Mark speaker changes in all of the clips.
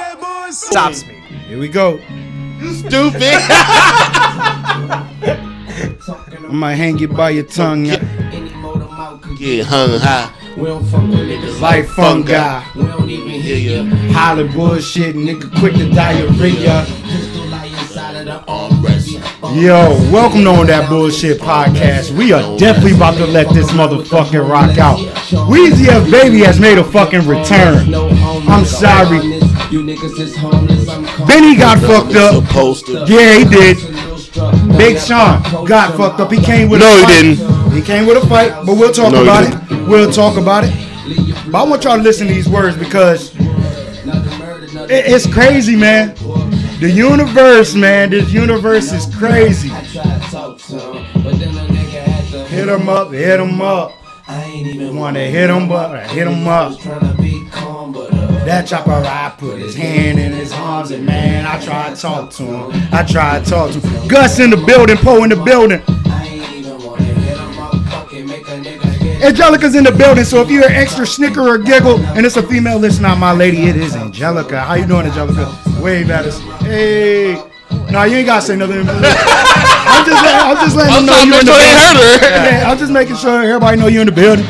Speaker 1: Stops, stops me.
Speaker 2: Here we go.
Speaker 3: Stupid.
Speaker 2: I might hang it by your tongue.
Speaker 3: Get hung high.
Speaker 2: We don't fuck with niggas like fungi. We don't even hear ya. Holler bullshit, nigga, quick to diarrhea. Yo, welcome to On That Bullshit Podcast. We are definitely about to let this motherfucking rock out. Weezy F Baby has made a fucking return. I'm sorry.
Speaker 4: You niggas is homeless. I'm
Speaker 2: Benny got fucked up.
Speaker 3: Supposed to.
Speaker 2: Yeah, he did. Big Sean got fucked up. He came with
Speaker 3: No,
Speaker 2: a
Speaker 3: he
Speaker 2: fight.
Speaker 3: didn't.
Speaker 2: He came with a fight, but we'll talk
Speaker 3: No, he
Speaker 2: about it. We'll talk about it. But I want y'all to listen to these words because it- it's crazy, man. The universe, man. This universe is crazy. Hit him up, hit him up.
Speaker 4: I ain't even
Speaker 2: Wanna hit him up, hit him up.
Speaker 4: tryna be calm, but uh,
Speaker 2: That chopper, I put his hand in his arms, and man, I try to talk to him. I try to talk to him. Gus in the building, Poe in the building.
Speaker 4: I ain't even wanna hit 'em up. Fucking make a nigga
Speaker 2: Eh.
Speaker 4: get
Speaker 2: Angelica's in the building, so if you hear extra snicker or giggle, and it's a female listener, not my lady, it is Angelica. How you doing, Angelica? Wave at us. Hey. Nah, you ain't gotta say nothing. I'm just, let- I'm just letting
Speaker 3: I'm
Speaker 2: them know you in the
Speaker 3: trying to make sure they
Speaker 2: building.
Speaker 3: heard her.
Speaker 2: Yeah, I'm just making sure everybody know you in the building.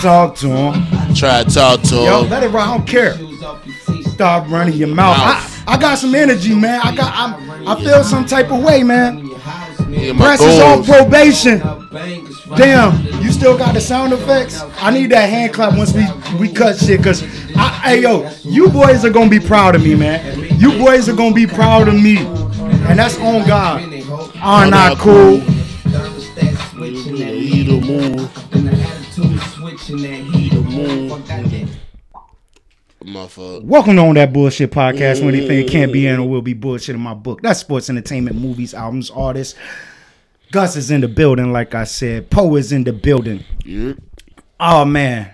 Speaker 2: Talk to him.
Speaker 3: Try to talk to
Speaker 2: Yo,
Speaker 3: him.
Speaker 2: let it rock. I don't care.
Speaker 4: shoes off your teeth.
Speaker 2: Stop running your mouth.
Speaker 3: Mouth.
Speaker 2: I, I got some energy, man. I got I'm, I feel some type of way, man.
Speaker 4: Your house, nigga.
Speaker 3: Yeah, my
Speaker 2: Press is on
Speaker 3: goals.
Speaker 2: probation.
Speaker 4: Bangers,
Speaker 2: Damn, you still got the sound effects? I need that hand clap once we, we cut shit, cause I, hey yo, you boys are gonna be proud of me, man. You boys are gonna be proud of me, and that's on God. Are not cool.
Speaker 3: He the move. He the move. Motherfucker.
Speaker 2: Welcome to On That Bullshit Podcast. When anything can't be in or will be bullshit in my book. That's sports, entertainment, movies, albums, artists. Gus is in the building, like I said. Poe is in the building.
Speaker 3: Yeah.
Speaker 2: Oh man,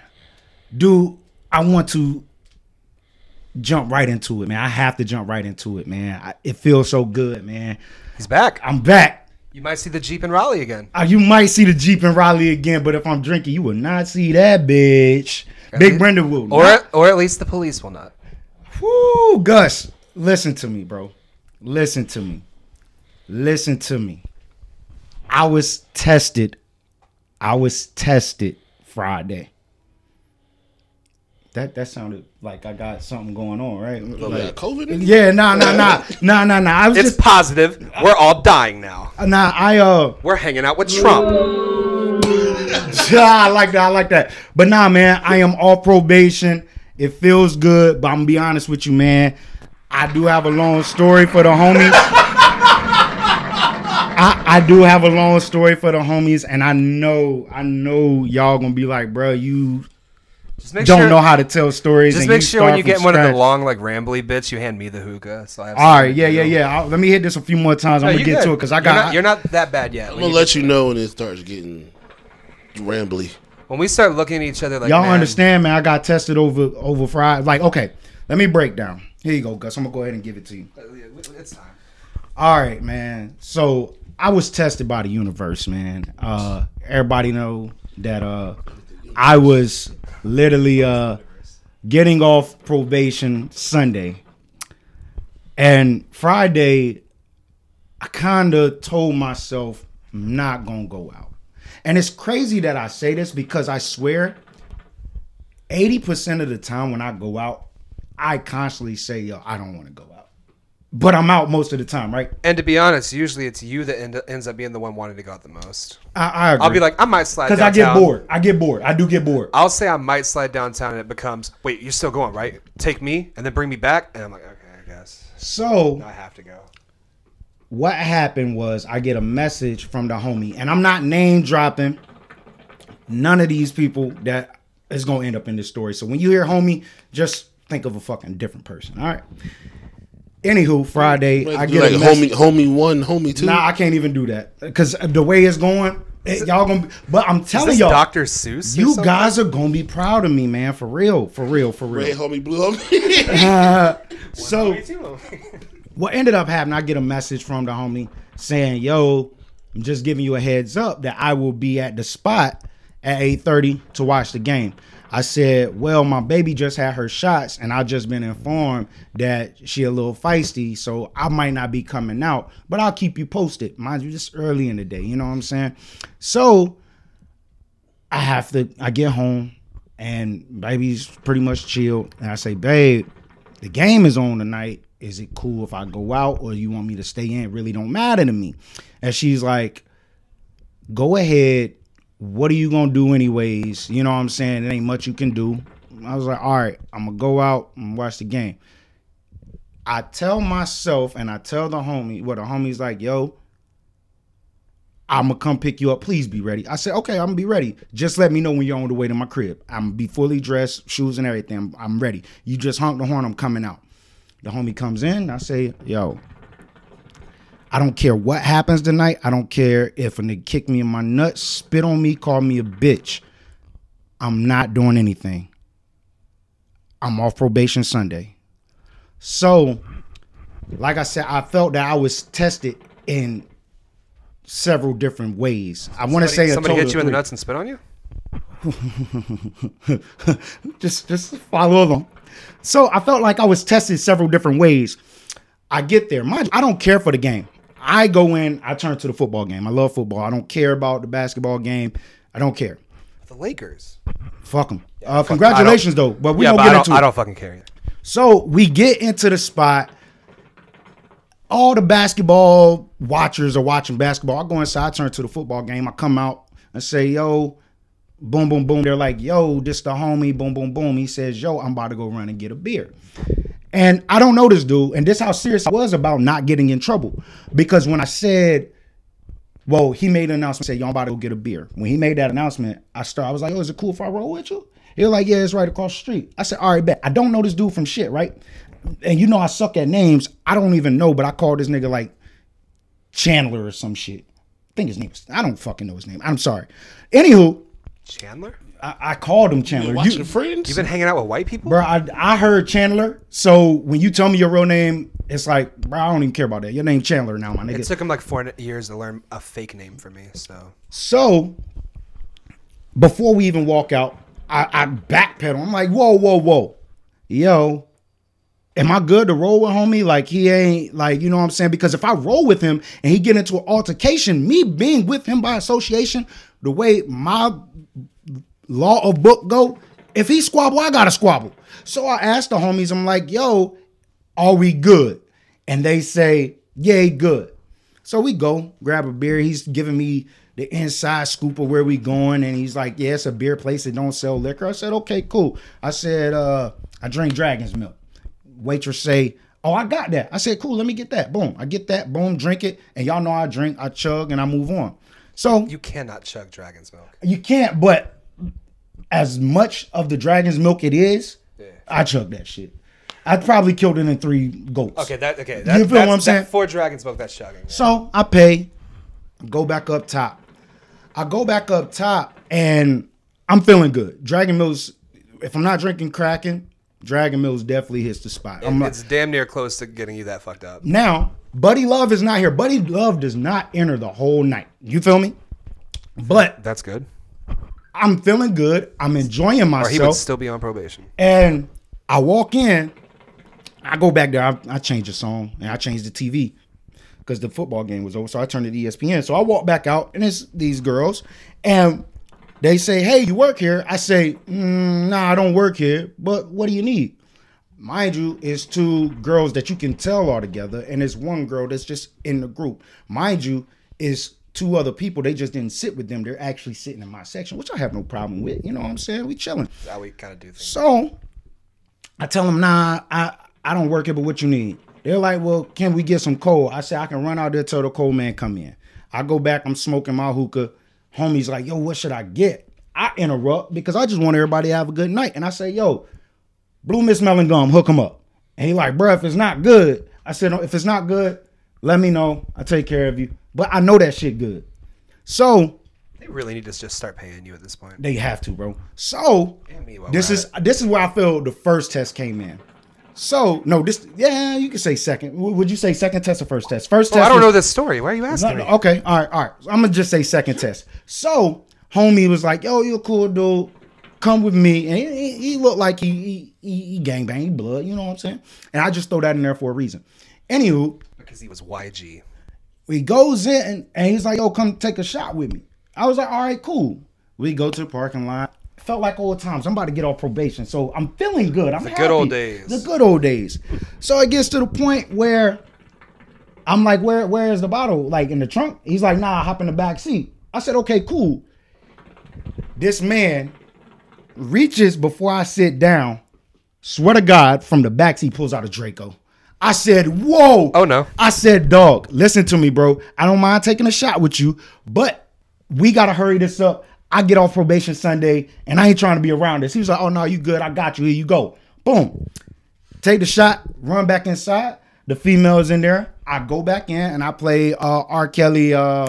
Speaker 2: dude, I want to jump right into it, man. I have to jump right into it, man. I, it feels so good, man.
Speaker 1: He's back.
Speaker 2: I'm back.
Speaker 1: You might see the Jeep in Raleigh again.
Speaker 2: Uh, you might see the Jeep in Raleigh again, but if I'm drinking, you will not see that bitch. Big Brenda will. not.
Speaker 1: Or, or at least the police will not.
Speaker 2: Woo, Gus, listen to me, bro. Listen to me. Listen to me. I was tested. I was tested Friday. That that sounded like I got something going on, right? Like-
Speaker 3: COVID? in
Speaker 2: yeah, nah, nah, nah, nah, nah, nah. I was
Speaker 1: It's
Speaker 2: just
Speaker 1: positive. We're all dying now.
Speaker 2: nah. I uh,
Speaker 1: We're hanging out with Trump.
Speaker 2: I like that. I like that. But nah, man, I am off probation. It feels good, but I'm gonna be honest with you, man. I do have a long story for the homies. I, I do have a long story for the homies, and I know I know y'all gonna be like, bro, you
Speaker 1: Just make
Speaker 2: don't
Speaker 1: sure,
Speaker 2: know how to tell stories.
Speaker 1: Just
Speaker 2: and
Speaker 1: make sure
Speaker 2: start
Speaker 1: when you
Speaker 2: from
Speaker 1: get one of
Speaker 2: scratch.
Speaker 1: the long, like rambly bits, you hand me the hookah. So I have
Speaker 2: All right,
Speaker 1: something
Speaker 2: yeah,
Speaker 1: to
Speaker 2: yeah,
Speaker 1: do.
Speaker 2: yeah. I'll- let me hit this a few more times.
Speaker 1: No,
Speaker 2: I'm
Speaker 1: you
Speaker 2: gonna get
Speaker 1: good.
Speaker 2: to it because I
Speaker 1: You're
Speaker 2: got.
Speaker 1: not- You're not, that bad yet.
Speaker 3: I'm
Speaker 1: When,
Speaker 3: gonna
Speaker 1: you-
Speaker 3: let you know when it starts getting rambly.
Speaker 1: when we start looking at each other like
Speaker 2: y'all
Speaker 1: man,
Speaker 2: understand, man? I got tested over over Friday. Like, okay, let me break down. Here you go, Gus. I'm gonna go ahead and give it to you.
Speaker 1: It's time.
Speaker 2: All right, man. So I was tested by the universe, man. Uh, everybody know that uh, I was literally uh, getting off probation Sunday, and Friday, I kind of told myself I'm not gonna go out. And it's crazy that I say this because I swear, eighty percent of the time when I go out, I constantly say, "Yo, I don't want to go out," but I'm out most of the time, right?
Speaker 1: And to be honest, usually it's you that end, ends up being the one wanting to go out the most.
Speaker 2: I, I agree.
Speaker 1: I'll be like, I might slide
Speaker 2: because I
Speaker 1: downtown.
Speaker 2: get bored. I get bored. I do get bored.
Speaker 1: I'll say I might slide downtown, and it becomes, wait, you're still going, right? Take me and then bring me back, and I'm like, okay, I guess
Speaker 2: So
Speaker 1: I have to go.
Speaker 2: what happened was I get a message from the homie, and I'm not name dropping none of these people that is gonna end up in this story. So when you hear homie, just think of a fucking different person. All right. Anywho, Friday I get
Speaker 3: like
Speaker 2: a message.
Speaker 3: homie, homie one, homie two.
Speaker 2: Nah, I can't even do that because the way it's going, it- y'all gonna. Be, but I'm
Speaker 1: Is
Speaker 2: telling
Speaker 1: this
Speaker 2: y'all,
Speaker 1: Dr. Seuss? or
Speaker 2: you
Speaker 1: something?
Speaker 2: guys are gonna be proud of me, man. For real, for real, for real.
Speaker 3: Red homie, blue homie.
Speaker 2: So what ended up happening, I get a message from the homie saying, "Yo, I'm just giving you a heads up that I will be at the spot at 8:30 to watch the game." I said, "Well, my baby just had her shots, and I just been informed that she a little feisty, so I might not be coming out, but I'll keep you posted. Mind you, this early in the day, you know what I'm saying? So I have to. I get home, and baby's pretty much chilled, and I say, "Babe, the game is on tonight. Is it cool if I go out, or you want me to stay in? It really don't matter to me." And she's like go ahead. What are you gonna do anyways? You know what I'm saying? It ain't much you can do. I was like, all right, I'm gonna go out and watch the game. I tell myself and I tell the homie, what well, the homie's like, yo, I'm gonna come pick you up. Please be ready. I said, okay, I'm gonna be ready. Just let me know when you're on the way to my crib. I'm be fully dressed, shoes and everything. I'm, I'm ready. You just honk the horn. I'm coming out. The homie comes in. I say, yo, I don't care what happens tonight. I don't care if a nigga kick me in my nuts, spit on me, call me a bitch. I'm not doing anything. I'm off probation Sunday. So, like I said, I felt that I was tested in several different ways. I want to say a
Speaker 1: somebody
Speaker 2: total
Speaker 1: hit you
Speaker 2: of
Speaker 1: in the
Speaker 2: three.
Speaker 1: nuts and spit on you.
Speaker 2: just just follow along. So I felt like I was tested several different ways. I get there. Mind you, I don't care for the game. I go in, I turn to the football game. I love football. I don't care about the basketball game. I don't care.
Speaker 1: The Lakers.
Speaker 2: Fuck them. uh, congratulations, though. But we
Speaker 1: yeah,
Speaker 2: don't
Speaker 1: but
Speaker 2: get
Speaker 1: I don't,
Speaker 2: into
Speaker 1: I
Speaker 2: it.
Speaker 1: don't fucking care. either.
Speaker 2: So we get into the spot. All the basketball watchers are watching basketball. I go inside, I turn to the football game. I come out and say, yo, boom, boom, boom. They're like, yo, this the homie, boom, boom, boom. He says, yo, I'm about to go run and get a beer. And I don't know this dude, and this how serious I was about not getting in trouble. Because when I said, well, he made an announcement, said, yo, I'm about to go get a beer. When he made that announcement, I started, I was like, oh, is it cool if I roll with you? He was like, yeah, it's right across the street. I said, all right, bet. I don't know this dude from shit, right? And you know I suck at names. I don't even know, but I called this nigga like Chandler or some shit. I think his name was, I don't fucking know his name. I'm sorry. Anywho,
Speaker 1: Chandler.
Speaker 2: I, I called him Chandler.
Speaker 3: Watching
Speaker 2: You-
Speaker 3: Friends.
Speaker 1: You've been hanging out with white people.
Speaker 2: bro. I, I heard Chandler. So when you tell me your real name, it's like, bro, I don't even care about that. Your name Chandler now, my nigga.
Speaker 1: It took him like four years to learn a fake name for me. So
Speaker 2: so before we even walk out, I, I backpedal. I'm like, whoa, whoa, whoa, yo. Am I good to roll with homie? Like he ain't like you know what I'm saying? Because if I roll with him and he get into an altercation, me being with him by association, the way my law of book go, if he squabble, I gotta squabble. So I asked the homies, I'm like, yo, are we good? And they say, yay, good. So we go grab a beer. He's giving me the inside scoop of where we going, and he's like, yeah, it's a beer place that don't sell liquor. I said, okay, cool. I said, uh, I drink dragon's milk. Waitress say, oh, I got that. I said, cool, let me get that. Boom, I get that. Boom, drink it, and y'all know I drink, I chug, and I move on. So
Speaker 1: you cannot chug dragon's milk.
Speaker 2: you can't, but as much of the dragon's milk it is, I chug that shit. I probably killed it in three goats.
Speaker 1: Okay, that okay.
Speaker 2: that- feel what that's- I'm that- saying?
Speaker 1: for dragon's milk, that's chugging.
Speaker 2: So I pay, go back up top. I go back up top and I'm feeling good. Dragon Mills, if I'm not drinking Kraken, Dragon Mills definitely hits the spot. I'm like,
Speaker 1: it's damn near close to getting you that fucked up.
Speaker 2: now, Buddy Love is not here. Buddy Love does not enter the whole night. You feel me? But
Speaker 1: That's good.
Speaker 2: I'm feeling good. I'm enjoying myself.
Speaker 1: Or he would still be on probation.
Speaker 2: And I walk in, I go back there, I, I change the song and I change the TV because the football game was over. So I turned to E ESPN. So I walk back out and it's these girls and they say, Hey, you work here? I say, mm, Nah, I don't work here, but what do you need? Mind you, it's two girls that you can tell are together, and it's one girl that's just in the group. Mind you, it's two other people. They just didn't sit with them. They're actually sitting in my section, which I have no problem with. You know what I'm saying? We chilling.
Speaker 1: That's how we kind of do things.
Speaker 2: So I tell them, nah, I, I don't work it, but what you need? They're like, well, can we get some coal? I say, I can run out there till the coal man come in. I go back, I'm smoking my hookah. Homie's like, yo, what should I get? I interrupt because I just want everybody to have a good night. And I say, yo, Blue Miss Melon Gum, hook him up. And he like, bruh, if it's not good, I said, if it's not good, let me know. I'll take care of you. But I know that shit good. So
Speaker 1: They really need to just start paying you at this point.
Speaker 2: they have to, bro. So
Speaker 1: And me while
Speaker 2: this
Speaker 1: we're
Speaker 2: is
Speaker 1: at
Speaker 2: this is where I feel the first test came in. So no, this yeah, you can say second. W- Would you say second test or first test? First
Speaker 1: it.
Speaker 2: test.
Speaker 1: Oh, I don't
Speaker 2: was-
Speaker 1: know this story. Why are you asking
Speaker 2: no, no,
Speaker 1: me?
Speaker 2: okay, all right, all right. I'm gonna just say second test. So homie was like, "Yo, you a cool dude. come with me, and he, he- he looked like he he, he, he gangbang, he blood. You know what I'm saying? And I just throw that in there for a reason. Anywho,
Speaker 1: because he was YG.
Speaker 2: we goes in and, and he's like, "Yo, come take a shot with me." I was like, "All right, cool." We go to the parking lot. Felt like old times. I'm about to get off probation, so I'm feeling good. I'm the
Speaker 1: good old days.
Speaker 2: The good old days. So it gets to the point where I'm like, "Where, where is the bottle? Like in the trunk?" He's like, "Nah, hop in the back seat." I said, "Okay, cool." This man reaches before I sit down. Swear to God, from the back seat pulls out a Draco. I said, "Whoa!"
Speaker 1: Oh, no.
Speaker 2: I said, dog, listen to me, bro. I don't mind taking a shot with you, but we gotta hurry this up. I get off probation Sunday, and I ain't trying to be around this. He was like, oh no, you good? I got you. Here you go. Boom. Take the shot. Run back inside. The female is in there. I go back in and I play uh, R. Kelly. Uh,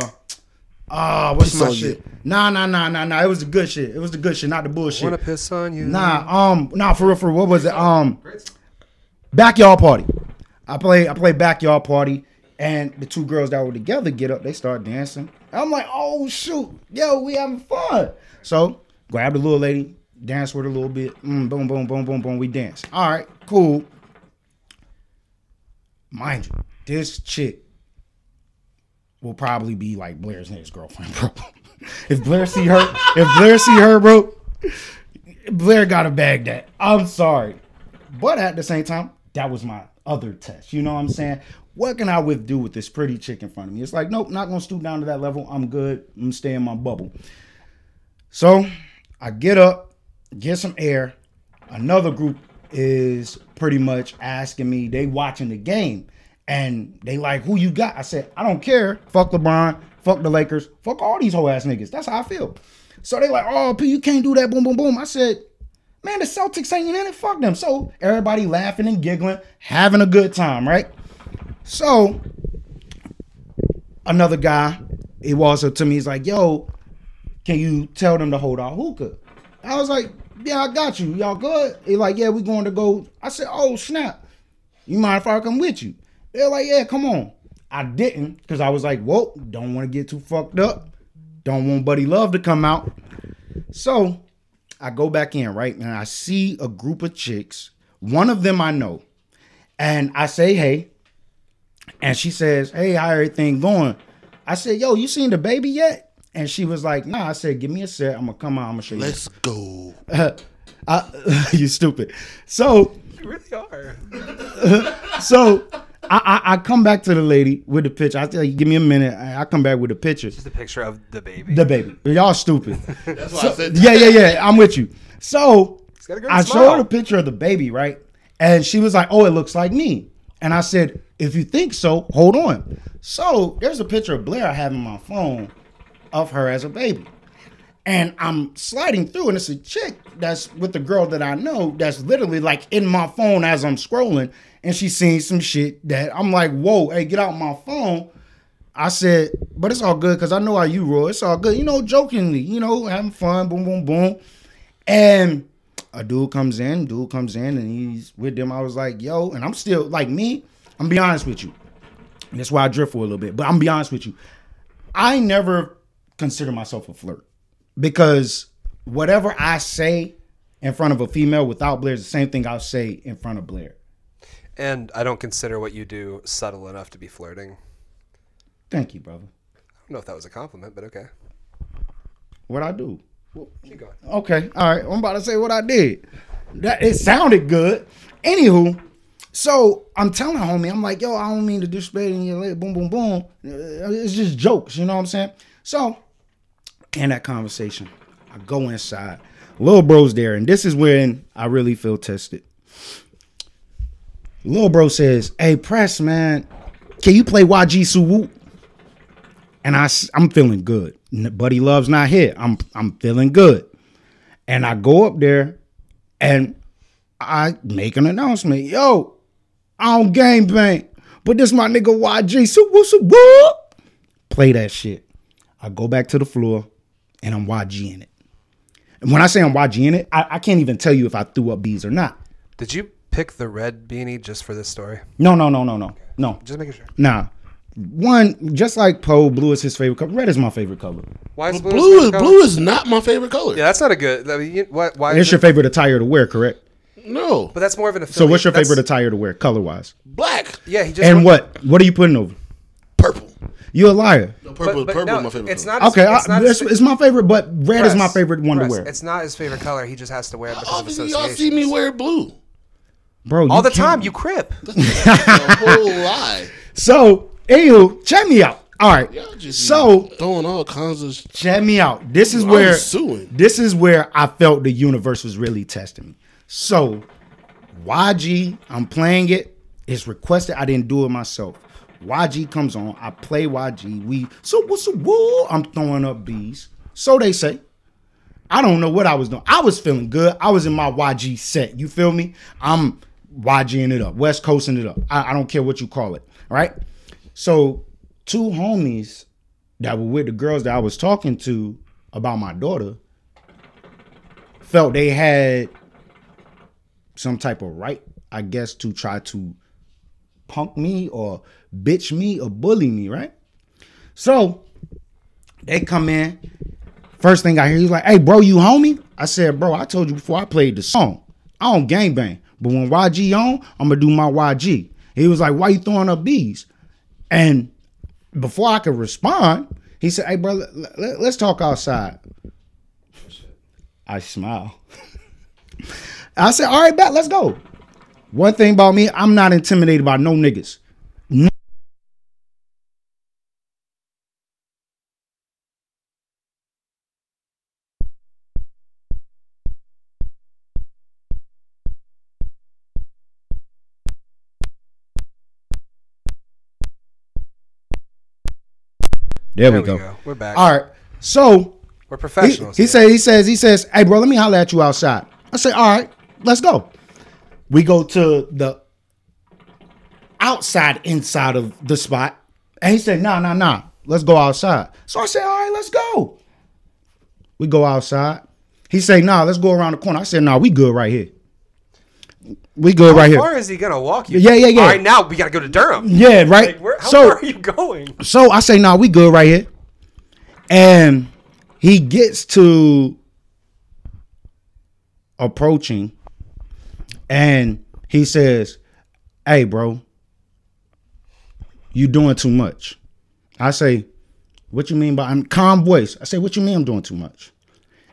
Speaker 2: uh, what's
Speaker 3: Piss
Speaker 2: my
Speaker 3: on
Speaker 2: shit?
Speaker 3: you.
Speaker 2: Nah, nah, nah, nah, nah. It was the good shit. It was the good shit, not the bullshit.
Speaker 1: Wanna piss on you?
Speaker 2: Nah, um, nah, for real, for real, what was it? Um, backyard party. I play, I play backyard party, and the two girls that were together get up, they start dancing. I'm like, oh shoot, yo, we having fun. So grab the little lady, dance with her a little bit. Mm, boom, boom, boom, boom, boom. We dance. All right, cool. Mind you, this chick will probably be like Blair's next girlfriend, bro. if Blair see her, if Blair see her, bro, Blair gotta bag that. I'm sorry. But at the same time, that was my other test. You know what I'm saying? What can I with do with this pretty chick in front of me? It's like, nope, not gonna stoop down to that level. I'm good. I'm staying in my bubble. So I get up, get some air. Another group is pretty much asking me, they watching the game. And they like, who you got? I said, I don't care. Fuck LeBron. Fuck the Lakers. Fuck all these whole ass niggas. That's how I feel. So they like, oh, P, you can't do that. Boom, boom, boom. I said, man, the Celtics ain't in it. Fuck them. So everybody laughing and giggling, having a good time, right? So another guy, he walks up to me. He's like, yo, can you tell them to hold our hookah? I was like, yeah, I got you. Y'all good? He like, yeah, we going to go. I said, oh, snap. You mind if I come with you? They're like, yeah, come on. I didn't because I was like, whoa, don't want to get too fucked up. Don't want Buddy Love to come out. So I go back in, right? And I see a group of chicks. One of them I know. And I say, hey. And she says, hey, how everything going? I said, yo, you seen the baby yet? And she was like, nah. I said, give me a set. I'm going to come out. I'm going to show you.
Speaker 3: Let's go.
Speaker 2: I, you stupid. So
Speaker 1: You really are.
Speaker 2: so I, I I come back to the lady with the picture. I tell you, give me a minute. I, I come back with the picture.
Speaker 1: The picture of the baby.
Speaker 2: The baby. Y'all stupid.
Speaker 3: That's why I said
Speaker 2: yeah, yeah, yeah. I'm with you. So
Speaker 1: got a great
Speaker 2: I
Speaker 1: smile.
Speaker 2: showed her a picture of the baby, right? And she was like, "Oh, it looks like me." And I said, "If you think so, hold on." So there's a picture of Blair I have in my phone of her as a baby, and I'm sliding through, and it's a chick that's with the girl that I know that's literally like in my phone as I'm scrolling, and she's seeing some shit that I'm like, "Whoa, hey, get out my phone." I said, but it's all good because I know how you roll. It's all good, you know, jokingly, you know, having fun, boom, boom, boom. And a dude comes in, dude comes in, and he's with them. I was like, yo, and I'm still like me. I'm be honest with you. And that's why I drift for a little bit. But I'm be honest with you. I never consider myself a flirt because whatever I say in front of a female without Blair is the same thing I'll say in front of Blair.
Speaker 1: And I don't consider what you do subtle enough to be flirting.
Speaker 2: Thank you, brother.
Speaker 1: I don't know if that was a compliment, but okay.
Speaker 2: What I do.
Speaker 1: Keep going.
Speaker 2: Okay, all right. I'm about to say what I did. That it sounded good. Anywho, so I'm telling homie, I'm like, yo, I don't mean to disrespect in your leg. Boom, boom, boom. Uh, It's just jokes, you know what I'm saying? So, in that conversation, I go inside. Lil bro's there, and this is when I really feel tested. Lil bro says, "Hey, press man, can you play YG Suwoo?" And I, s- I'm feeling good. N- Buddy Love's not here. I'm, I'm feeling good. And I go up there and I make an announcement. Yo, I don't game bank, but this my nigga YG. So what's up? What? Play that shit. I go back to the floor and I'm YG in it. And when I say I'm YG in it, I, I can't even tell you if I threw up bees or not.
Speaker 1: Did you pick the red beanie just for this story?
Speaker 2: No, no, no, no, no. No.
Speaker 1: Just making sure.
Speaker 2: Nah. one just like Poe, blue is his favorite color. Red is my favorite color.
Speaker 1: Why is
Speaker 3: But
Speaker 1: blue?
Speaker 3: blue is
Speaker 1: color?
Speaker 3: blue is not my favorite color.
Speaker 1: Yeah, that's not a good. I mean, you- what? Why?
Speaker 2: And
Speaker 1: Is
Speaker 2: it's your
Speaker 1: it,
Speaker 2: favorite attire to wear, correct?
Speaker 3: No,
Speaker 1: but that's more of an. Affiliate.
Speaker 2: So what's your
Speaker 1: that's-
Speaker 2: favorite attire to wear, color wise?
Speaker 3: black,
Speaker 1: Yeah, he just
Speaker 2: And
Speaker 1: went-
Speaker 2: what? What are you putting over?
Speaker 3: purple,
Speaker 2: You a liar.
Speaker 3: No,
Speaker 1: But,
Speaker 3: purple,
Speaker 1: but
Speaker 3: purple.
Speaker 1: no,
Speaker 3: is my favorite.
Speaker 1: It's
Speaker 3: color.
Speaker 1: not.
Speaker 2: Okay,
Speaker 1: his, it's
Speaker 2: I,
Speaker 1: not
Speaker 2: it's,
Speaker 1: his-
Speaker 2: it's my favorite, but red is my
Speaker 1: Russ,
Speaker 2: favorite one
Speaker 1: Russ,
Speaker 2: to wear.
Speaker 1: It's not his favorite color. He just has to wear it because
Speaker 3: Obviously,
Speaker 1: of
Speaker 3: y'all see
Speaker 1: association.
Speaker 3: me wear blue.
Speaker 2: Bro,
Speaker 1: All
Speaker 2: you
Speaker 1: the
Speaker 2: can't-
Speaker 1: time, you crip.
Speaker 3: A whole lie.
Speaker 2: So, anywho, check me out. All
Speaker 3: Y'all
Speaker 2: right.
Speaker 3: just
Speaker 2: So,
Speaker 3: throwing all kinds of. sh-
Speaker 2: check me out. This is
Speaker 3: I'm
Speaker 2: where
Speaker 3: suing.
Speaker 2: this is where I felt the universe was really testing me. So, YG, I'm playing it. It's requested. I didn't do it myself. YG comes on. I play YG. We so what's the woo? I'm throwing up bees. So they say. I don't know what I was doing. I was feeling good. I was in my YG set. You feel me? I'm YGing it up, West Coasting it up. I, I don't care what you call it. All right. So two homies that were with the girls that I was talking to about my daughter felt they had some type of right, I guess, to try to punk me or bitch me or bully me, right? So they come in. First thing I hear, he's like, hey, bro, you homie? I said, bro, I told you before I played the song. I don't gangbang. But when YG on, I'm going to do my YG. He was like, why you throwing up bees? And before I could respond, he said, hey, bro, let, let- let's talk outside. I smile. I said, all right, bet, let's go. One thing about me, I'm not intimidated by no niggas. There,
Speaker 1: There
Speaker 2: we go.
Speaker 1: We're back.
Speaker 2: All right. So
Speaker 1: We're
Speaker 2: he,
Speaker 1: professionals.
Speaker 2: he
Speaker 1: here.
Speaker 2: says, he says, he says, hey, bro, let me holler at you outside. I say, all right, let's go. We go to the outside inside of the spot. And he said, nah, nah, nah, let's go outside. So I said, all right, let's go. We go outside. He say, nah, let's go around the corner. I said, nah, we good right here. We good right
Speaker 1: How
Speaker 2: here.
Speaker 1: far is he gonna walk you?
Speaker 2: Yeah, yeah, yeah.
Speaker 1: All right, now we gotta go to Durham.
Speaker 2: Yeah, right.
Speaker 1: Like, where, how
Speaker 2: so
Speaker 1: far are you going?
Speaker 2: So I say, nah, we good right here. And he gets to approaching and he says, Hey, bro, you doing too much. I say, What you mean by I'm calm voice? I say, What you mean I'm doing too much?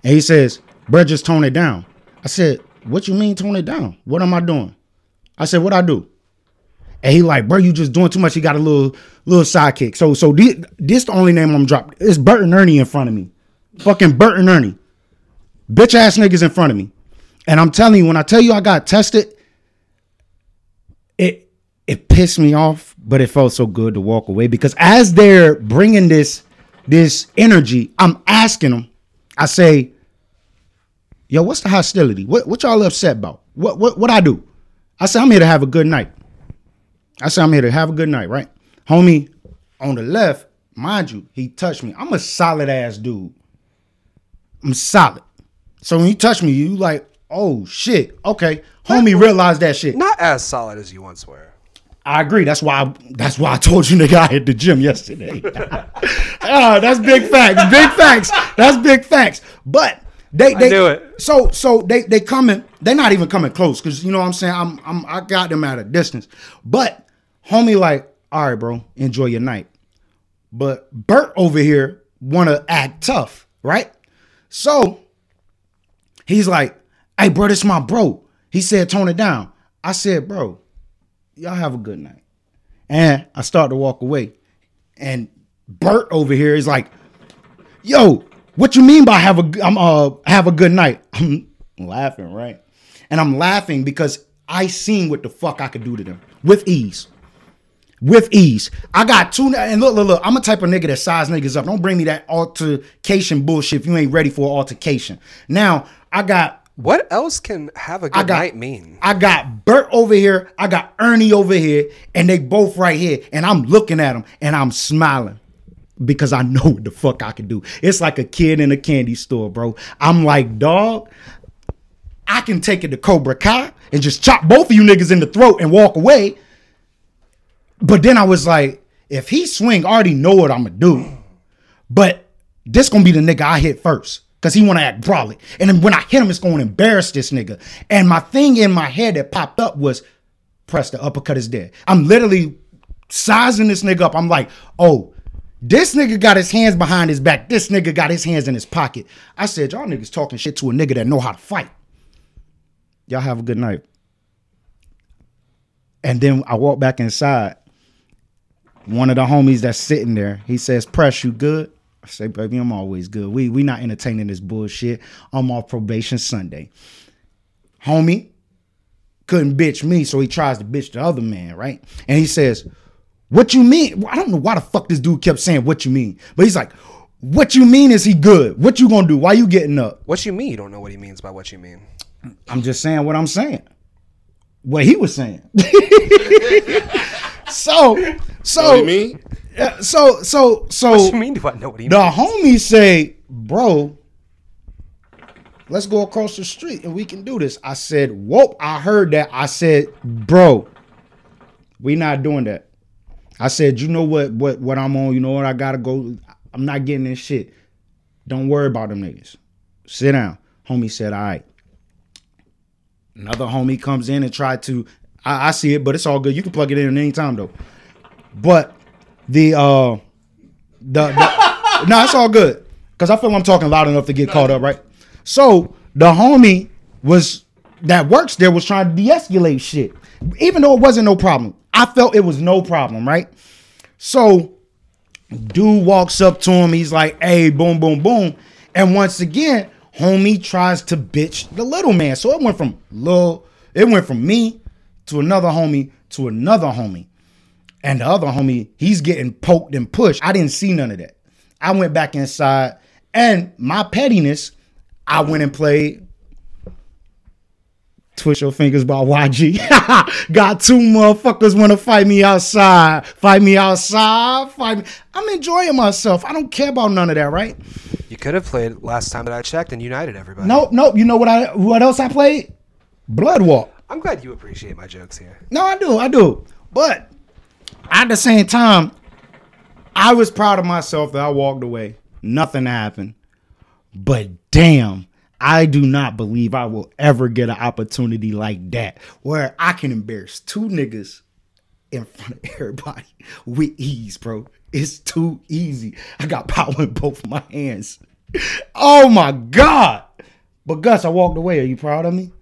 Speaker 2: And he says, Bro, just tone it down. I said, What you mean tone it down? What am I doing? I said, What I do? And he like, bro, you just doing too much. He got a little little sidekick. So so this, this the only name I'm dropping. It's Bert and Ernie in front of me. Fucking Bert and Ernie. Bitch ass niggas in front of me. And I'm telling you, when I tell you I got tested, it it pissed me off, but it felt so good to walk away because as they're bringing this this energy, I'm asking them. I say, yo, what's the hostility? What what y'all upset about? What what what I do? I say I'm here to have a good night. I said, I'm here to have a good night, right? Homie, on the left, mind you, he touched me. I'm a solid ass dude. I'm solid. So when you touch me, you like, oh shit, okay. Homie realized that shit.
Speaker 1: Not as solid as you once were.
Speaker 2: I agree. That's why. I, that's why I told you, nigga, I hit the gym yesterday. Ah, that's big facts. Big facts. That's big facts. But they, they
Speaker 1: knew it.
Speaker 2: So, so they, they coming. They not even coming close because you know what I'm saying. I'm, I'm, I got them at a distance. But homie, like, all right, bro, enjoy your night. But Bert over here want to act tough, right? So he's like, hey, bro, this my bro. He said, tone it down. I said, bro, y'all have a good night. And I start to walk away. And Bert over here is like, yo, what you mean by have a I'm uh have a good night? I'm laughing, right? And I'm laughing because I seen what the fuck I could do to them with ease. With ease. I got two and look, look, look, I'm a type of nigga that size niggas up. Don't bring me that altercation bullshit if you ain't ready for altercation. Now, I got
Speaker 1: What else can have a good
Speaker 2: got-
Speaker 1: night mean?
Speaker 2: I got Bert over here, I got Ernie over here, and they both right here. And I'm looking at them and I'm smiling because I know what the fuck I can do. It's like a kid in a candy store, bro. I'm like, dog, I can take it to Cobra Kai and just chop both of you niggas in the throat and walk away. But then I was like, if he swing, I already know what I'm gonna do. But this gonna be the nigga I hit first. Cause he wanna act brolic. And then when I hit him, it's gonna embarrass this nigga. And my thing in my head that popped up was press the uppercut is dead. I'm literally sizing this nigga up. I'm like, oh, this nigga got his hands behind his back. This nigga got his hands in his pocket. I said, y'all niggas talking shit to a nigga that know how to fight. Y'all have a good night. And then I walk back inside. One of the homies that's sitting there, he says, Press, you good? I say, baby, I'm always good. We we not entertaining this bullshit. I'm off probation Sunday. Homie couldn't bitch me, so he tries to bitch the other man, right? And he says, What you mean? Well, I don't know why the fuck this dude kept saying what you mean. But he's like, What you mean is he good? What you gonna do? Why you getting up?
Speaker 1: What you mean? You don't know what he means by what you mean.
Speaker 2: I'm just saying what I'm saying. What he was saying. so, so
Speaker 3: Know what I mean?
Speaker 2: uh, so so so
Speaker 1: What you mean? Do I know what he
Speaker 2: the
Speaker 1: means?
Speaker 2: homies say, "Bro, let's go across the street and we can do this." I said, "Whoop!" I heard that. I said, "Bro, we not doing that." I said, "You know what? What what I'm on? You know what? I gotta go. I'm not getting this shit. Don't worry about them niggas. Sit down." Homie said, "All right." Another homie comes in and tried to. I, I see it, but it's all good. You can plug it in at any time though. But the uh the, the no, it's all good because I feel I'm talking loud enough to get caught up, right? So the homie was that works there was trying to de-escalate shit, even though it wasn't no problem. I felt it was no problem, right? So dude walks up to him, he's like, "Hey, boom, boom, boom," and once again, homie tries to bitch the little man. So it went from little, it went from me to another homie to another homie. And the other homie, he's getting poked and pushed. I didn't see none of that. I went back inside, and my pettiness, I went and played Twist Your Fingers by YG. Got two motherfuckers want to fight me outside. Fight me outside. Fight me. I'm enjoying myself. I don't care about none of that, right?
Speaker 1: You could have played last time that I checked and united everybody.
Speaker 2: Nope, nope. You know what I what else I played? Blood Walk.
Speaker 1: I'm glad you appreciate my jokes here.
Speaker 2: No, I do, I do. But at the same time, I was proud of myself that I walked away. Nothing happened. But damn, I do not believe I will ever get an opportunity like that where I can embarrass two niggas in front of everybody with ease, bro. It's too easy. I got power in both my hands. Oh my God. But Gus, I walked away. Are you proud of me?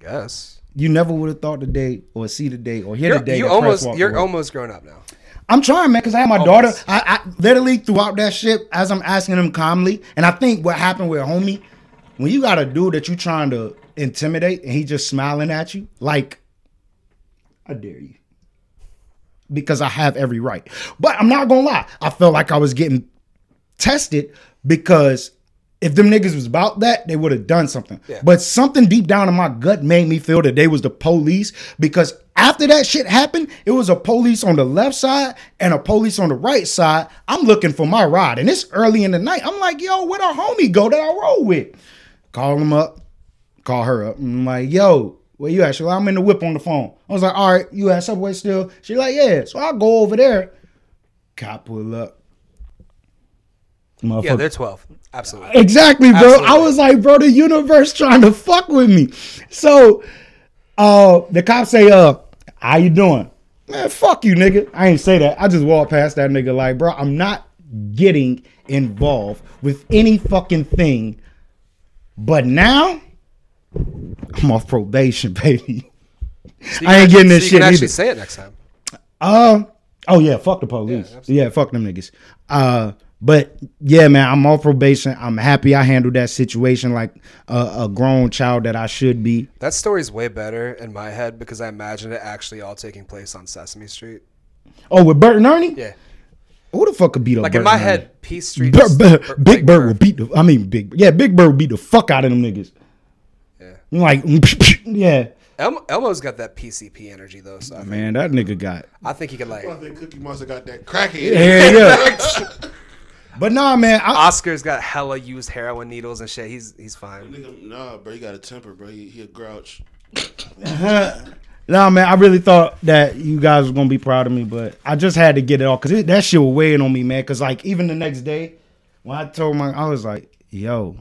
Speaker 1: I guess.
Speaker 2: You never would have thought the day or see the day or hear
Speaker 1: You're,
Speaker 2: the day.
Speaker 1: you
Speaker 2: that Prince
Speaker 1: almost
Speaker 2: walked
Speaker 1: you're
Speaker 2: away.
Speaker 1: almost grown up now.
Speaker 2: I'm trying, man, because I had my daughter.
Speaker 1: Almost.
Speaker 2: I, I literally throughout that shit, as I'm asking him calmly, and I think what happened with homie, when you got a dude that you trying to intimidate and he just smiling at you, like, I dare you. Because I have every right. But I'm not gonna lie, I felt like I was getting tested because if them niggas was about that, they would have done something.
Speaker 1: Yeah.
Speaker 2: But something deep down in my gut made me feel that they was the police because after that shit happened, it was a police on the left side and a police on the right side. I'm looking for my ride, and it's early in the night. I'm like, yo, where the homie go that I roll with? Call him up, call her up. I'm like, yo, where you at? She like, I'm in the whip on the phone. I was like, all right, you at Subway still? She like, yeah. So I go over there. Cop pull up. Motherfucker.
Speaker 1: Yeah, they're 12. Absolutely.
Speaker 2: Exactly, bro.
Speaker 1: Absolutely.
Speaker 2: I was like, bro, the universe trying to fuck with me. So, uh, the cops say, uh, how you doing? Man, fuck you, nigga. I ain't say that. I just walked past that nigga like, bro, I'm not getting involved with any fucking thing. But now, I'm off probation, baby.
Speaker 1: So you
Speaker 2: I ain't
Speaker 1: can-
Speaker 2: getting this
Speaker 1: so you
Speaker 2: shit
Speaker 1: can actually
Speaker 2: either.
Speaker 1: say it next time.
Speaker 2: Uh, oh yeah, fuck the police. Yeah, fuck them niggas. Uh, but yeah, man, I'm off probation. I'm happy I handled that situation like a, a grown child that I should be.
Speaker 1: That story's way better in my head because I imagined it actually all taking place on Sesame Street.
Speaker 2: Oh, with Bert and Ernie?
Speaker 1: Yeah.
Speaker 2: Who the fuck could beat up?
Speaker 1: Like
Speaker 2: Bert
Speaker 1: in my
Speaker 2: and Ernie?
Speaker 1: head, Peace Street.
Speaker 2: Bur-
Speaker 1: just-
Speaker 2: Bur-
Speaker 1: Bur-
Speaker 2: Big Bird will beat the. I mean, Big. Yeah, Big Bird will beat the fuck out of them niggas.
Speaker 1: Yeah.
Speaker 2: Like, yeah,
Speaker 1: El- Elmo's got that PCP energy though, so I, think,
Speaker 2: man, that nigga got.
Speaker 1: I think he could like
Speaker 3: I think Cookie Monster got that cracky.
Speaker 2: Yeah, yeah. but nah, man, I,
Speaker 1: Oscar's got hella used heroin needles and shit. He's he's fine.
Speaker 3: Nigga, nah, bro, you got a temper, bro. He, he a grouch.
Speaker 2: Nah, man, I really thought that you guys was gonna be proud of me, but I just had to get it off because that shit was weighing on me, man. Because like even the next day, when I told my, I was like, "Yo,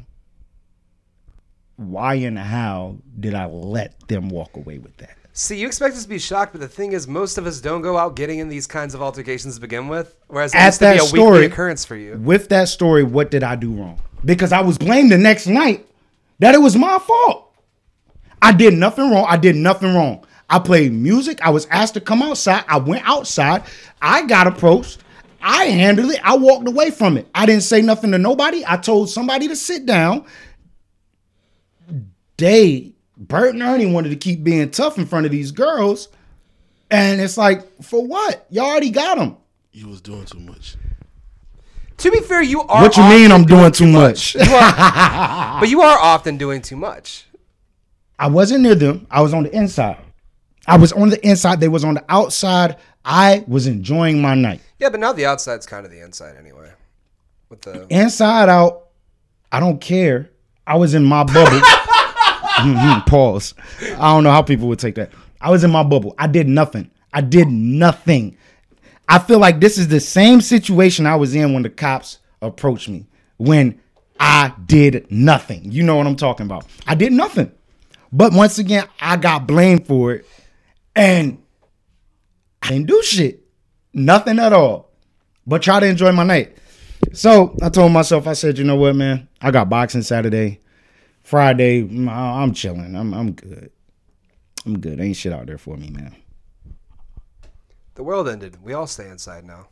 Speaker 2: why and how did I let them walk away with that?"
Speaker 1: See, you expect us to be shocked, but the thing is, most of us don't go out getting in these kinds of altercations to begin with. Whereas it
Speaker 2: At
Speaker 1: used to be
Speaker 2: that
Speaker 1: a
Speaker 2: story-
Speaker 1: weekly occurrence for you.
Speaker 2: With that story, what did I do wrong? Because I was blamed the next night that it was my fault. I did nothing wrong. I did nothing wrong. I played music. I was asked to come outside. I went outside. I got approached. I handled it. I walked away from it. I didn't say nothing to nobody. I told somebody to sit down. They, Bert and Ernie wanted to keep being tough in front of these girls. And it's like, for what? You already got them.
Speaker 3: You was doing too much.
Speaker 1: To be fair, you are.
Speaker 2: What you
Speaker 1: often
Speaker 2: mean I'm
Speaker 1: doing
Speaker 2: doing too much?
Speaker 1: But you are often doing too much.
Speaker 2: I wasn't near them. I was on the inside. I was on the inside. They was on the outside. I was enjoying my night.
Speaker 1: Yeah, but now the outside's kind of the inside anyway. With the
Speaker 2: Inside out, I don't care. I was in my bubble. Mhm, Pause. I don't know how people would take that. I was in my bubble. I did nothing. I did nothing. I feel like this is the same situation I was in when the cops approached me. When I did nothing. You know what I'm talking about. I did nothing. But once again, I got blamed for it. And I didn't do shit. Nothing at all. But try to enjoy my night. So I told myself, I said, you know what, man? I got boxing Saturday. Friday, mm, I- I'm chilling. I'm I'm good. I'm good. Ain't shit out there for me, man.
Speaker 1: the world ended. We all stay inside now.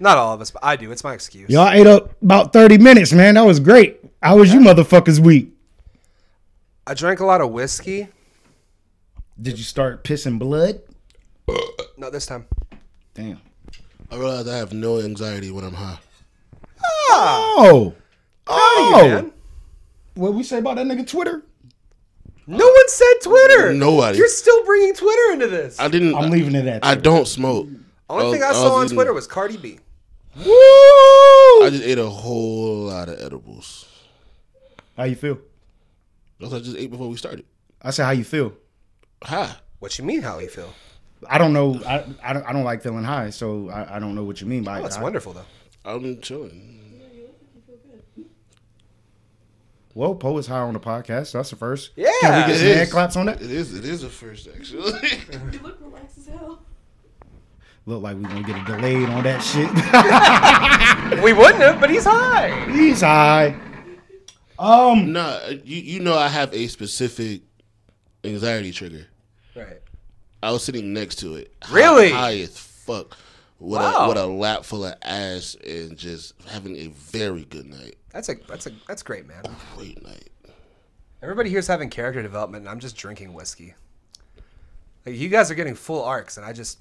Speaker 1: Not all of us, but I do. It's my excuse.
Speaker 2: Y'all ate up about 30 minutes, man. That was great. How was you motherfuckers week?
Speaker 1: I drank a lot of whiskey.
Speaker 2: Did you start pissing blood?
Speaker 1: Not this time.
Speaker 2: Damn.
Speaker 3: I realize I have no anxiety when I'm high.
Speaker 2: Oh.
Speaker 1: Oh, man.
Speaker 2: What we say about that nigga Twitter?
Speaker 1: No one said Twitter.
Speaker 3: Nobody.
Speaker 1: You're still bringing Twitter into this.
Speaker 3: I didn't.
Speaker 2: I'm leaving it at
Speaker 3: I
Speaker 2: that.
Speaker 3: don't smoke.
Speaker 1: Only thing I
Speaker 3: was-
Speaker 1: saw on
Speaker 3: eating-
Speaker 1: Twitter was Cardi B.
Speaker 3: I
Speaker 2: Woo!
Speaker 3: just ate a whole lot of edibles.
Speaker 2: How you feel?
Speaker 3: That's what I just ate before we started.
Speaker 2: I said how you feel.
Speaker 3: High.
Speaker 1: What you mean? How you feel?
Speaker 2: I don't know. I I don't, I don't like feeling high, so I, I don't know what you mean by
Speaker 1: Oh, it's
Speaker 2: high.
Speaker 1: wonderful though.
Speaker 3: I'm chilling.
Speaker 2: Well, Poe is high on the podcast. So that's the first.
Speaker 1: Yeah.
Speaker 2: Can we
Speaker 1: It
Speaker 2: get some
Speaker 3: is.
Speaker 2: head claps on that?
Speaker 3: It is. It is a first actually.
Speaker 5: You look relaxed as hell.
Speaker 2: Look like we gonna get a delayed on that shit.
Speaker 1: We wouldn't have, but he's high.
Speaker 2: He's high. Um,
Speaker 3: nah, you you know I have a specific anxiety trigger.
Speaker 1: Right.
Speaker 3: I was sitting next to it. High-
Speaker 1: Really?
Speaker 3: High as fuck. With,
Speaker 1: Wow.
Speaker 3: a, with a lap full of ass and just having a very good night.
Speaker 1: That's a that's a that's great, man.
Speaker 3: Great night.
Speaker 1: Everybody here's having character development, and I'm just drinking whiskey. Like you guys are getting full arcs, and I just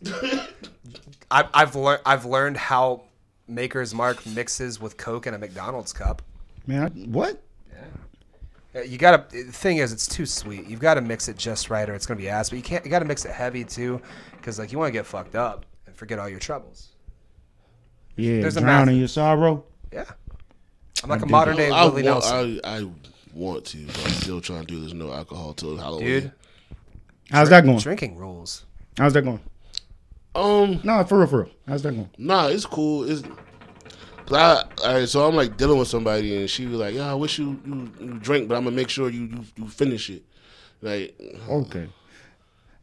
Speaker 1: I, I've learned I've learned how Maker's Mark mixes with Coke in a McDonald's cup.
Speaker 2: man, I- what?
Speaker 1: Uh, You gotta. The thing is, it's too sweet. You've got to mix it just right, or it's gonna be ass. But you can't. You gotta mix it heavy too, because like you want to get fucked up and forget all your troubles.
Speaker 2: Yeah,
Speaker 1: There's a
Speaker 2: drowning
Speaker 1: math-
Speaker 2: your sorrow.
Speaker 1: Yeah, I'm like a modern day
Speaker 3: I,
Speaker 1: Willie
Speaker 3: want,
Speaker 1: Nelson.
Speaker 3: I, I want to, but I'm still trying to do this no alcohol till Halloween.
Speaker 1: Dude,
Speaker 2: How's that going?
Speaker 1: drinking rules.
Speaker 2: How's that going?
Speaker 3: Um,
Speaker 2: No, for real, for real. How's that going?
Speaker 3: nah, it's cool. It's 'cause I, all right, so I'm like dealing with somebody, and she was like, "Yeah, I wish you you, you drink, but I'm gonna make sure you you, you finish it." Like,
Speaker 2: Okay.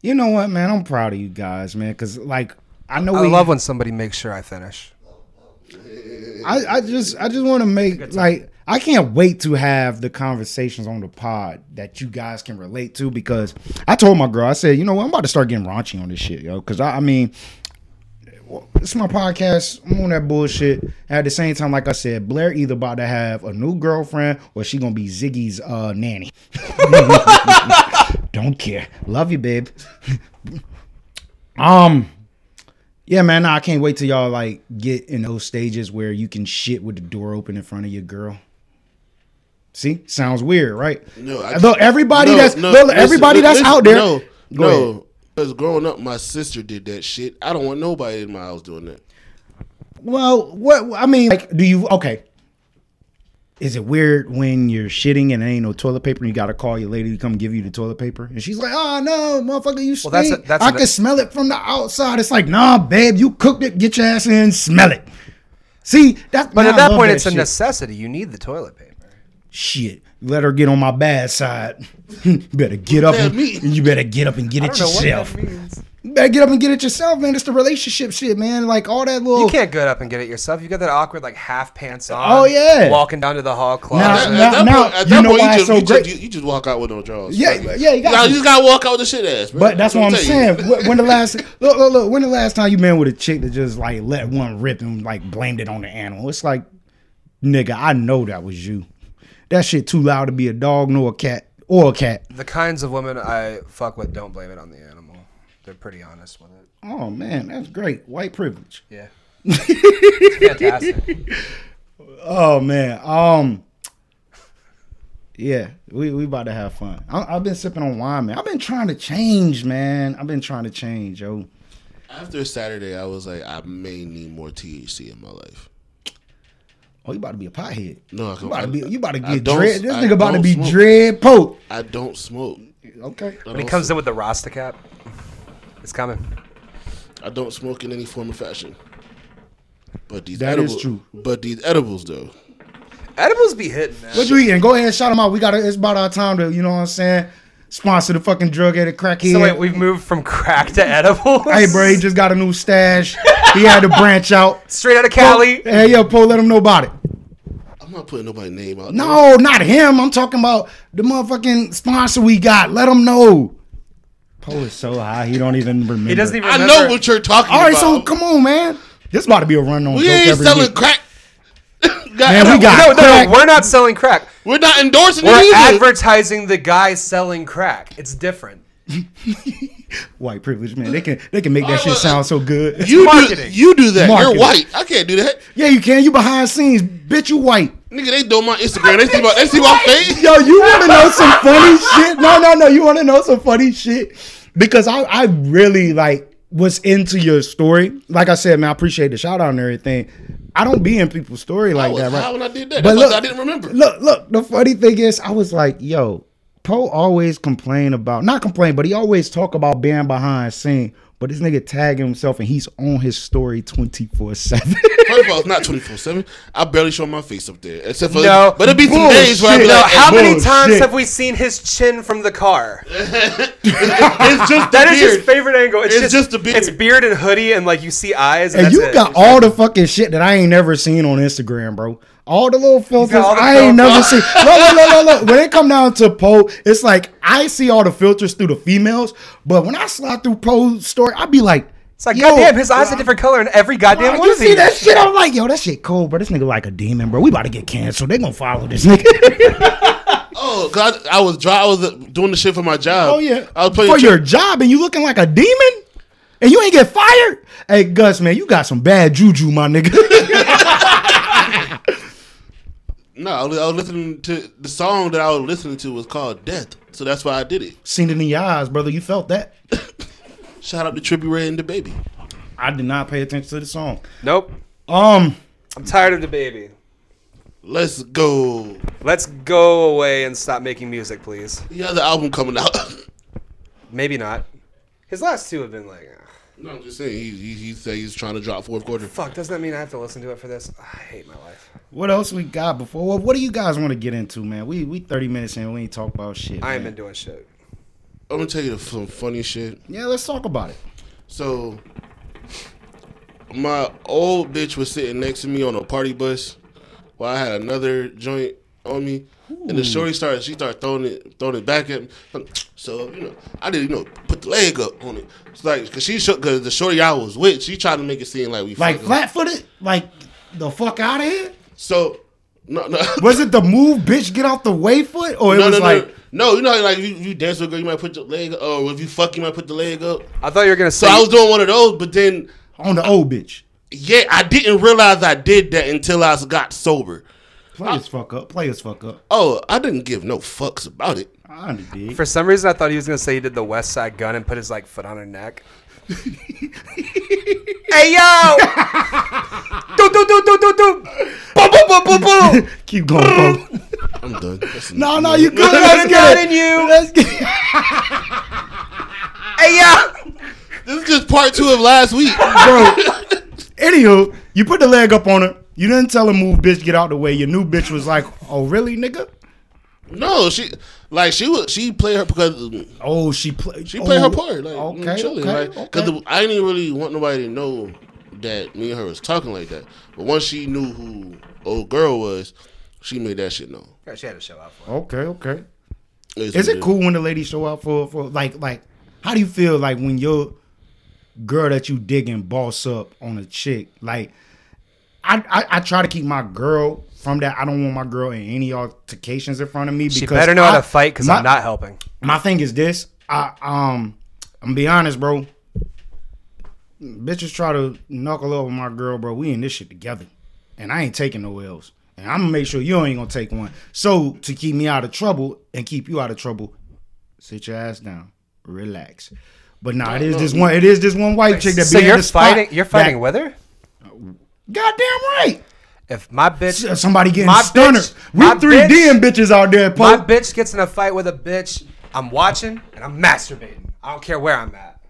Speaker 2: You know what, man? I'm proud of you guys, man. Cause like I know
Speaker 1: I
Speaker 2: we
Speaker 1: love when somebody makes sure I finish.
Speaker 2: I, I just I just want to make like I can't wait to have the conversations on the pod that you guys can relate to because I told my girl I said you know what I'm about to start getting raunchy on this shit yo because I, I mean well, it's my podcast I'm on that bullshit at the same time like I said Blair either about to have a new girlfriend or she gonna be Ziggy's uh nanny don't care love you babe um. Yeah, man, nah, I can't wait till y'all like get in those stages where you can shit with the door open in front of your girl. See, sounds weird, right?
Speaker 3: No, I-
Speaker 2: Though everybody
Speaker 3: No,
Speaker 2: that's
Speaker 3: no,
Speaker 2: though
Speaker 3: listen,
Speaker 2: everybody
Speaker 3: li-
Speaker 2: that's
Speaker 3: listen,
Speaker 2: out there.
Speaker 3: No,
Speaker 2: Go ahead.
Speaker 3: no, because growing up, my sister did that shit. I don't want nobody in my house doing that.
Speaker 2: Well, what I mean, like, do you okay? is it weird when you're shitting and there ain't no toilet paper and you gotta call your lady to come give you the toilet paper? And she's like, oh no, motherfucker, you
Speaker 1: Well,
Speaker 2: stink.
Speaker 1: that's a- that's
Speaker 2: I
Speaker 1: an-
Speaker 2: can smell it from the outside. It's like, nah, babe, you cooked it. Get your ass in, smell it. See, that's
Speaker 1: But
Speaker 2: man,
Speaker 1: at
Speaker 2: I
Speaker 1: that
Speaker 2: love
Speaker 1: point, it's a
Speaker 2: shit.
Speaker 1: necessity. You need the toilet paper.
Speaker 2: shit. Let her get on my bad side. you better get up
Speaker 3: that
Speaker 2: and
Speaker 3: mean?
Speaker 2: you better get up and get
Speaker 1: I
Speaker 2: it
Speaker 1: don't know what
Speaker 2: yourself.
Speaker 1: that means.
Speaker 2: You better get up and get it yourself, man. It's the relationship shit, man. Like all that little
Speaker 1: You can't get up and get it yourself. You got that awkward like half pants on.
Speaker 2: Oh, yeah.
Speaker 1: walking down to the hall
Speaker 2: Now-
Speaker 1: closet.
Speaker 3: At
Speaker 2: Uh, now-
Speaker 3: that
Speaker 2: now,
Speaker 3: point- at
Speaker 2: you
Speaker 3: that
Speaker 2: know
Speaker 3: point,
Speaker 2: why
Speaker 3: you
Speaker 2: it's
Speaker 3: just-
Speaker 2: so
Speaker 3: you just-
Speaker 2: great?
Speaker 3: you- You just walk out with no drawers.
Speaker 2: Yeah,
Speaker 3: Like,
Speaker 2: yeah, you got
Speaker 3: gotta-
Speaker 2: to.
Speaker 3: you just gotta walk out with the shit ass. man.
Speaker 2: But that's what I'm
Speaker 3: I'm telling
Speaker 2: saying.
Speaker 3: you.
Speaker 2: Wh- When the last look, look, look, when the last time you been with a chick that just like let one rip and like blamed it on the animal? It's like, nigga, I know that was you. That shit too loud to be a dog nor a cat or a cat.
Speaker 1: The kinds of women I fuck with don't blame it on the animal. They're pretty honest with it.
Speaker 2: Oh man, that's great. White privilege.
Speaker 1: Yeah. It's fantastic.
Speaker 2: Oh man. Um. Yeah, we we about to have fun. I, I've been sipping on wine, man. I've been trying to change, man. I've been trying to change, yo.
Speaker 3: After Saturday, I was like, I may need more THC in my life.
Speaker 2: Oh, you about to be a pothead.
Speaker 3: No, I
Speaker 2: you
Speaker 3: can-
Speaker 2: about to be you about to
Speaker 3: I
Speaker 2: get
Speaker 3: don't-
Speaker 2: dread. This
Speaker 3: I
Speaker 2: nigga about to
Speaker 3: don't
Speaker 2: be
Speaker 3: smoke.
Speaker 2: dread poke.
Speaker 3: I don't smoke.
Speaker 2: Okay.
Speaker 3: I
Speaker 1: When he
Speaker 3: don't
Speaker 1: comes in with the Rasta cap, it's coming.
Speaker 3: I don't smoke in any form of fashion. But these
Speaker 2: That is
Speaker 3: edibles,
Speaker 2: true.
Speaker 3: But these edibles, though.
Speaker 1: Edibles be hitting. Man.
Speaker 2: What you eating? Go ahead, shout them out. We got to it's about our time to, you know what I'm saying? Sponsor the fucking drug addict crackhead.
Speaker 1: So wait, we've moved from crack to edibles.
Speaker 2: hey, bro, he just got a new stash. he had to branch out.
Speaker 1: straight out of Cali.
Speaker 2: Hey, yo, Poe, let him know about it.
Speaker 3: I'm not putting nobody's name out. there.
Speaker 2: No, not him. I'm talking about the motherfucking sponsor we got. Let him know. Poe is so high, he don't even remember.
Speaker 1: He doesn't even.
Speaker 3: I
Speaker 1: remember.
Speaker 3: know what you're talking
Speaker 2: All right,
Speaker 3: about.
Speaker 2: so come on, man. This about to be a run on
Speaker 3: we
Speaker 2: joke
Speaker 3: ain't
Speaker 2: every
Speaker 3: selling
Speaker 2: week.
Speaker 3: crack. God,
Speaker 2: Man, we got-
Speaker 1: No, no,
Speaker 2: Crack.
Speaker 1: no, we're not selling crack.
Speaker 3: We're not endorsing
Speaker 1: We're
Speaker 3: it either.
Speaker 1: advertising the guy selling crack. It's different.
Speaker 2: White privilege, man. They can they can make that
Speaker 3: All right,
Speaker 2: shit sound so good.
Speaker 3: you, do,
Speaker 1: marketing.
Speaker 3: you do that.
Speaker 2: Marketing.
Speaker 3: You're white. I can't do that.
Speaker 2: yeah, you can. You behind scenes, bitch. You white.
Speaker 3: Nigga, they do my Instagram. They see my, they see my face.
Speaker 2: Yo, you want to know some funny shit? No, no, no. You want to know some funny shit? Because I, I really like was into your story. Like I said, man, I appreciate the shout out and everything. I don't be in people's story
Speaker 3: I
Speaker 2: like
Speaker 3: was
Speaker 2: that, right?
Speaker 3: high when I did that.
Speaker 2: But
Speaker 3: That's why I
Speaker 2: look,
Speaker 3: said I didn't remember.
Speaker 2: Look, look. The funny thing is, I was like, yo, Poe always complain about not complain, but he always talk about being behind scene. But this nigga tag himself and he's on his story twenty four seven.
Speaker 3: First of all, it's not 24 7. I barely show my face up there. Except for.
Speaker 1: No.
Speaker 3: But it'd be some days where I'd be
Speaker 2: Bullshit.
Speaker 1: No,
Speaker 3: like,
Speaker 1: how
Speaker 3: hey,
Speaker 1: many
Speaker 2: bullshit.
Speaker 1: times have we seen his chin from the car?
Speaker 3: it's just the
Speaker 1: That is
Speaker 3: beard.
Speaker 1: his favorite angle. It's,
Speaker 3: It's
Speaker 1: just,
Speaker 3: just the beard.
Speaker 1: It's beard and hoodie, and like you see eyes. And,
Speaker 2: And
Speaker 1: that's
Speaker 2: you
Speaker 1: it.
Speaker 2: got all the fucking shit that I ain't never seen on Instagram, bro. All the little filters
Speaker 1: all the
Speaker 2: I ain't
Speaker 1: filters.
Speaker 2: never seen. Look, look, look, look, look. When it come down to Poe, it's like I see all the filters through the females, but when I slide through Poe's story, I be like,
Speaker 1: It's like
Speaker 2: yo,
Speaker 1: goddamn, his eyes are different color in every
Speaker 2: bro,
Speaker 1: goddamn one
Speaker 2: you
Speaker 1: of
Speaker 2: see
Speaker 1: these.
Speaker 2: that shit? I'm like, yo, that shit cold, bro. This nigga like a demon, bro. We about to get canceled. They gonna follow this nigga.
Speaker 3: Oh, cause I, I was dry. I was uh, doing the shit for my job.
Speaker 2: oh yeah,
Speaker 3: I was playing
Speaker 2: for
Speaker 3: tri-
Speaker 2: your job, and you looking like a demon, and you ain't get fired. Hey Gus, man, you got some bad juju, my nigga.
Speaker 3: No, I was, I was listening to the song that I was listening to was called Death, so that's why I did it.
Speaker 2: Seen it in your eyes, brother. You felt that.
Speaker 3: Shout out to Trippy Red and the baby.
Speaker 2: I did not pay attention to the song.
Speaker 1: Nope.
Speaker 2: Um,
Speaker 1: I'm tired of the baby.
Speaker 3: Let's go.
Speaker 1: Let's go away and stop making music, please.
Speaker 3: He has an album coming out.
Speaker 1: Maybe not. His last two have been like, "Ugh,
Speaker 3: no, I'm just saying he he, he said he's trying to drop fourth quarter.
Speaker 1: fuck. Doesn't that mean I have to listen to it for this? I hate my life.
Speaker 2: what else we got before? What, what do you guys want to get into, man? We we thirty minutes in, we ain't talk about shit.
Speaker 1: I ain't
Speaker 2: man.
Speaker 1: been doing shit.
Speaker 3: I'm gonna tell you the, some funny shit.
Speaker 2: Yeah, let's talk about it.
Speaker 3: So my old bitch was sitting next to me on a party bus while I had another joint on me. And the shorty started she started throwing it throwing it back at me. So, you know, I didn't you know put the leg up on it. It's like cause she shook cause the shorty I was with, she tried to make it seem like we
Speaker 2: Like
Speaker 3: fucking.
Speaker 2: flat footed, like the fuck out of here.
Speaker 3: So no no
Speaker 2: Was it the move, bitch? Get off the way foot, or it
Speaker 3: no,
Speaker 2: was
Speaker 3: no,
Speaker 2: like
Speaker 3: no, no, you know, how, like if you, you dance with a girl, you might put your leg up, or if you fuck, you might put the leg up.
Speaker 1: I thought you were gonna say.
Speaker 3: So I was doing one of those, but then
Speaker 2: on the old bitch?
Speaker 3: yeah, I didn't realize I did that until I got sober.
Speaker 2: Players fuck up. Players fuck up.
Speaker 3: Oh, I didn't give no fucks about it.
Speaker 2: I did.
Speaker 1: for some reason, I thought he was gonna say he did the West Side Gun and put his like foot on her neck. Hey yo! do do do do do do. Boom boom boom boom boom.
Speaker 2: Keep going, bro.
Speaker 3: I'm done. That's
Speaker 2: No,
Speaker 3: enough.
Speaker 2: no, you good.
Speaker 1: That's
Speaker 2: Let's
Speaker 1: good
Speaker 2: get
Speaker 1: in
Speaker 2: it.
Speaker 1: you.
Speaker 2: Let's get it.
Speaker 1: Hey yo!
Speaker 3: This is just part two of last week.
Speaker 2: Bro, anywho, you put the leg up on her. You didn't tell her move, bitch, get out the way. Your new bitch was like, oh, really, nigga?
Speaker 3: no, she like she was she played her because um,
Speaker 2: Oh, she played.
Speaker 3: she played her
Speaker 2: oh,
Speaker 3: part. Like
Speaker 2: okay,
Speaker 3: okay, chilling,
Speaker 2: okay,
Speaker 3: like
Speaker 2: okay.
Speaker 3: because I didn't really want nobody to know that me and her was talking like that. But once she knew who old girl was, she made that shit known.
Speaker 1: Yeah, she had to show out for.
Speaker 2: Okay, okay.
Speaker 3: It's
Speaker 2: Is
Speaker 3: what
Speaker 2: it cool when the ladies show up for for like like how do you feel like when your girl that you digging boss up on a chick? Like I I, I try to keep my girl from that. I don't want my girl in any altercations in front of me because
Speaker 1: She better know how
Speaker 2: I-
Speaker 1: to fight because
Speaker 2: my-
Speaker 1: I'm not helping.
Speaker 2: my thing is this. I um I'm gonna be honest, bro. Bitches try to knuckle over my girl, bro. We in this shit together. And I ain't taking no L's. And I'm gonna make sure you ain't gonna take one. So to keep me out of trouble and keep you out of trouble, sit your ass down. Relax. But nah, it is this one. It is this one white chick that
Speaker 1: So
Speaker 2: be at
Speaker 1: you're
Speaker 2: the spot
Speaker 1: fighting. You're fighting
Speaker 2: that-
Speaker 1: with her.
Speaker 2: Goddamn right.
Speaker 1: If my bitch,
Speaker 2: S- Somebody getting
Speaker 1: My
Speaker 2: stunner.
Speaker 1: bitch-
Speaker 2: we
Speaker 1: my
Speaker 2: three
Speaker 1: bitch-
Speaker 2: DM bitches out there.
Speaker 1: my
Speaker 2: Pope.
Speaker 1: bitch gets in a fight with a bitch, I'm watching and I'm masturbating. I don't care where I'm at.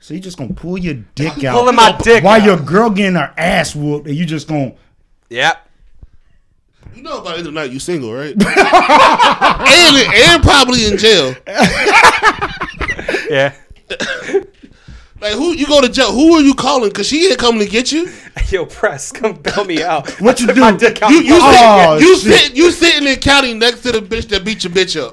Speaker 2: So you just gonna pull your dick out?
Speaker 1: Pulling my dick.
Speaker 2: Why
Speaker 1: out.
Speaker 2: your girl getting her ass whooped and you just gonna
Speaker 1: Yep.
Speaker 3: it- You know about it or not? You single, right? and and probably in jail.
Speaker 1: Yeah.
Speaker 3: Like who you go to jail? Who are you calling? Because she ain't coming to get you.
Speaker 1: Yo, press, come bail me out.
Speaker 2: What you
Speaker 1: I took
Speaker 2: do?
Speaker 1: My dick out
Speaker 3: You you,
Speaker 2: Oh,
Speaker 3: sit, you
Speaker 2: shit.
Speaker 3: sit you sitting in county next to the bitch that beat your bitch up.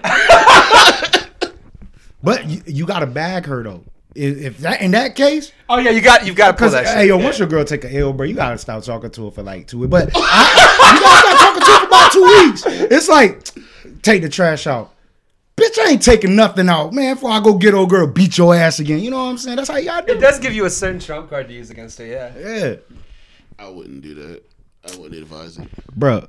Speaker 2: but you, you gotta bag her though. If if that in that case,
Speaker 1: oh yeah, you got you've got to pull
Speaker 2: because
Speaker 1: that shit.
Speaker 2: hey yo, once your girl take a L, bro, you gotta stop talking to her for like two weeks. But I, you gotta stop talking to her for about two weeks. It's like take the trash out. Bitch, I ain't taking nothing out, man. Before I go get old girl, beat your ass again. You know what I'm saying? That's how y'all do.
Speaker 1: It does give you a certain trump card to use against her, yeah.
Speaker 2: Yeah,
Speaker 3: I wouldn't do that. I wouldn't advise it.
Speaker 2: bro.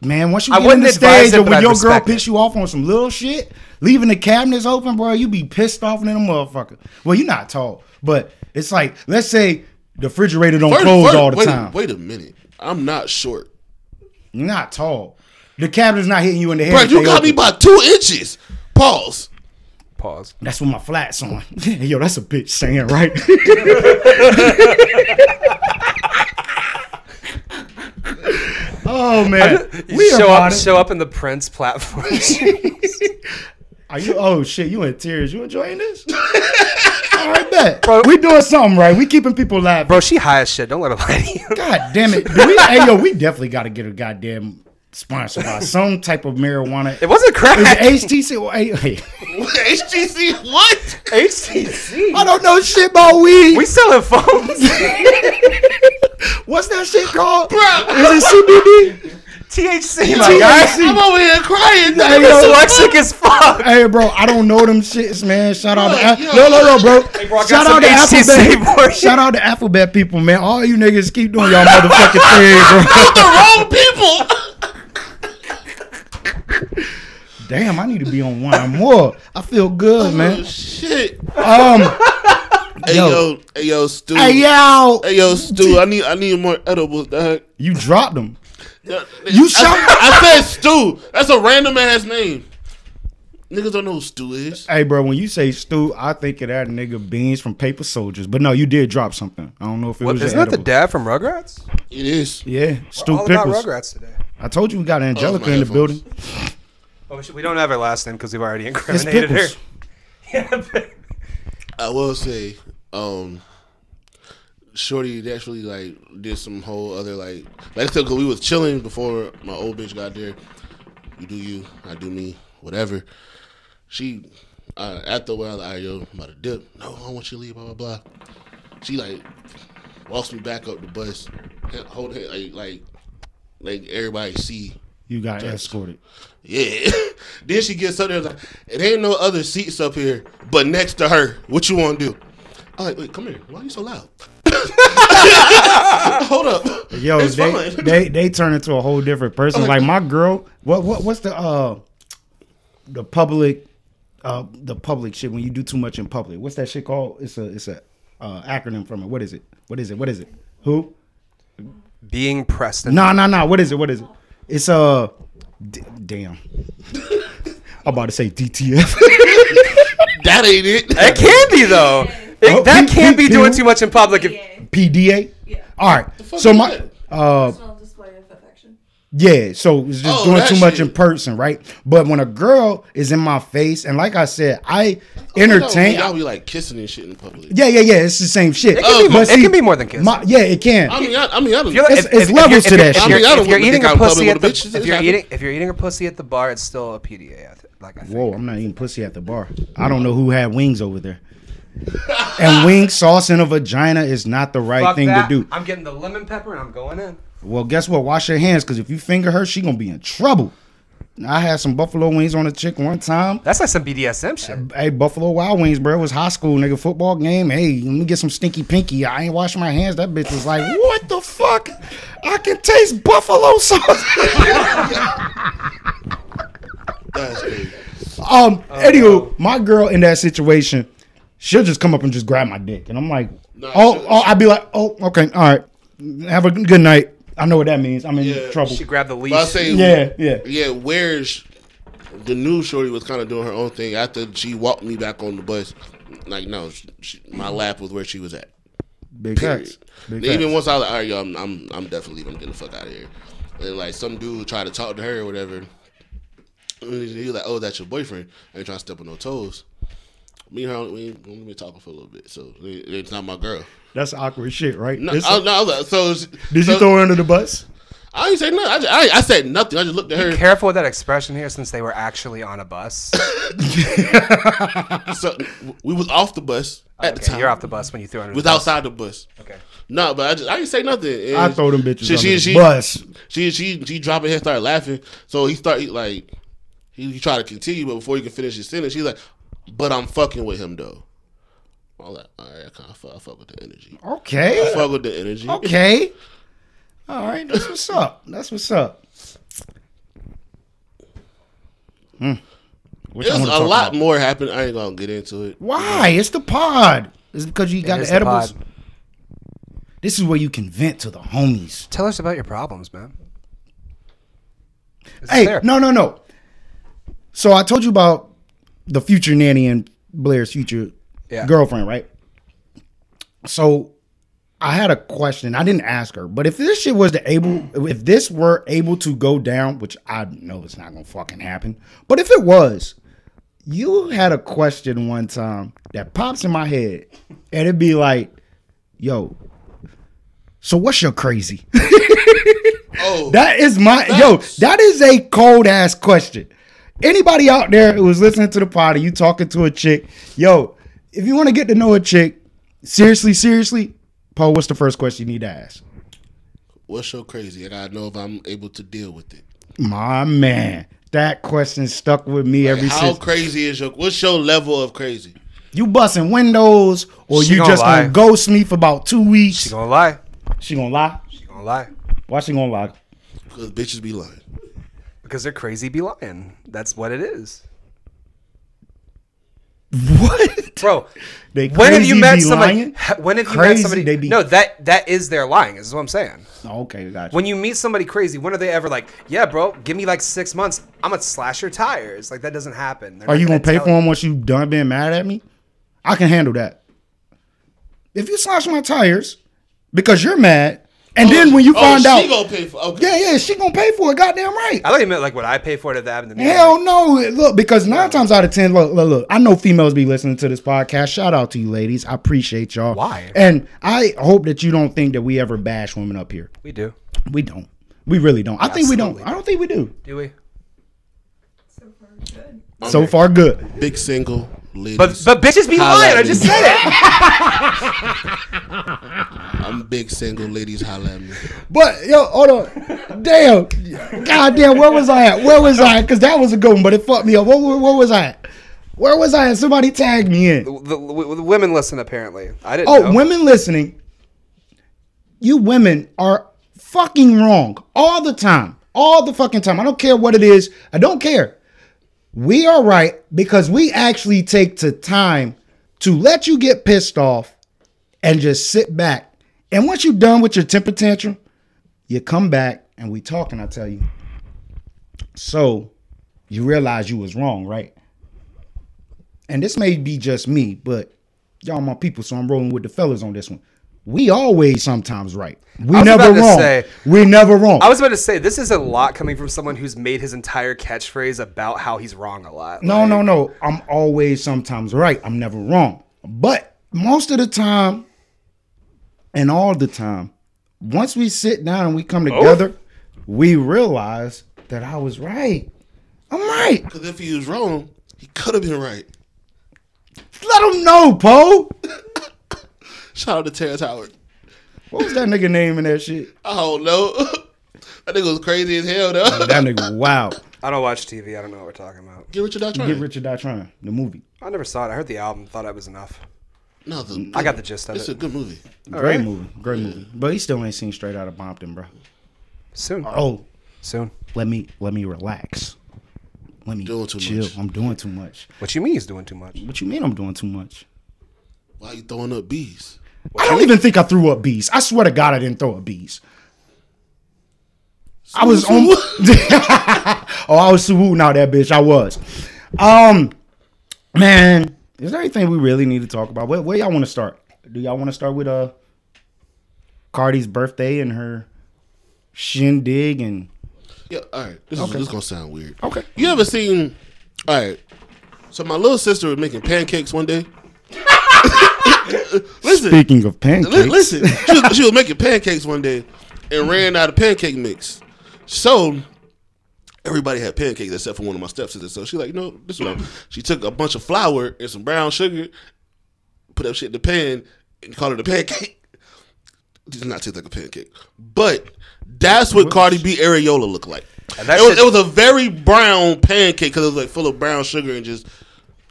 Speaker 2: Man, once you
Speaker 1: I
Speaker 2: get in
Speaker 1: wouldn't
Speaker 2: the
Speaker 1: advise
Speaker 2: stage
Speaker 1: it,
Speaker 2: or
Speaker 1: but
Speaker 2: when
Speaker 1: I'd
Speaker 2: your girl
Speaker 1: respect
Speaker 2: piss
Speaker 1: it.
Speaker 2: you off on some little shit, leaving the cabinets open, bro, you be pissed off than a motherfucker. Well, you're not tall, but it's like let's say the refrigerator don't close all the
Speaker 3: wait, a-
Speaker 2: time.
Speaker 3: Wait a minute. I'm not short.
Speaker 2: You're not tall. The cabinet's not hitting you in the head.
Speaker 3: Bro,
Speaker 2: if
Speaker 3: you
Speaker 2: they
Speaker 3: got
Speaker 2: open.
Speaker 3: me by two inches. Pause.
Speaker 1: Pause.
Speaker 2: That's with my flats on. Yo, that's a bitch saying, right? oh man,
Speaker 1: You
Speaker 2: we
Speaker 1: show up
Speaker 2: about it.
Speaker 1: show up in the Prince platform.
Speaker 2: Are you? Oh shit! You in tears? You enjoying this? All right, bet. we doing something right. We keeping people laughing.
Speaker 1: Bro, she high as shit. Don't let her lie to you.
Speaker 2: God damn it! Do we, hey yo, we definitely got to get a goddamn sponsor by some type of marijuana.
Speaker 1: It wasn't crack.
Speaker 2: Is it HTC? Well, hey, hey.
Speaker 3: HTC, what?
Speaker 1: HTC.
Speaker 2: I don't know shit about weed.
Speaker 1: We selling phones.
Speaker 2: What's that shit called? Is
Speaker 3: Bro,
Speaker 2: it CBD? Like,
Speaker 1: THC. Like,
Speaker 2: I
Speaker 3: I'm
Speaker 2: see.
Speaker 3: over here crying.
Speaker 2: Hey,
Speaker 3: dog.
Speaker 2: yo,
Speaker 1: dyslexic as fuck.
Speaker 2: Hey, bro, I don't know them shits, man. Shout out to
Speaker 3: Yo,
Speaker 2: yo, yo, yo, bro.
Speaker 1: bro, I got
Speaker 2: Shout
Speaker 1: some
Speaker 2: out to
Speaker 1: HTC for you.
Speaker 2: Alphabet. Shout out to Alphabet people, man. All you niggas keep doing y'all motherfucking thing, bro.
Speaker 3: the wrong people.
Speaker 2: Damn, I need to be on one more. I feel good,
Speaker 3: Oh,
Speaker 2: man.
Speaker 3: shit.
Speaker 2: Um,
Speaker 3: Hey
Speaker 2: Yo.
Speaker 3: yo, hey yo, Stu.
Speaker 2: hey, yo,
Speaker 3: Hey, yo, Stu. I need I need more edibles, dog.
Speaker 2: you dropped them.
Speaker 3: You
Speaker 2: shot-
Speaker 3: I, I said Stu. That's a random ass name. Niggas don't know who Stu is.
Speaker 2: Hey, bro, when you say Stu, I think of that nigga Beans from Paper Soldiers. But no, you did drop something. I don't know if it was.
Speaker 1: Isn't that the
Speaker 2: edible.
Speaker 1: dad from Rugrats?
Speaker 3: It is.
Speaker 2: Yeah, Stu
Speaker 1: All about
Speaker 2: Pickles.
Speaker 1: Rugrats today.
Speaker 2: I told you we got Angelica
Speaker 3: my
Speaker 2: in the
Speaker 3: headphones.
Speaker 2: building.
Speaker 1: Oh, we should- we don't have her last name because we've already
Speaker 2: It's
Speaker 1: incriminated her.
Speaker 2: Pickles.
Speaker 3: I will say, um, Shorty actually like did some whole other like like I said, 'cause we was chilling before my old bitch got there. You do you, I do me, whatever. She uh, after a while, I yo, I'm about to dip. No, I don't want you to leave. Blah blah blah. She like walks me back up the bus, hold it like like like everybody see
Speaker 2: You got escorted.
Speaker 3: yeah. then she gets up there like, it ain't no other seats up here but next to her. What you wanna do? I'm like, wait, come here. Why you so loud? Hold up.
Speaker 2: Yo,
Speaker 3: it's Oh
Speaker 2: they,
Speaker 3: fine.
Speaker 2: they they turn into a whole different person. Like my girl, what what what's the uh the public uh the public shit when you do too much in public? What's that shit called? It's a it's a uh, acronym from it. What is it? What is it? What is it? Who?
Speaker 1: Being Preston.
Speaker 2: No, no, no. What is it? What is it? It's uh, d- damn. I'm about to say DTF.
Speaker 3: That ain't it.
Speaker 1: It can be though. It-
Speaker 2: Oh,
Speaker 1: that
Speaker 2: he-
Speaker 1: can't
Speaker 2: he-
Speaker 1: be doing
Speaker 2: he-
Speaker 1: too much in public. If,
Speaker 5: Yeah.
Speaker 2: PDA.
Speaker 5: Yeah.
Speaker 2: All right.
Speaker 3: fuck
Speaker 2: So
Speaker 3: is
Speaker 2: my
Speaker 3: that?
Speaker 2: uh
Speaker 5: Personal display of affection.
Speaker 2: yeah, so it's just
Speaker 3: Oh,
Speaker 2: doing
Speaker 3: that
Speaker 2: too much
Speaker 3: shit.
Speaker 2: in person, right? But when a girl is in my face, and like I said, I
Speaker 3: Oh,
Speaker 2: entertain.
Speaker 3: Y'all be like kissing and shit in public.
Speaker 2: yeah, yeah, yeah. It's the same shit.
Speaker 1: it, can be,
Speaker 2: But
Speaker 1: more- it
Speaker 2: see,
Speaker 1: can be more than kissing.
Speaker 2: my- yeah, it can.
Speaker 3: I mean, I, I mean, I don't.
Speaker 1: If you're-
Speaker 2: It's- it's levels to
Speaker 1: you're-
Speaker 2: that
Speaker 1: if
Speaker 2: shit.
Speaker 1: you're-
Speaker 3: I mean, I
Speaker 1: If
Speaker 3: don't
Speaker 1: you're
Speaker 3: wanna make
Speaker 1: eating a
Speaker 3: out in
Speaker 1: pussy at
Speaker 3: public
Speaker 1: the
Speaker 3: with a bitch.
Speaker 1: if you're
Speaker 3: It's
Speaker 1: eating
Speaker 3: happening.
Speaker 1: if you're eating a pussy at the bar, it's still a PDA. I th- Like I think.
Speaker 2: Whoa, I'm not eating pussy at the bar. I don't know who had wings over there. and wing sauce in a vagina is not the right
Speaker 1: Fuck
Speaker 2: thing
Speaker 1: that.
Speaker 2: to do.
Speaker 1: I'm getting the lemon pepper and I'm going in.
Speaker 2: Well, guess what? Wash your hands, because if you finger her, she gonna be in trouble. I had some buffalo wings on a chick one time.
Speaker 1: That's like some BDSM shit.
Speaker 2: Hey, Buffalo Wild Wings, bro. It was high school, nigga. Football game. Hey, let me get some stinky pinky. I ain't washing my hands. That bitch was like, what the fuck? I can taste buffalo sauce.
Speaker 3: That's crazy.
Speaker 2: um,
Speaker 3: Oh,
Speaker 2: anywho, my girl in that situation, she'll just come up and just grab my dick. And I'm like,
Speaker 3: Nah,
Speaker 2: oh,
Speaker 3: she'll-
Speaker 2: oh, I'd be like, oh, okay, all right. Have a good night. I know what that means. I'm in
Speaker 3: Yeah,
Speaker 2: trouble.
Speaker 1: She grabbed the leash.
Speaker 3: But I say,
Speaker 2: Yeah, yeah.
Speaker 3: yeah. Where's the new shorty was kind of doing her own thing after she walked me back on the bus. Like, no, she, she, my lap was where she was at.
Speaker 2: Big facts. Big
Speaker 3: Period. Then even
Speaker 2: facts.
Speaker 3: once I was like, all right, yo, I'm, I'm, I'm definitely leaving. I'm getting the fuck out of here. And like some dude tried to talk to her or whatever. And he was like, oh, that's your boyfriend. I ain't trying to step on no toes. Me and her, we we been talking for a little bit, so it- it's not my girl.
Speaker 2: That's awkward shit, right?
Speaker 3: No,
Speaker 2: It's-
Speaker 3: I, no, I was like, so
Speaker 2: did
Speaker 3: so,
Speaker 2: you throw her under the bus?
Speaker 3: I didn't say nothing. I, just, I, I said nothing. I just looked at her.
Speaker 1: Careful with that expression here, since they were actually on a bus.
Speaker 3: So we was off the bus at the
Speaker 1: Okay,
Speaker 3: time.
Speaker 1: you're off the bus when you threw under.
Speaker 3: We was
Speaker 1: the bus.
Speaker 3: outside the bus.
Speaker 1: Okay.
Speaker 3: No, but I, just, I didn't say nothing. And
Speaker 2: I throw them bitches
Speaker 3: She
Speaker 2: under
Speaker 3: she
Speaker 2: the
Speaker 3: she,
Speaker 2: bus.
Speaker 3: she she she dropped her head, started laughing. So he started like he, he tried to continue, but before he could finish his sentence, she's like, "But I'm fucking with him though." I was like, "All right, I kind of fuck, I fuck with the energy. I
Speaker 2: Okay.
Speaker 3: fuck with the energy."
Speaker 2: Okay. All right. That's what's up. That's what's up. Hmm. What y'all
Speaker 3: There's a
Speaker 2: wanna talk
Speaker 3: lot
Speaker 2: about?
Speaker 3: more happened. I ain't gonna get into it.
Speaker 2: Why? It's the pod. It's because you got
Speaker 1: is
Speaker 2: the
Speaker 1: the
Speaker 2: edibles.
Speaker 1: pod.
Speaker 2: This is where you can vent to the homies.
Speaker 1: Tell us about your problems, man. This is
Speaker 2: Hey,
Speaker 1: therapy.
Speaker 2: no, no, no. So I told you about the future nanny and Blair's future
Speaker 1: Yeah.
Speaker 2: girlfriend, right? So I had a question. I didn't ask her, but if this shit was to able, if this were able to go down, which I know it's not gonna fucking happen, but if it was, you had a question one time that pops in my head, and it'd be like, "Yo, so what's your crazy?"
Speaker 3: Oh,
Speaker 2: That is my yo. That is a cold ass question. Anybody out there who was listening to the pod, and you talking to a chick, yo, if you want to get to know a chick, seriously, seriously, Paul, what's the first question you need to ask?
Speaker 3: what's so crazy? I gotta know if I'm able to deal with it.
Speaker 2: My man, that question stuck with me ever
Speaker 3: How
Speaker 2: since.
Speaker 3: crazy is your? What's your level of crazy?
Speaker 2: you busting windows, or
Speaker 1: She
Speaker 2: you
Speaker 1: gonna
Speaker 2: just
Speaker 1: lie.
Speaker 2: gonna ghost me for about two weeks?
Speaker 1: She gonna lie.
Speaker 2: she gonna lie?
Speaker 1: She gonna lie
Speaker 2: Why she gonna lie?
Speaker 3: Because bitches be lying.
Speaker 1: because they're crazy. Be lying. That's what it is,
Speaker 2: What?
Speaker 1: bro.
Speaker 2: They
Speaker 1: When have you
Speaker 2: crazy
Speaker 1: met
Speaker 2: be
Speaker 1: somebody?
Speaker 2: lying?
Speaker 1: When have you met
Speaker 2: Crazy,
Speaker 1: somebody?
Speaker 2: they be-
Speaker 1: No, that that is their lying. Is what I'm saying.
Speaker 2: Okay, gotcha.
Speaker 1: When you meet somebody crazy, when are they ever like, "Yeah, bro, give me like six months. I'm gonna slash your tires." Like that doesn't happen. They're
Speaker 2: Are
Speaker 1: not
Speaker 2: you gonna pay
Speaker 1: tell
Speaker 2: for them once you done being mad at me? I can handle that. If you slash my tires because you're mad, and then when you
Speaker 3: Oh,
Speaker 2: find
Speaker 3: she
Speaker 2: out,
Speaker 3: she gonna pay for. Okay.
Speaker 2: yeah, yeah, she gonna pay for it. Goddamn right.
Speaker 1: I thought you meant like what I pay for it if that happened to me.
Speaker 2: Hell no! Look, because nine times out of ten, look, look, look. I know females be listening to this podcast. Shout out to you, ladies. I appreciate y'all.
Speaker 1: Why?
Speaker 2: And I hope that you don't think that we ever bash women up here.
Speaker 1: We do.
Speaker 2: We don't. We really don't. I think we don't.
Speaker 1: Absolutely.
Speaker 2: I don't think we do.
Speaker 1: Do we?
Speaker 5: So far, good.
Speaker 2: So far, good.
Speaker 3: Big single, ladies.
Speaker 1: But but bitches be lying. I just said it.
Speaker 3: I'm big single, ladies. Holla at me.
Speaker 2: But yo, hold on, damn, goddamn, where was I at? Where was I? Because that was a good one, but it fucked me up. What, where, where was I? At? Where was I? At? Somebody tagged me in.
Speaker 1: The, the- the women listen apparently. I didn't.
Speaker 2: Oh,
Speaker 1: know.
Speaker 2: women listening, you women are fucking wrong all the time, all the fucking time. I don't care what it is. I don't care. We are right because we actually take the time to let you get pissed off and just sit back. And once you're done with your temper tantrum, you come back and we talk and I tell you. So you realize you was wrong, right? And this may be just me, but y'all my people, so I'm rolling with the fellas on this one. We always sometimes right. We
Speaker 1: I was
Speaker 2: never
Speaker 1: about to
Speaker 2: wrong.
Speaker 1: say-
Speaker 2: we never wrong.
Speaker 1: I was about to say this is a lot coming from someone who's made his entire catchphrase about how he's wrong a lot.
Speaker 2: No,
Speaker 1: Like,
Speaker 2: no, no. I'm always sometimes right. I'm never wrong. But most of the time, and all the time, once we sit down and we come
Speaker 1: Oh.
Speaker 2: together, we realize that I was right. I'm right.
Speaker 3: Because if he was wrong, he could have been right.
Speaker 2: Let them know, Poe.
Speaker 3: Shout out to Terrence Howard.
Speaker 2: What was that nigga name in that shit?
Speaker 3: I don't know. that nigga was crazy as hell though.
Speaker 2: That nigga, wow.
Speaker 1: I don't watch TV. I don't know what we're talking about.
Speaker 3: Get Richard Dutton.
Speaker 2: Get Richard Die Trying, the movie.
Speaker 1: I never saw it. I heard the album, thought it was enough.
Speaker 3: No, the,
Speaker 1: I got the gist of
Speaker 3: It's a
Speaker 1: it.
Speaker 3: good movie.
Speaker 2: Great movie. Great movie. But he still ain't seen straight out of Bompton, bro.
Speaker 1: Soon,
Speaker 2: Oh,
Speaker 1: soon.
Speaker 2: let me let me relax. Let me
Speaker 3: Doing too
Speaker 2: chill.
Speaker 3: much.
Speaker 2: I'm doing too much.
Speaker 1: What you mean he's doing too much?
Speaker 2: What you mean I'm doing too much?
Speaker 3: Why you throwing up bees?
Speaker 2: I don't even think I threw up bees. I swear to God, I didn't throw up bees. I was on. oh, I was swooting out that bitch. I was. Um, man, is there anything we really need to talk about? Where, where y'all want to start? Do y'all want to start with uh Cardi's birthday and her shindig and
Speaker 3: Yeah, all right. This is, this is gonna sound weird.
Speaker 2: okay?
Speaker 3: You ever seen? All right. So my little sister was making pancakes one day. listen,
Speaker 2: Speaking of pancakes,
Speaker 3: li- listen. She was, she was making pancakes one day and ran out of pancake mix. So everybody had pancakes except for one of my stepsisters. So she's like, no, this one. She took a bunch of flour and some brown sugar, put that shit in the pan, and called it a pancake. It does not taste like a pancake, but that's what Cardi B areola looked like.
Speaker 1: And that
Speaker 3: it, was,
Speaker 1: shit-
Speaker 3: it was a very brown pancake because it was like full of brown sugar and just.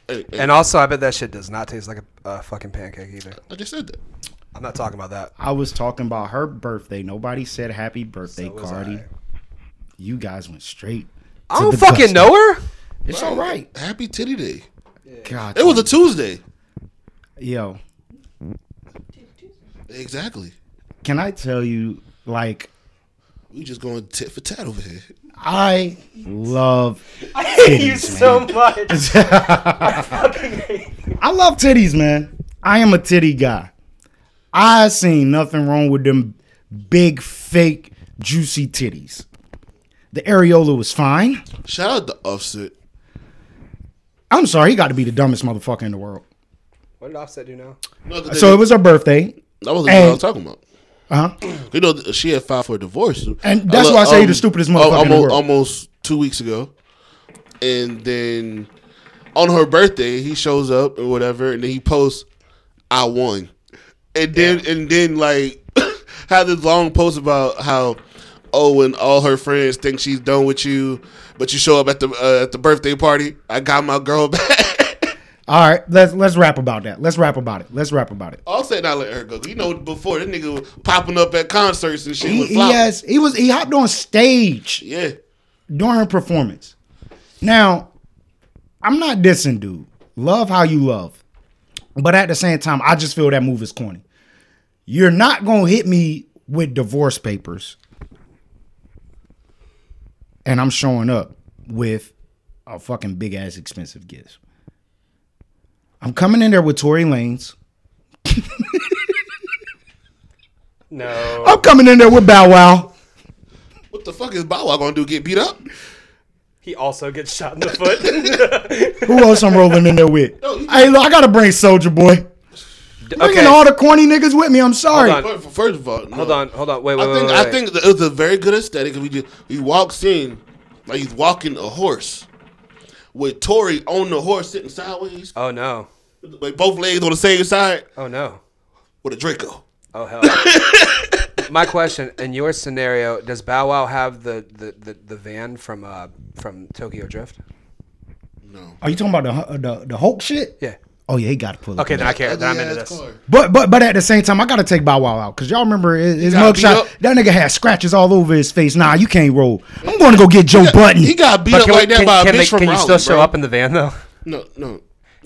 Speaker 3: and- and
Speaker 1: And also, I bet that shit does not taste like a, a fucking pancake either.
Speaker 3: I just said that.
Speaker 1: I'm not talking about that.
Speaker 2: I was talking about her birthday. Nobody said happy birthday,
Speaker 1: was
Speaker 2: Cardi.
Speaker 1: I.
Speaker 2: You guys went straight.
Speaker 1: I
Speaker 2: to
Speaker 1: don't
Speaker 2: the gusto.
Speaker 1: fucking know her.
Speaker 2: It's all right.
Speaker 3: Happy Titty Day.
Speaker 2: God,
Speaker 3: It was a Tuesday.
Speaker 2: yo.
Speaker 3: Exactly.
Speaker 2: Can I tell you, like,
Speaker 3: We just going tit for tat over here.
Speaker 2: I love,
Speaker 1: I hate
Speaker 2: you so
Speaker 1: much.
Speaker 2: I love titties, man. I am a titty guy. I seen nothing wrong with them big, fake, juicy titties. The areola was fine.
Speaker 3: Shout out to Offset.
Speaker 2: I'm sorry, he got to be the dumbest motherfucker in the world.
Speaker 1: What did Offset do now?
Speaker 3: No, 'cause
Speaker 2: So
Speaker 3: they-
Speaker 2: it was her birthday,
Speaker 3: that wasn't what I
Speaker 2: and-
Speaker 3: was talking about.
Speaker 2: huh?
Speaker 3: You know, th- she had filed for divorce, Uh, um,
Speaker 2: And that's why I say you the stupidest motherfucker
Speaker 3: almost,
Speaker 2: in the world.
Speaker 3: Almost two weeks ago, and then on her birthday, he shows up or whatever, and then he posts, "I won," and then and then like had this long post about how. Oh, and all her friends think she's done with you, but you show up at the uh, at the birthday party. I got my girl back.
Speaker 2: All right, let's let's rap about that. Let's rap about it. Let's rap about it.
Speaker 3: Also, not let her go. You know, before that nigga was popping up at concerts and shit.
Speaker 2: He,
Speaker 3: with
Speaker 2: he
Speaker 3: flowers.
Speaker 2: has he was he hopped on stage
Speaker 3: yeah.
Speaker 2: during her performance. Now, I'm not dissing, dude. Love how you love. But at the same time, I just feel that move is corny. You're not going to hit me with divorce papers. And I'm showing up with a fucking big ass expensive gift. I'm coming in there with Tory Lanez.
Speaker 1: No.
Speaker 3: Oh.
Speaker 2: I'm coming in there with Bow Wow.
Speaker 3: What the fuck is Bow Wow gonna do? Get beat up?
Speaker 1: He also gets shot in the foot.
Speaker 2: Who else I'm rolling in there with? Hey, look, I gotta bring Soldier Boy. Bringing
Speaker 1: okay.
Speaker 2: all the corny niggas with me. I'm sorry.
Speaker 1: Hold on.
Speaker 3: First, first of all, no.
Speaker 1: Hold on, hold on. Wait, wait,
Speaker 3: I
Speaker 1: wait.
Speaker 3: think
Speaker 1: wait,
Speaker 3: I
Speaker 1: wait.
Speaker 3: think that it was a very good aesthetic. We just he walks in like he's walking a horse with Tori on the horse sitting sideways,
Speaker 1: Oh no.
Speaker 3: like both legs on the same side
Speaker 1: Oh no.
Speaker 3: with a Draco.
Speaker 1: Oh hell. My question: In your scenario, does Bow Wow have the the, the, the van from uh from Tokyo Drift?
Speaker 3: No.
Speaker 2: Are you talking about the the, the Hulk shit?
Speaker 1: Yeah.
Speaker 2: Oh yeah, he got to pull.
Speaker 1: Okay,
Speaker 2: Up.
Speaker 1: then I care. Then I'm into
Speaker 3: Ugly-ass
Speaker 1: this.
Speaker 3: car.
Speaker 2: But but but at the same time, I gotta take Bow Wow out because y'all remember his, his
Speaker 3: got beat
Speaker 2: mugshot.
Speaker 3: up.
Speaker 2: That nigga had scratches all over his face. Nah, you can't roll. I'm going to go get Joe Button
Speaker 3: He got beat
Speaker 1: But
Speaker 3: up
Speaker 1: can, we-
Speaker 3: like that
Speaker 1: can-
Speaker 3: by a
Speaker 1: can
Speaker 3: bitch
Speaker 1: they-
Speaker 3: from
Speaker 1: can you
Speaker 3: Raleigh,
Speaker 1: still show
Speaker 3: bro.
Speaker 1: up in the van though?
Speaker 3: No, no.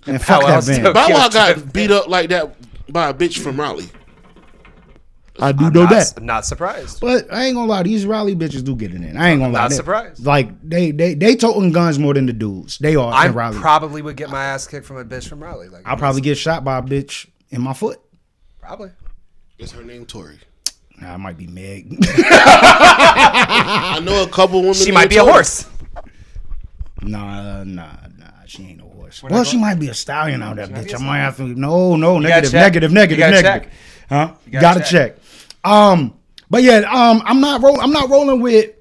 Speaker 2: and fuck
Speaker 1: Bow
Speaker 2: that
Speaker 1: Wow's
Speaker 2: van.
Speaker 1: dope.
Speaker 3: Bow Wow
Speaker 1: Tokyo
Speaker 3: got
Speaker 1: Drift.
Speaker 3: beat up like that by a bitch from Raleigh.
Speaker 2: I do
Speaker 1: I'm
Speaker 2: know
Speaker 1: not,
Speaker 2: that.
Speaker 1: Not surprised.
Speaker 2: But I ain't gonna lie, these Raleigh bitches do get it in. I ain't gonna lie.
Speaker 1: Not
Speaker 2: They-
Speaker 1: surprised.
Speaker 2: Like they they they toting guns more than the dudes. They are
Speaker 1: I
Speaker 2: in Raleigh.
Speaker 1: probably would get my ass kicked from a bitch from Raleigh. Like
Speaker 2: I'll probably get shot by a bitch in my foot.
Speaker 1: probably.
Speaker 3: Is her name Tori?
Speaker 2: Nah, I might be Meg.
Speaker 3: I know a couple women.
Speaker 1: She
Speaker 3: named
Speaker 1: might be a
Speaker 3: Tori.
Speaker 1: horse.
Speaker 2: nah, nah, nah. She ain't no horse.
Speaker 1: not
Speaker 2: well, she
Speaker 1: going-
Speaker 2: might be a stallion out that
Speaker 1: might be
Speaker 2: bitch.
Speaker 1: a
Speaker 2: I might have to. No, no. Negative,
Speaker 1: check.
Speaker 2: negative, negative,
Speaker 1: You gotta
Speaker 2: negative.
Speaker 1: check.
Speaker 2: Huh?
Speaker 1: gotta
Speaker 2: gotta
Speaker 1: check.
Speaker 2: check. Um, but yeah, um, I'm not roll. I'm not rolling with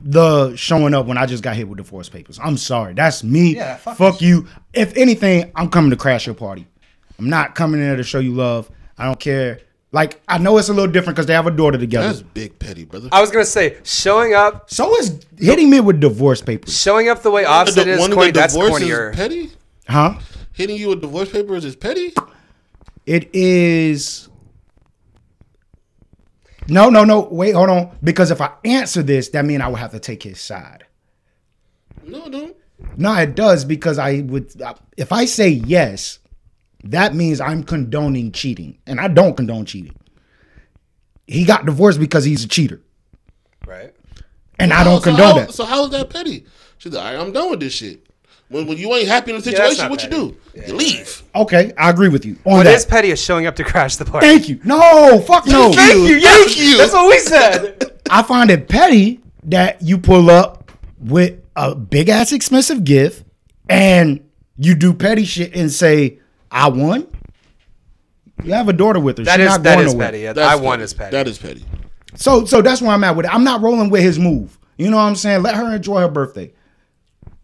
Speaker 2: the showing up when I just got hit with divorce papers. I'm sorry. That's me.
Speaker 1: Yeah, fuck
Speaker 2: you. If anything, I'm coming to crash your party. I'm not coming in there to show you love. I don't care. Like I know it's a little different because they have a daughter together.
Speaker 3: That's big petty, brother.
Speaker 1: I was gonna say showing up,
Speaker 2: so is hitting me with divorce papers,
Speaker 1: showing up the way Offset is
Speaker 3: with
Speaker 1: corny. That's
Speaker 3: is
Speaker 1: cornier.
Speaker 3: petty.
Speaker 2: huh?
Speaker 3: Hitting you with divorce papers is petty.
Speaker 2: It is. No, no, no. Wait, hold on. Because if I answer this, that means I would have to take his side.
Speaker 3: No, no.
Speaker 2: No, it does because I would. uh, If I say yes, that means I'm condoning cheating, and I don't condone cheating. He got divorced because he's a cheater,
Speaker 1: Right.
Speaker 2: and I don't
Speaker 3: so
Speaker 2: condone
Speaker 3: how,
Speaker 2: that.
Speaker 3: So how is that petty? She's like, all right, I'm done with this shit. When, when you ain't happy in the
Speaker 1: that's
Speaker 3: situation,
Speaker 1: not
Speaker 3: what you do? you leave.
Speaker 2: Okay, I agree with you on
Speaker 1: What
Speaker 2: that.
Speaker 1: is petty is showing up to crash the party.
Speaker 2: Thank you. No, fuck no.
Speaker 1: Thank you. yes.
Speaker 3: Thank you.
Speaker 1: That's what we said.
Speaker 2: I find it petty that you pull up with a big ass expensive gift and you do petty shit and say, I won. You have a daughter with her.
Speaker 1: That
Speaker 2: She's
Speaker 1: is
Speaker 2: not
Speaker 1: that
Speaker 2: going
Speaker 1: is
Speaker 2: nowhere.
Speaker 1: petty. Yeah,
Speaker 3: That's
Speaker 1: I won
Speaker 3: petty.
Speaker 1: is petty.
Speaker 3: That is petty.
Speaker 2: So so that's where I'm at with it. I'm not rolling with his move. You know what I'm saying? Let her enjoy her birthday.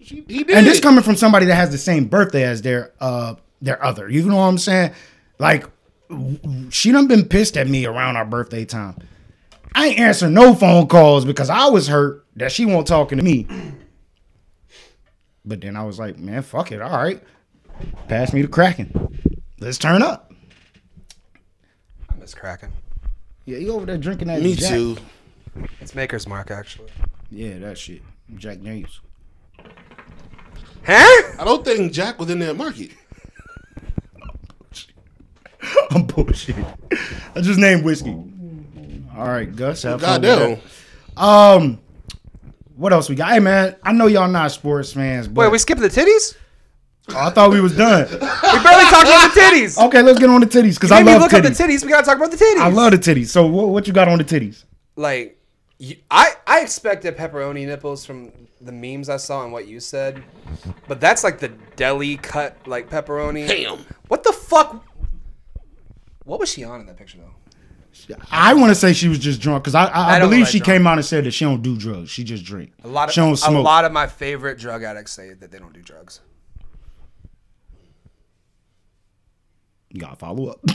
Speaker 3: She, he did.
Speaker 2: And this
Speaker 3: it.
Speaker 2: coming from somebody that has the same birthday as their uh their other. You know what I'm saying? Like w- w- she done been pissed at me around our birthday time. I ain't answer no phone calls because I was hurt that she won't talking to me. But then I was like, man, fuck it. All right. Pass me the Kraken. Let's turn up.
Speaker 1: I miss cracking.
Speaker 2: Yeah, you over there drinking that
Speaker 3: Me
Speaker 2: Jack.
Speaker 3: too.
Speaker 1: It's Maker's Mark actually.
Speaker 2: Yeah, that shit. Jack Daniels.
Speaker 1: Huh?
Speaker 3: I don't think Jack was in that market.
Speaker 2: I'm bullshit. I just named whiskey. All right, Gus. Have fun with
Speaker 3: Goddamn.
Speaker 2: that. Um, what else we got? Hey man, I know y'all not sports fans, but
Speaker 1: Wait, we skipped the titties?
Speaker 2: I thought we was done.
Speaker 1: We barely talked about the titties.
Speaker 2: Okay, let's get on the titties because Oh, I
Speaker 1: Maybe
Speaker 2: love
Speaker 1: look
Speaker 2: titties.
Speaker 1: up the titties. We gotta talk about the titties.
Speaker 2: I love the titties. So what, what you got on the titties?
Speaker 1: like you, I I expected pepperoni nipples from the memes I saw and what you said, but that's like the deli cut like pepperoni.
Speaker 3: Damn.
Speaker 1: What the fuck? What was she on in that picture though?
Speaker 2: I want to say she was just drunk because I I, I
Speaker 1: I don't
Speaker 2: believe
Speaker 1: like
Speaker 2: she
Speaker 1: drunk.
Speaker 2: came out and said that she don't do drugs. She just drink.
Speaker 1: A lot of
Speaker 2: she don't
Speaker 1: a
Speaker 2: smoke.
Speaker 1: lot of my favorite drug addicts say that they don't do drugs.
Speaker 2: you gotta follow up.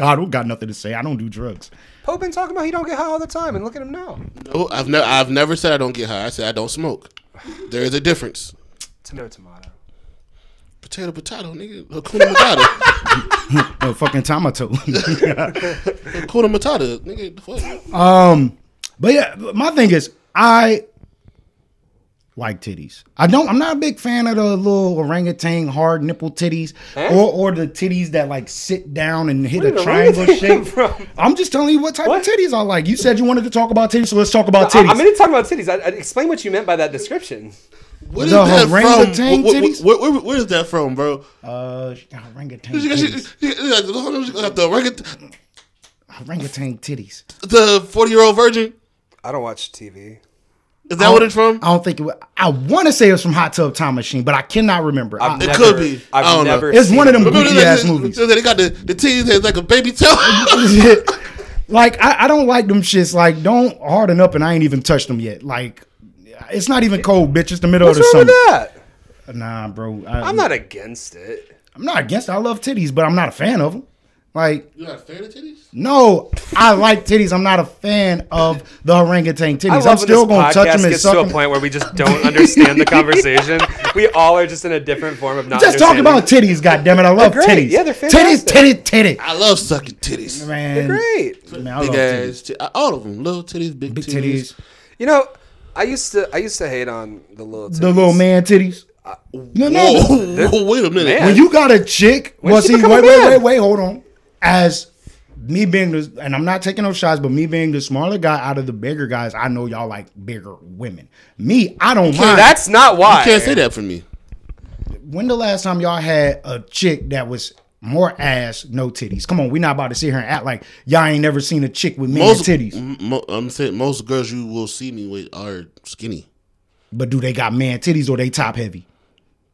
Speaker 2: I don't got nothing to say. I don't do drugs.
Speaker 1: Pope been talking about he don't get high all the time, and look at him now.
Speaker 3: No, I've never. I've never said I don't get high. I said I don't smoke. There is a difference.
Speaker 1: Tomato, tomato.
Speaker 3: Potato, potato, nigga. Hakuna matata.
Speaker 2: No fucking tomato.
Speaker 3: Hakuna matata, nigga. the fuck?
Speaker 2: Um, but yeah, my thing is I like titties. I don't. I'm not a big fan of the little orangutan hard nipple titties, or or the titties that like sit down and hit
Speaker 1: did
Speaker 2: a
Speaker 1: an
Speaker 2: triangle
Speaker 1: orangutan come
Speaker 2: shape.
Speaker 1: from?
Speaker 2: I'm just telling you what type
Speaker 1: What?
Speaker 2: of titties I like. You said you wanted to talk about titties, so let's talk about
Speaker 1: I,
Speaker 2: titties.
Speaker 1: I'm gonna talk about titties. I, I, explain what you meant by that description.
Speaker 3: What is
Speaker 2: The
Speaker 3: that from?
Speaker 2: orangutan
Speaker 3: What- what-
Speaker 2: titties?
Speaker 3: what- where- where is that from, bro?
Speaker 2: uh, orangutan
Speaker 3: She- she-
Speaker 2: titties.
Speaker 3: she- she- like, hold on, she got The orangutan-
Speaker 2: Orangutan titties.
Speaker 3: the forty year old virgin.
Speaker 1: I don't watch TV.
Speaker 3: Is that what it's from?
Speaker 2: I don't think it. wa- I want to say it was from Hot Tub Time Machine, but I cannot remember. I-
Speaker 3: It could be.
Speaker 1: I've
Speaker 3: I don't know.
Speaker 1: never.
Speaker 2: It's
Speaker 1: seen
Speaker 2: one of them
Speaker 1: it.
Speaker 3: Remember
Speaker 2: goofy ass
Speaker 3: they-
Speaker 2: movies.
Speaker 3: They got the the teeth that's like a baby toe.
Speaker 2: like I, I don't like them shits. Like don't harden up, and I ain't even touched them yet. Like it's not even cold, bitch. It's the middle
Speaker 1: What's
Speaker 2: of the
Speaker 1: wrong with
Speaker 2: summer.
Speaker 1: that?
Speaker 2: Nah, bro. I,
Speaker 1: I'm not against it.
Speaker 2: I'm not against. It. I love titties, but I'm not a fan of them. Like
Speaker 3: You not a fan of titties?
Speaker 2: no, I like titties. I'm not a fan of the orangutan
Speaker 1: I
Speaker 2: titties.
Speaker 1: love
Speaker 2: I'm
Speaker 1: when
Speaker 2: still
Speaker 1: this
Speaker 2: gonna touch
Speaker 1: podcast
Speaker 2: them and
Speaker 1: gets
Speaker 2: suck
Speaker 1: to a
Speaker 2: 'em.
Speaker 1: point where we just don't understand the conversation. We all are just in a different form of not.
Speaker 2: Just talk about
Speaker 1: understanding.
Speaker 2: titties, goddammit. I love
Speaker 1: They're
Speaker 2: titties.
Speaker 1: great. Yeah, they're
Speaker 2: titties, titty,
Speaker 1: fantastic.
Speaker 2: titty.
Speaker 3: I love sucking titties.
Speaker 2: Man,
Speaker 1: great.
Speaker 2: man, I
Speaker 3: Big
Speaker 2: love titties.
Speaker 3: ass, ti- all of them. Little titties, big,
Speaker 2: Big
Speaker 3: titties.
Speaker 2: titties.
Speaker 1: You know, I used to I used to hate on the little titties.
Speaker 2: The little man titties.
Speaker 1: Uh,
Speaker 2: No, no.
Speaker 3: Whoa, whoa, wait a minute.
Speaker 1: Man.
Speaker 2: When you got a chick, well,
Speaker 1: did she
Speaker 2: see,
Speaker 1: become a
Speaker 2: wait, wait,
Speaker 1: man?
Speaker 2: wait, wait, hold on. as me being the and I'm not taking no shots, but me being the smaller guy out of the bigger guys, I know y'all like bigger women. Me, I don't mind.
Speaker 1: That's not why.
Speaker 3: You can't say that for me.
Speaker 2: when the last time y'all had a chick that was more ass, no titties? Come on, we not about to sit here and act like y'all ain't never seen a chick with many
Speaker 3: Most
Speaker 2: titties.
Speaker 3: m- mo- I'm saying most girls you will see me with are skinny.
Speaker 2: But do they got man titties or they top heavy?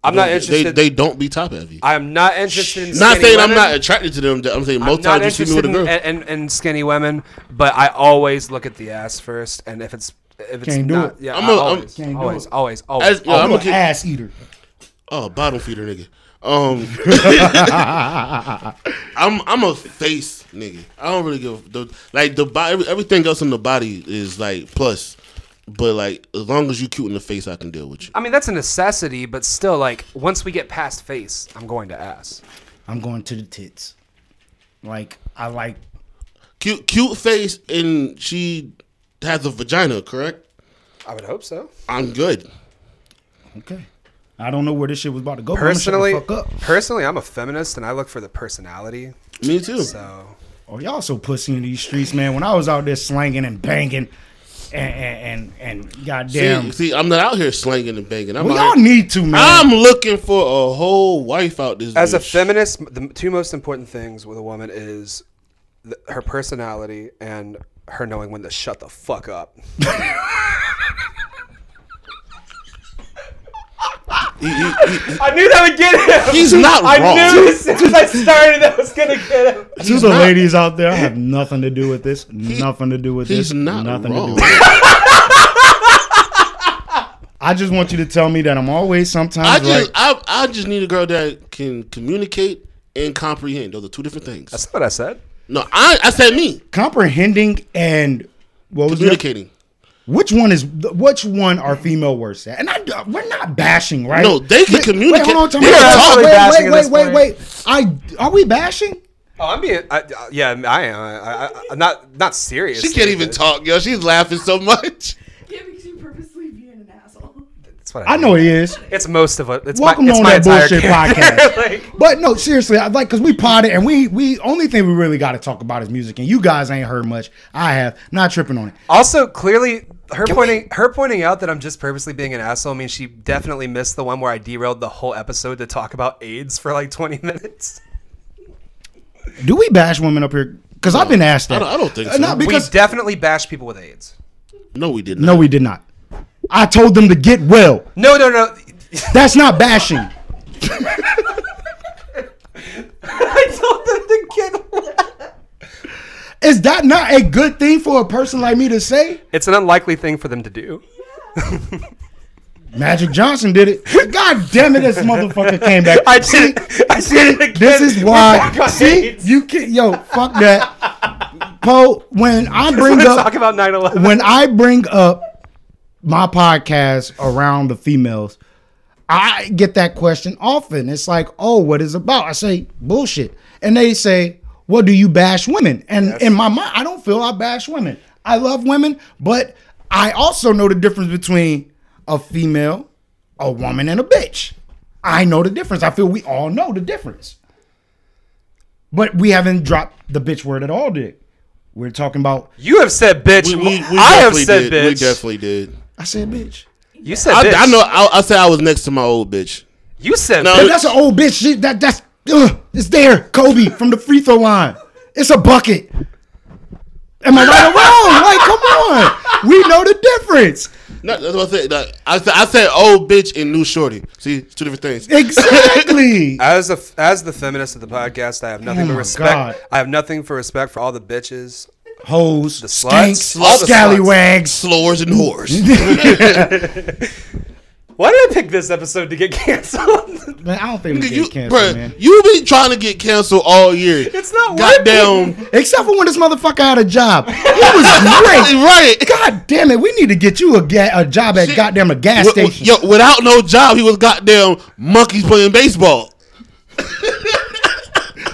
Speaker 1: I'm not
Speaker 3: They,
Speaker 1: interested.
Speaker 3: they don't be top heavy.
Speaker 1: I'm not interested in
Speaker 3: not
Speaker 1: skinny
Speaker 3: saying I'm
Speaker 1: women.
Speaker 3: not attracted to them. I'm saying
Speaker 1: I'm
Speaker 3: most
Speaker 1: not
Speaker 3: times you see me
Speaker 1: interested
Speaker 3: with a
Speaker 1: in,
Speaker 3: girl.
Speaker 1: in, in skinny women, but I always look at the ass first, and if it's if it's
Speaker 2: Can't do
Speaker 1: not,
Speaker 2: it.
Speaker 1: yeah,
Speaker 3: I'm
Speaker 1: I'm
Speaker 3: a- I'm-
Speaker 1: always,
Speaker 2: Can't do
Speaker 1: always,
Speaker 2: it.
Speaker 1: always, always,
Speaker 3: As- yo, I'm
Speaker 2: I'm
Speaker 3: a
Speaker 2: an
Speaker 3: kid-
Speaker 2: ass eater.
Speaker 3: Oh, bottom feeder nigga. Um, I'm I'm a face nigga. I don't really give a, the, like the body. Everything else in the body is like plus, but like as long as you cute in the face, I can deal with you.
Speaker 1: I mean, that's a necessity, but still, like, once we get past face, I'm going to ass.
Speaker 2: I'm going to the tits. Like I like
Speaker 3: Cute, cute face, and she has a vagina, correct?
Speaker 1: I would hope so.
Speaker 3: I'm good.
Speaker 2: okay. I don't know where this shit was about to go. but I'ma shut the
Speaker 1: Personally,
Speaker 2: fuck up.
Speaker 1: personally, I'm a feminist, and I look for the personality.
Speaker 3: Me too.
Speaker 1: So
Speaker 2: Oh, y'all so pussy in these streets, man. When I was out there slanging and banging and and and, and goddamn,
Speaker 3: See, see, I'm not out here slanging and banging. I'm
Speaker 2: well,
Speaker 3: out
Speaker 2: y'all
Speaker 3: here-
Speaker 2: need to, man.
Speaker 3: I'm looking for a whole wife out this.
Speaker 1: as a
Speaker 3: bitch.
Speaker 1: feminist, the two most important things with a woman is th- her personality and her knowing when to shut the fuck up.
Speaker 3: He- he- he-
Speaker 1: I knew that would get him.
Speaker 3: he's not wrong.
Speaker 1: as soon as I started that was gonna get him.
Speaker 2: to
Speaker 3: he's
Speaker 2: the
Speaker 3: not-
Speaker 2: ladies out there, I have nothing to do with this. nothing to do with this.
Speaker 3: He's not
Speaker 2: nothing
Speaker 3: wrong.
Speaker 2: to do with it. I just want you to tell me that I'm always sometimes
Speaker 3: I just
Speaker 2: right.
Speaker 3: I, I just need a girl that can communicate and comprehend. Those are two different things.
Speaker 1: That's what I said.
Speaker 3: no, I I said me
Speaker 2: comprehending and what was the other-
Speaker 3: communicating.
Speaker 2: Which one is which one are female worse at? And I, uh, we're not bashing, right?
Speaker 3: No, they can
Speaker 2: Wait,
Speaker 3: communicate.
Speaker 2: Wait, hold on,
Speaker 3: They
Speaker 2: wait,
Speaker 3: are
Speaker 1: absolutely bashing at
Speaker 2: wait,
Speaker 1: this
Speaker 2: wait, wait, wait, wait. I are we bashing?
Speaker 1: Oh, I'm being. I, I- yeah, I am. I, I, I'm not not serious.
Speaker 3: She can't even talk, yo. She's laughing so much.
Speaker 5: Yeah, because you're purposely being an asshole.
Speaker 1: That's what I,
Speaker 2: I know it is.
Speaker 1: It's most of it. It's
Speaker 2: Welcome
Speaker 1: my, it's
Speaker 2: on
Speaker 1: my
Speaker 2: that
Speaker 1: entire
Speaker 2: bullshit
Speaker 1: character.
Speaker 2: podcast.
Speaker 1: Like,
Speaker 2: But no, seriously, I like because we potted and we we only thing we really got to talk about is music, and you guys ain't heard much. I have not tripping on it.
Speaker 1: also, clearly, her pointing her pointing out that I'm just purposely being an asshole means she definitely missed the one where I derailed the whole episode to talk about AIDS for like 20 minutes.
Speaker 2: Do we bash women up here? Because I've been asked
Speaker 3: I
Speaker 2: that.
Speaker 3: don't- I don't think
Speaker 2: Uh,
Speaker 3: so.
Speaker 2: Not
Speaker 3: We
Speaker 2: because
Speaker 1: we definitely bash people with AIDS.
Speaker 3: No, we didn't.
Speaker 2: no, we did not. I told them to get well.
Speaker 1: No, no, no.
Speaker 2: That's not bashing.
Speaker 1: I told them to get.
Speaker 2: Is that not a good thing for a person like me to say?
Speaker 1: It's an unlikely thing for them to do.
Speaker 2: Magic Johnson did it. God damn it, this motherfucker came back.
Speaker 1: I did.
Speaker 2: See,
Speaker 1: it. I did it again.
Speaker 2: This is
Speaker 1: We're
Speaker 2: why.
Speaker 1: back on
Speaker 2: See,
Speaker 1: AIDS.
Speaker 2: you can yo fuck that. Poe, when I bring
Speaker 1: Let's
Speaker 2: up
Speaker 1: talk about 9/11.
Speaker 2: when I bring up my podcast around the females, I get that question often. It's like, oh, what is it about? I say bullshit, and they say, well, do you bash women? And in my mind, I don't feel I bash women. I love women, but I also know the difference between a female, a woman, and a bitch. I know the difference. I feel we all know the difference. But we haven't dropped the bitch word at all, did we're talking about.
Speaker 1: You have said bitch.
Speaker 3: we, we, we
Speaker 1: I have
Speaker 3: definitely
Speaker 1: said
Speaker 3: did. We
Speaker 1: bitch.
Speaker 3: definitely did.
Speaker 2: I said bitch.
Speaker 1: you said
Speaker 3: I,
Speaker 1: bitch.
Speaker 3: I know. I, I said I was next to my old bitch.
Speaker 1: You said
Speaker 3: No.
Speaker 1: bitch.
Speaker 2: But that's an old bitch. Shit, that that's ugh, it's there. Kobe from the free throw line. It's a bucket. Am I right or wrong? Like, come on. We know the difference.
Speaker 3: No, that's what I said. Like, I said. I said old bitch and new shorty. See, it's two different things.
Speaker 2: Exactly.
Speaker 1: As a, as the feminist of the podcast, I have nothing
Speaker 2: Oh
Speaker 1: but
Speaker 2: my
Speaker 1: respect.
Speaker 2: God.
Speaker 1: I have nothing for respect for all the bitches.
Speaker 2: Hoes,
Speaker 1: sluts,
Speaker 2: skanks,
Speaker 1: all the sluts.
Speaker 2: scallywags.
Speaker 3: Slores and whores.
Speaker 1: Why did I pick this episode to get canceled?
Speaker 2: Man, I don't think we
Speaker 3: you,
Speaker 2: get canceled,
Speaker 3: bruh,
Speaker 2: man.
Speaker 3: you been trying to get canceled all year.
Speaker 1: It's not
Speaker 3: goddamn.
Speaker 2: Except for when this motherfucker had a job. It was great.
Speaker 3: right.
Speaker 2: God damn it. We need to get you a, ga- a job at goddamn a gas
Speaker 3: Wi-
Speaker 2: station.
Speaker 3: wi- Yo, without no job, he was goddamn monkeys playing baseball.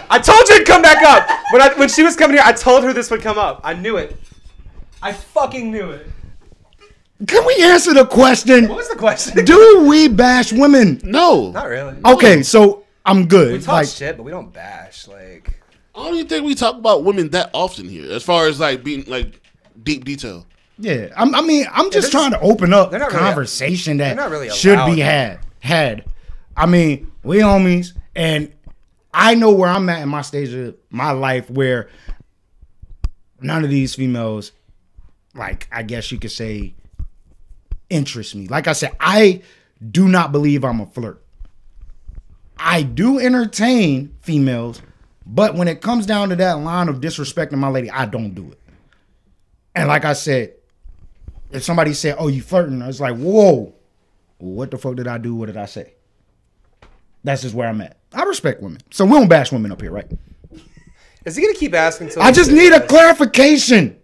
Speaker 1: I told you it'd come back up. When I when she was coming here, I told her this would come up. I knew it. I fucking knew it.
Speaker 2: Can we answer the question?
Speaker 1: What was the question?
Speaker 2: Do we bash women?
Speaker 3: No,
Speaker 1: Not really.
Speaker 3: Oh,
Speaker 2: Okay, so I'm good.
Speaker 1: We talk
Speaker 2: Like,
Speaker 1: shit, but we don't bash. Like
Speaker 3: I don't even think we talk about women that often here, as far as like being like deep detail.
Speaker 2: Yeah, I'm, I mean, I'm just
Speaker 1: they're
Speaker 2: trying
Speaker 1: just-
Speaker 2: to open up
Speaker 1: they're not really-
Speaker 2: conversation that
Speaker 1: they're not really
Speaker 2: should
Speaker 1: allowed.
Speaker 2: be had. Had, I mean, we homies, and I know where I'm at in my stage of my life where none of these females, like I guess you could say, interest me. Like I said, I do not believe I'm a flirt. I do entertain females, but when it comes down to that line of disrespecting my lady, I don't do it. And like I said, if somebody said, "Oh, you flirting," I was like, "Whoa, what the fuck did I do? What did I say?" That's just where I'm at. I respect women, so we don't bash women up here, right?
Speaker 1: Is he gonna keep asking? Till
Speaker 2: I just need a clarification.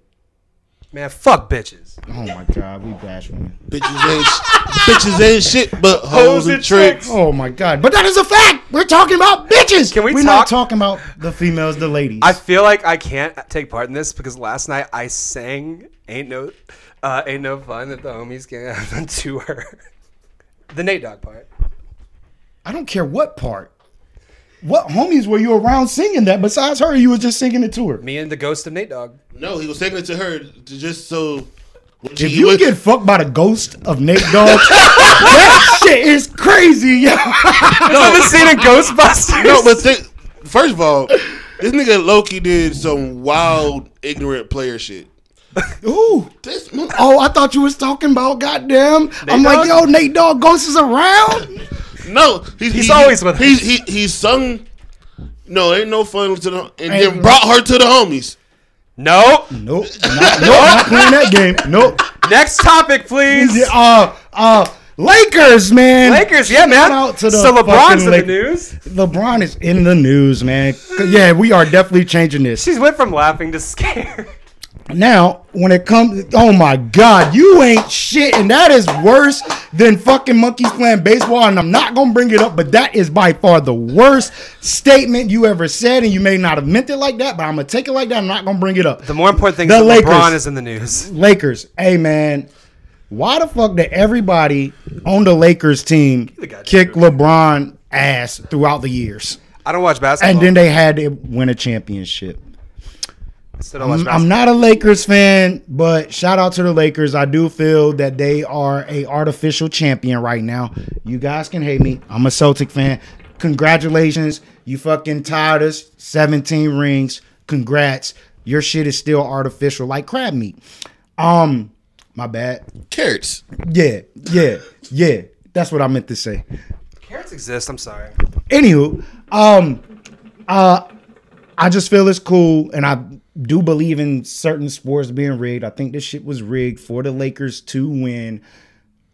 Speaker 1: man. Fuck bitches.
Speaker 2: Oh my god, we bash women.
Speaker 3: Bitches ain't bitches ain't shit, but hoes and tricks.
Speaker 2: Oh my god, but that is a fact. We're talking about bitches.
Speaker 1: Can we
Speaker 2: We're not
Speaker 1: talk-
Speaker 2: talking about the females, the ladies.
Speaker 1: I feel like I can't take part in this because last night I sang "Ain't No, uh, Ain't No Fun" that the homies gave them to her. The Nate Dogg part.
Speaker 2: I don't care what part. What homies were you around singing that besides her? You were just singing it to her.
Speaker 1: Me and the ghost of Nate Dogg.
Speaker 3: No, he was taking it to her to just so. When
Speaker 2: If you get fucked by the ghost of Nate Dogg, that shit is crazy, yo.
Speaker 1: No, the scene in Ghostbusters.
Speaker 3: no, but think, first of all, this nigga Loki did some wild, ignorant player shit.
Speaker 2: Ooh.
Speaker 3: This mo-
Speaker 2: Oh, I thought you was talking about goddamn. I'm like, yo,
Speaker 1: Dogg?
Speaker 2: Nate Dogg Ghost is around.
Speaker 3: no, he's, he-
Speaker 1: always with
Speaker 3: he, he he sung. No, ain't no fun to the and
Speaker 2: Ain't
Speaker 3: then brought her to the homies.
Speaker 1: no.
Speaker 2: Nope. Not, nope. Not playing that game. Nope.
Speaker 1: Next topic, please.
Speaker 2: Yeah, Uh, uh, Lakers, man.
Speaker 1: Lakers, yeah, man.
Speaker 2: Shout out to the
Speaker 1: so LeBron's
Speaker 2: fucking
Speaker 1: in the
Speaker 2: Lakers.
Speaker 1: news.
Speaker 2: LeBron is in the news, man. 'Cause, Yeah, we are definitely changing this.
Speaker 1: She's went from laughing to scared.
Speaker 2: Now, when it comes, oh my God, you ain't shit, and that is worse than fucking monkeys playing baseball. And I'm not gonna bring it up, but that is by far the worst statement you ever said, and you may not have meant it like that, but I'm gonna take it like that. I'm not gonna bring it up.
Speaker 1: The more important thing
Speaker 2: The
Speaker 1: is that LeBron
Speaker 2: Lakers.
Speaker 1: is in the news.
Speaker 2: Lakers, hey man, why the fuck did everybody on the Lakers team
Speaker 1: the goddamn
Speaker 2: kick LeBron ass throughout the years,
Speaker 1: I don't watch basketball.
Speaker 2: and then they had to win a championship?
Speaker 1: I still don't watch
Speaker 2: I'm-
Speaker 1: basketball.
Speaker 2: I'm not a Lakers fan, but shout out to the Lakers. I do feel that they are a artificial champion right now. You guys can hate me. I'm a Celtic fan. Congratulations. You fucking tied us 17 rings. Congrats. Your shit is still artificial like crab meat. Um my bad.
Speaker 3: Carrots.
Speaker 2: Yeah. Yeah. Yeah. That's what I meant to say.
Speaker 1: Carrots exist. I'm sorry.
Speaker 2: Anywho, um, uh, I just feel it's cool, and I do believe in certain sports being rigged. I think this shit was rigged for the Lakers to win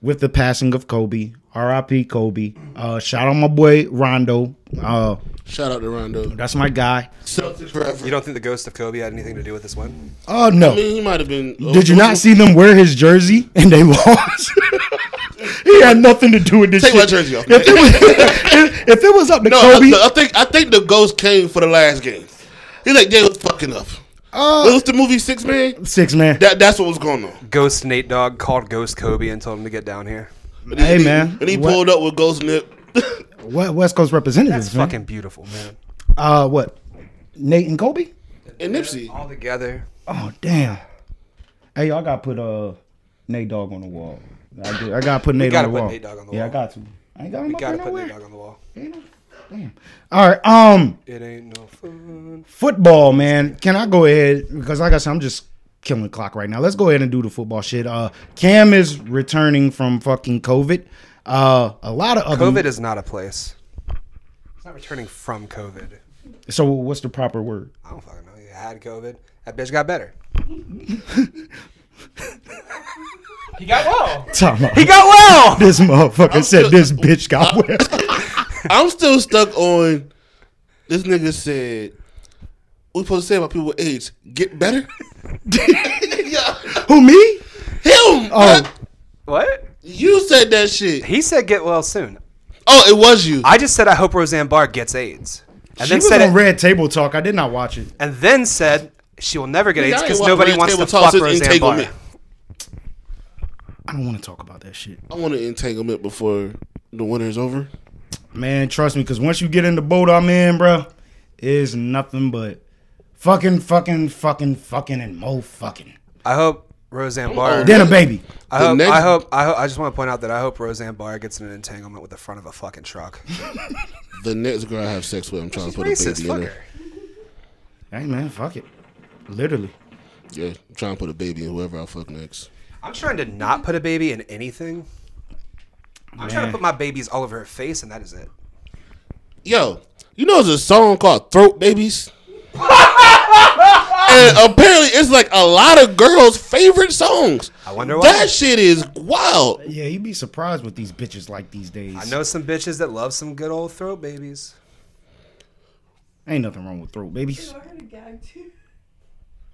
Speaker 2: with the passing of Kobe. R.I.P. Kobe. Uh, shout out my boy Rondo. Uh,
Speaker 3: Shout out to Rondo.
Speaker 2: that's my guy.
Speaker 3: Celtics forever.
Speaker 1: You don't think the ghost of Kobe had anything to do with this one?
Speaker 2: Oh
Speaker 3: I
Speaker 2: no!
Speaker 3: mean, he might have been.
Speaker 2: Did you not see them wear his jersey and they lost? he had nothing to do with this.
Speaker 3: Take
Speaker 2: shit.
Speaker 3: my jersey off.
Speaker 2: If it was, if, if it was up to
Speaker 3: No,
Speaker 2: Kobe,
Speaker 3: I, I think I think the ghost came for the last game. He's like, they was fucking up.
Speaker 1: Uh,
Speaker 2: Uh,
Speaker 3: it was the movie Six Man.
Speaker 2: six man.
Speaker 3: That that's what was going on.
Speaker 1: Ghost Nate Dogg called Ghost Kobe and told him to get down here.
Speaker 3: And
Speaker 2: Hey,
Speaker 3: he,
Speaker 2: man.
Speaker 3: and he
Speaker 2: What-
Speaker 3: pulled up with Ghost Nip.
Speaker 2: What West Coast representatives?
Speaker 1: It's
Speaker 2: man.
Speaker 1: fucking beautiful, man.
Speaker 2: uh what Nate and Kobe?
Speaker 3: and Nipsey.
Speaker 1: All together.
Speaker 2: Oh damn. Hey y'all gotta put uh Nate Dog on the wall. I, do. I gotta put Nate
Speaker 1: gotta
Speaker 2: on the
Speaker 1: put
Speaker 2: wall.
Speaker 1: Nate Dogg on the
Speaker 2: yeah,
Speaker 1: wall.
Speaker 2: I got to. I ain't got him
Speaker 1: We
Speaker 2: up
Speaker 1: gotta
Speaker 2: there
Speaker 1: put Nate
Speaker 2: nowhere.
Speaker 1: Dogg on the wall.
Speaker 2: Ain't no- Damn. All right. Um,
Speaker 1: It ain't no fun.
Speaker 2: football, man. Can I go ahead? Because like I said, I'm just killing the clock right now. Let's go ahead and do the football shit. Uh, Cam is returning from fucking COVID. Uh, a lot of other.
Speaker 1: COVID is not a place. It's not returning from COVID.
Speaker 2: So what's the proper word?
Speaker 1: I don't fucking know. You had COVID. That bitch got better. he got well.
Speaker 2: Time out.
Speaker 1: He got well.
Speaker 2: this motherfucker said
Speaker 3: still-
Speaker 2: this bitch got wet.
Speaker 3: I'm still stuck on this nigga said we supposed to say about people with AIDS get better. yeah.
Speaker 2: Who me?
Speaker 3: Him.
Speaker 2: Oh.
Speaker 3: man.
Speaker 1: What?
Speaker 3: you said that shit.
Speaker 1: He said get well soon.
Speaker 3: Oh, it was you.
Speaker 1: I just said I hope Roseanne Barr gets AIDS. And
Speaker 2: she
Speaker 1: then
Speaker 2: was
Speaker 1: said
Speaker 2: on
Speaker 1: it,
Speaker 2: Red Table Talk. I did not watch it.
Speaker 1: and then said she will never get
Speaker 3: Nigga,
Speaker 1: AIDS
Speaker 3: I ain't
Speaker 1: because
Speaker 3: watch
Speaker 1: nobody
Speaker 3: Red
Speaker 1: wants to
Speaker 3: Table Talk
Speaker 1: fuck
Speaker 3: since
Speaker 1: Roseanne Barr.
Speaker 3: Entanglement.
Speaker 2: I don't want to talk about that shit.
Speaker 3: I want an entanglement before the winter is over.
Speaker 2: Man, trust me, because once you get in the boat I'm in, bro, it's nothing but Fucking, fucking, fucking, fucking, and more fucking.
Speaker 1: I hope Roseanne Barr.
Speaker 2: Then a baby.
Speaker 1: I
Speaker 3: oh, The
Speaker 1: hope,
Speaker 3: next-
Speaker 1: I hope. I hope. I just want to point out that I hope Roseanne Barr gets in an entanglement with the front of a fucking truck.
Speaker 3: The next girl I have sex with, I'm trying
Speaker 1: She's
Speaker 3: to put a
Speaker 1: racist.
Speaker 3: baby
Speaker 1: Fuck
Speaker 3: in
Speaker 1: her.
Speaker 3: her.
Speaker 2: Hey man, fuck it. Literally.
Speaker 3: Yeah, I'm trying to put a baby in whoever I fuck next.
Speaker 1: I'm trying to not put a baby in anything. I'm trying to
Speaker 2: Man.
Speaker 1: put my babies all over her face, and that is it.
Speaker 3: Yo, you know there's a song called Throat Babies? and apparently it's like a lot of girls' favorite songs.
Speaker 1: I wonder why.
Speaker 3: That shit is wild.
Speaker 2: Yeah, you'd be surprised what these bitches like these days.
Speaker 1: I know some bitches that love some good old throat babies.
Speaker 2: Ain't nothing wrong with throat babies.
Speaker 5: Ew, I heard a gag too.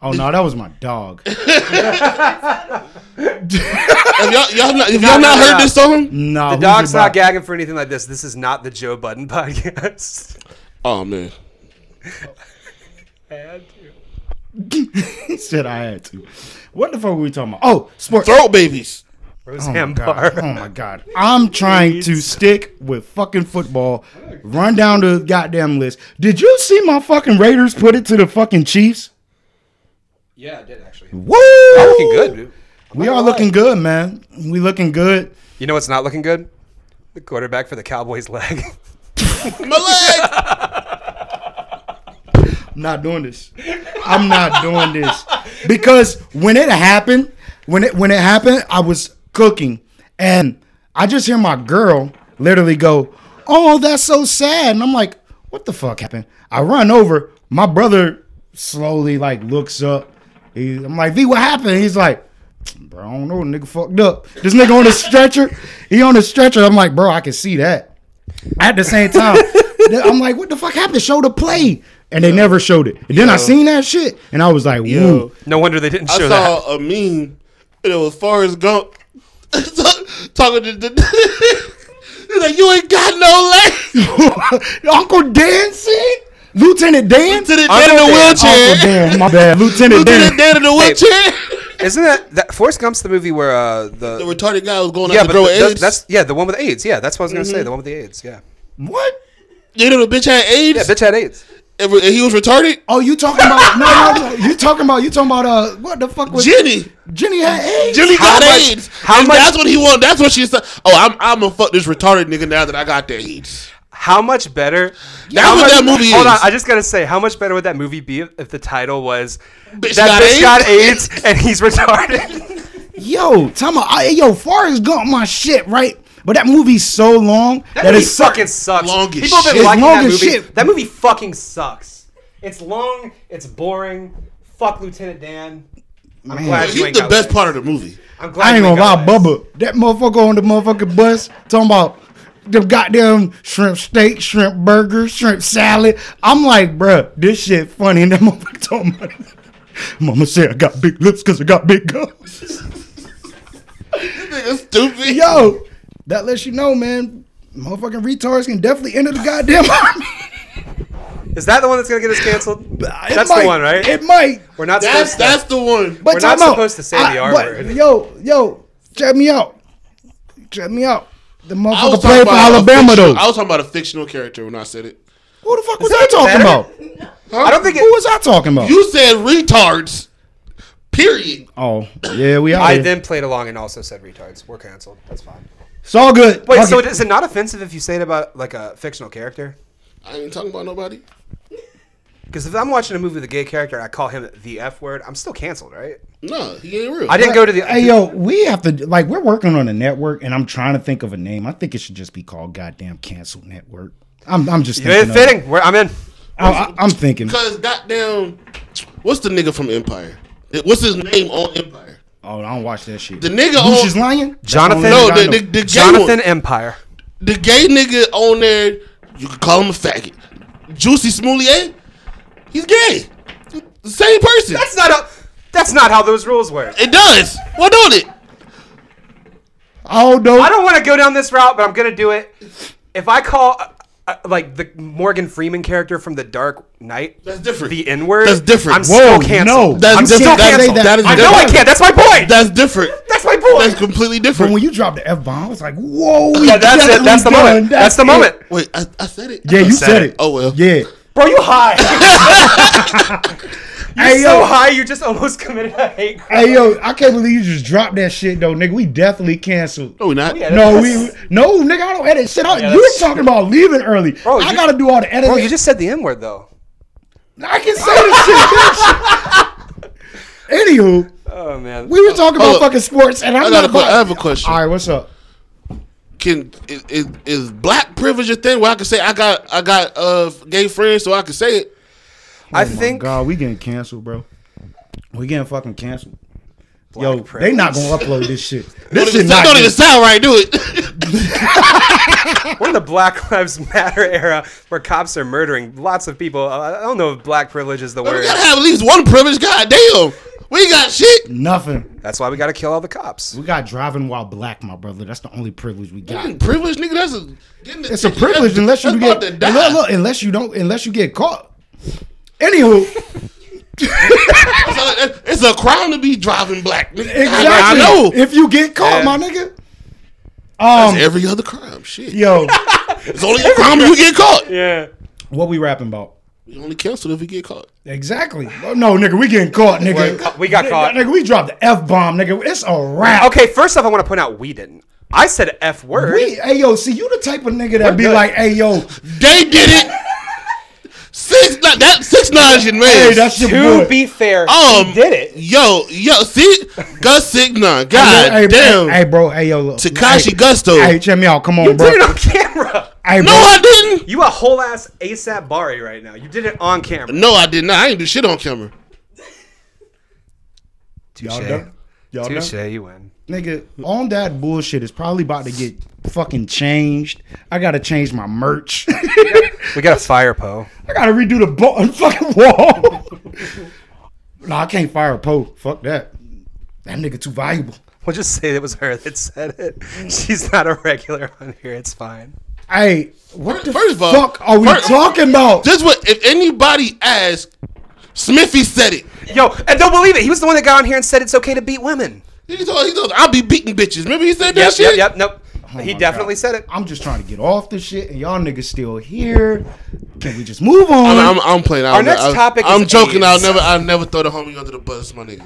Speaker 2: Oh no, that was my dog.
Speaker 3: Have y'all, y'all not, have y'all not heard this song?
Speaker 2: Nah,
Speaker 1: The
Speaker 2: who's
Speaker 1: dog's
Speaker 2: your
Speaker 1: not
Speaker 2: dog?
Speaker 1: gagging for anything like this. This is not the Joe Budden podcast.
Speaker 3: Oh, man.
Speaker 2: he said I had to. What the fuck were we talking about? Oh, sport.
Speaker 3: Throat Babies.
Speaker 2: Oh my,
Speaker 1: Roseanne Barr.
Speaker 2: god. oh my god. I'm trying to stick with fucking football. Run down the goddamn list. Did you see my fucking Raiders put it to the fucking Chiefs?
Speaker 1: Yeah, I did actually.
Speaker 2: Woo!
Speaker 1: Looking good, dude.
Speaker 2: We are looking good, man. We looking good.
Speaker 1: You know what's not looking good? The quarterback for the Cowboys leg.
Speaker 3: My leg.
Speaker 2: I'm not doing this. I'm not doing this because when it happened, when it when it happened, I was cooking, and I just hear my girl literally go, "Oh, that's so sad," and I'm like, "What the fuck happened?" I run over. My brother slowly like looks up. He, I'm like, "V, what happened?" He's like. Bro, I don't know. Nigga fucked up. This nigga on the stretcher. He on the stretcher. I'm like, bro, I can see that at the same time. th- I'm like, what the fuck happened? Show the play. And they never showed it. And then I seen that shit and I was like, woo.
Speaker 3: Yo.
Speaker 1: no wonder they didn't
Speaker 3: I
Speaker 1: show that.
Speaker 3: saw a meme, and it was Forrest Gump talking to the. He's like, you ain't got no leg.
Speaker 2: Uncle Dan seen? Lieutenant Dan?
Speaker 3: To the
Speaker 2: Uncle
Speaker 3: dead in the wheelchair.
Speaker 2: Dan, my bad. Lieutenant
Speaker 3: To the
Speaker 2: Dan.
Speaker 3: dead in the wheelchair.
Speaker 1: Isn't that that Forrest Gump's the movie where uh the,
Speaker 3: the retarded guy was going
Speaker 1: yeah,
Speaker 3: out to
Speaker 1: but
Speaker 3: throw
Speaker 1: the-
Speaker 3: AIDS.
Speaker 1: the- that's yeah the one with AIDS. Yeah, that's what I was gonna
Speaker 2: Mm-hmm.
Speaker 1: say. The one with the AIDS. Yeah,
Speaker 2: What?
Speaker 3: you know the bitch had AIDS.
Speaker 1: yeah, bitch had AIDS.
Speaker 3: and re- and he was retarded.
Speaker 2: Oh, you talking about no, no, no. You talking about you talking about uh what the fuck was
Speaker 3: Jenny,
Speaker 2: Jenny had AIDS?
Speaker 3: Jenny
Speaker 1: How
Speaker 3: Oh, got
Speaker 1: much-
Speaker 3: AIDS.
Speaker 1: how
Speaker 3: and
Speaker 1: much-
Speaker 3: That's what he wanted. That's what she said. Oh, I'm I'm gonna fuck this retarded nigga now that I got that AIDS.
Speaker 1: How much better?
Speaker 3: That's
Speaker 1: how
Speaker 3: what
Speaker 1: much-
Speaker 3: that movie
Speaker 1: Hold on,
Speaker 3: is.
Speaker 1: I just gotta say, how much better would that movie be if, if the title was
Speaker 3: Bitch
Speaker 1: "That
Speaker 3: got
Speaker 1: bitch
Speaker 3: AIDS?"
Speaker 1: got AIDS and he's retarded"?
Speaker 2: Yo, tell me I, yo, Forrest Gump my shit, right? But that movie's so long
Speaker 1: That
Speaker 2: that
Speaker 1: movie
Speaker 2: it's
Speaker 1: fucking sucks.
Speaker 3: long as
Speaker 1: People have been
Speaker 2: shit.
Speaker 1: liking
Speaker 2: Long
Speaker 1: that
Speaker 2: as
Speaker 1: movie.
Speaker 2: shit.
Speaker 1: That movie fucking sucks. It's long. It's boring. Fuck Lieutenant Dan. I'm
Speaker 2: Man.
Speaker 1: glad
Speaker 3: He's
Speaker 1: you ain't
Speaker 3: the
Speaker 1: got
Speaker 3: best
Speaker 1: legs.
Speaker 3: part of the movie.
Speaker 1: I'm glad
Speaker 2: I ain't
Speaker 1: you
Speaker 2: gonna lie,
Speaker 1: got legs.
Speaker 2: Bubba. That motherfucker on the motherfucking bus talking about them goddamn shrimp steak, shrimp burger, shrimp salad. I'm like, bruh, this shit funny. And that motherfucker talking about Mama said I got big lips because I got big gums.
Speaker 3: This nigga stupid.
Speaker 2: Yo, that lets you know, man. Motherfucking retards can definitely enter the goddamn army.
Speaker 1: Is that the one that's gonna get us canceled?
Speaker 2: It
Speaker 1: That's the
Speaker 2: might-
Speaker 1: one, right?
Speaker 2: It might.
Speaker 1: We're not
Speaker 3: that's
Speaker 1: supposed
Speaker 3: that's the one.
Speaker 2: But
Speaker 1: We're
Speaker 2: time
Speaker 1: not
Speaker 2: out.
Speaker 1: supposed to say the R
Speaker 2: but-
Speaker 1: word.
Speaker 2: Yo, yo, check me out. Check me out. The
Speaker 3: I was
Speaker 2: motherfucker
Speaker 3: talking
Speaker 2: played for
Speaker 3: about a
Speaker 2: Alabama
Speaker 3: fictional-
Speaker 2: though.
Speaker 3: I was talking about a fictional character when I said it.
Speaker 2: Who the fuck was
Speaker 1: that
Speaker 2: I talking
Speaker 1: better?
Speaker 2: about?
Speaker 1: I don't think
Speaker 2: Who
Speaker 1: it.
Speaker 2: was I talking about?
Speaker 3: You said retards. Period.
Speaker 2: oh, yeah, we out
Speaker 1: I
Speaker 2: here.
Speaker 1: then played along and also said retards. We're canceled. That's fine.
Speaker 2: It's all good.
Speaker 1: Wait,
Speaker 2: Fuck
Speaker 1: so
Speaker 2: it.
Speaker 1: is it not offensive if you say it about like a fictional character?
Speaker 3: I ain't talking about nobody.
Speaker 1: Because if I'm watching a movie with a gay character and I call him the F word, I'm still canceled, right?
Speaker 3: No, he ain't real.
Speaker 1: I didn't go to the.
Speaker 2: Hey yo, we have to like we're working on a network, and I'm trying to think of a name. I think it should just be called goddamn cancel network. I'm I'm just
Speaker 1: It
Speaker 2: thinking
Speaker 1: ain't
Speaker 2: of it.
Speaker 1: fitting. We're, I'm in.
Speaker 2: I, I, I'm thinking.
Speaker 3: Cause goddamn, what's the nigga from Empire? What's his name on Empire?
Speaker 2: Oh, I don't watch that shit.
Speaker 3: The oh. nigga
Speaker 2: Lucius
Speaker 3: on-
Speaker 2: Lyon,
Speaker 1: Jonathan-
Speaker 2: That's
Speaker 3: No, the
Speaker 2: the
Speaker 3: the,
Speaker 2: only
Speaker 3: the,
Speaker 2: nigga
Speaker 3: gay
Speaker 1: Jonathan
Speaker 3: one.
Speaker 1: Empire.
Speaker 3: The gay nigga on there, you could call him a faggot. Juicy Smoulier, he's gay. The same person.
Speaker 1: That's not a. That's not how those rules work.
Speaker 3: it does. What on it?
Speaker 2: I know. Oh no,
Speaker 1: I don't want to go down this route, but I'm gonna do it. If I call uh, uh, like the Morgan Freeman character from The Dark Knight,
Speaker 3: That's different.
Speaker 1: the N word.
Speaker 3: That's different.
Speaker 1: I'm
Speaker 2: Whoa,
Speaker 1: still canceled.
Speaker 2: no.
Speaker 1: I'm
Speaker 3: That's
Speaker 1: still
Speaker 3: different. That-
Speaker 1: canceled.
Speaker 3: that is
Speaker 1: I know I
Speaker 3: different.
Speaker 1: can't. That's my point.
Speaker 3: That's different.
Speaker 1: That's my point.
Speaker 3: That's completely different.
Speaker 2: when you dropped the f bomb, I was like, whoa. we
Speaker 1: yeah, that's it.
Speaker 2: definitely
Speaker 1: That's the
Speaker 2: done.
Speaker 1: moment. That's, the
Speaker 2: it.
Speaker 1: moment.
Speaker 3: Wait, I, I said it.
Speaker 2: Yeah, you
Speaker 1: said
Speaker 2: said
Speaker 1: it.
Speaker 2: it.
Speaker 3: Oh, well.
Speaker 2: Yeah,
Speaker 6: Bro, you high.
Speaker 1: You're
Speaker 2: Hey,
Speaker 1: so
Speaker 2: yo.
Speaker 1: high, you just almost committed a hate crime.
Speaker 2: Hey yo, I can't believe you just dropped that shit though, nigga. We definitely canceled.
Speaker 3: No, we not.
Speaker 1: Yeah,
Speaker 2: No, we no, nigga. I don't edit shit. out.
Speaker 6: Yeah,
Speaker 2: you were
Speaker 6: that's-
Speaker 2: talking about leaving early.
Speaker 1: Bro,
Speaker 2: I
Speaker 1: you-
Speaker 2: gotta do all the editing.
Speaker 1: Bro, you just said the N word though.
Speaker 2: I can say this shit, bitch. Anywho,
Speaker 1: Oh man.
Speaker 2: we were talking about
Speaker 3: Hold up.
Speaker 2: fucking sports, and I'm
Speaker 3: I
Speaker 2: not.
Speaker 3: got a que-
Speaker 2: about-
Speaker 3: I have a question.
Speaker 2: All right, what's up?
Speaker 3: Can is, is, is black privilege a thing where I can say I got I got uh gay friends so I can say it?
Speaker 1: I
Speaker 2: Oh my
Speaker 1: think
Speaker 2: God, we getting canceled, bro. We getting fucking canceled.
Speaker 1: Black
Speaker 2: Yo,
Speaker 1: privilege.
Speaker 2: they not gonna upload this shit.
Speaker 3: Don't
Speaker 2: This shit
Speaker 3: even,
Speaker 2: not.
Speaker 3: don't even
Speaker 2: getting-
Speaker 3: sound right, do it.
Speaker 1: we're in the Black Lives Matter era where cops are murdering lots of people. I I don't know if black privilege is the
Speaker 3: we
Speaker 1: word.
Speaker 3: gotta have at least one privilege. God damn, we got shit.
Speaker 2: Nothing.
Speaker 1: That's why we gotta kill all the cops.
Speaker 2: We got driving while black, my brother. That's the only privilege we got.
Speaker 3: Getting Mm, privilege, nigga. That's a getting the-
Speaker 2: It's a privilege
Speaker 3: that's-
Speaker 2: unless you
Speaker 3: that's
Speaker 2: get
Speaker 3: about to die.
Speaker 2: unless, look, unless you don't unless you get caught. Anywho,
Speaker 3: It's a- It's a crime to be driving black. Nigga.
Speaker 2: exactly.
Speaker 3: I know.
Speaker 2: If you get caught,
Speaker 1: Yeah.
Speaker 2: my nigga. Um,
Speaker 3: It's every other crime. Shit.
Speaker 2: yo,
Speaker 3: It's only a crime if you get caught.
Speaker 1: Yeah.
Speaker 2: what we rapping about?
Speaker 3: We only canceled if we get caught.
Speaker 2: Exactly. Oh, no, nigga, we getting caught,
Speaker 1: We're
Speaker 2: nigga.
Speaker 1: ca- we got
Speaker 2: Nigga,
Speaker 1: caught.
Speaker 2: Nigga, we dropped the f bomb, nigga. It's a wrap.
Speaker 1: Okay, first off I wanna point out we didn't. I said F word.
Speaker 2: We, hey yo, see you the type of nigga that be
Speaker 1: good.
Speaker 2: like, hey yo,
Speaker 3: They did it. Six nine. That six nine is your man.
Speaker 2: hey, that's your
Speaker 1: to
Speaker 2: boy.
Speaker 1: be fair,
Speaker 3: um.
Speaker 1: he did it.
Speaker 3: Yo, yo. See, Gus six nine. God
Speaker 2: Hey,
Speaker 3: damn.
Speaker 2: hey, bro, hey yo, look.
Speaker 3: Tekashi
Speaker 2: hey,
Speaker 3: Gusto.
Speaker 2: Hey, check me out. Come on,
Speaker 1: You
Speaker 2: bro.
Speaker 1: did it on camera.
Speaker 2: Hey,
Speaker 3: no,
Speaker 2: bro.
Speaker 3: I didn't.
Speaker 1: You a whole ass ASAP Bari right now. You did it on camera.
Speaker 3: No, I did not. I ain't do shit on camera.
Speaker 2: Y'all
Speaker 1: Touche.
Speaker 2: done? Y'all done?
Speaker 1: Touche, you win.
Speaker 2: Nigga, on that bullshit is probably about to get fucking changed. I gotta change my merch. I
Speaker 1: We got a fire Poe.
Speaker 2: gotta redo the button fucking wall. nah, I can't fire a Poe. Fuck that. That nigga too valuable.
Speaker 1: We'll just say it was her that said it. She's not a regular on here. It's fine.
Speaker 2: Hey, what the
Speaker 3: First of all,
Speaker 2: fuck are we
Speaker 3: first-
Speaker 2: talking about?
Speaker 3: This what if anybody asks, Smithy said it.
Speaker 1: Yo, and don't believe it. He was the one that got on here and said it's okay to beat women.
Speaker 3: He told, he told, I'll be beating bitches. Remember he said that
Speaker 1: Yep,
Speaker 3: shit.
Speaker 1: yep, yep. Nope. he
Speaker 2: Oh my
Speaker 1: definitely
Speaker 2: God.
Speaker 1: said it.
Speaker 2: I'm just trying to get off this shit, and y'all niggas still here. Can we just move on?
Speaker 3: I'm, I'm, I'm playing. I'll
Speaker 1: Our next
Speaker 3: I'll-
Speaker 1: topic is
Speaker 3: I'm joking. I'll
Speaker 1: AIDS.
Speaker 3: never, I'll never throw the homie under the bus, my nigga.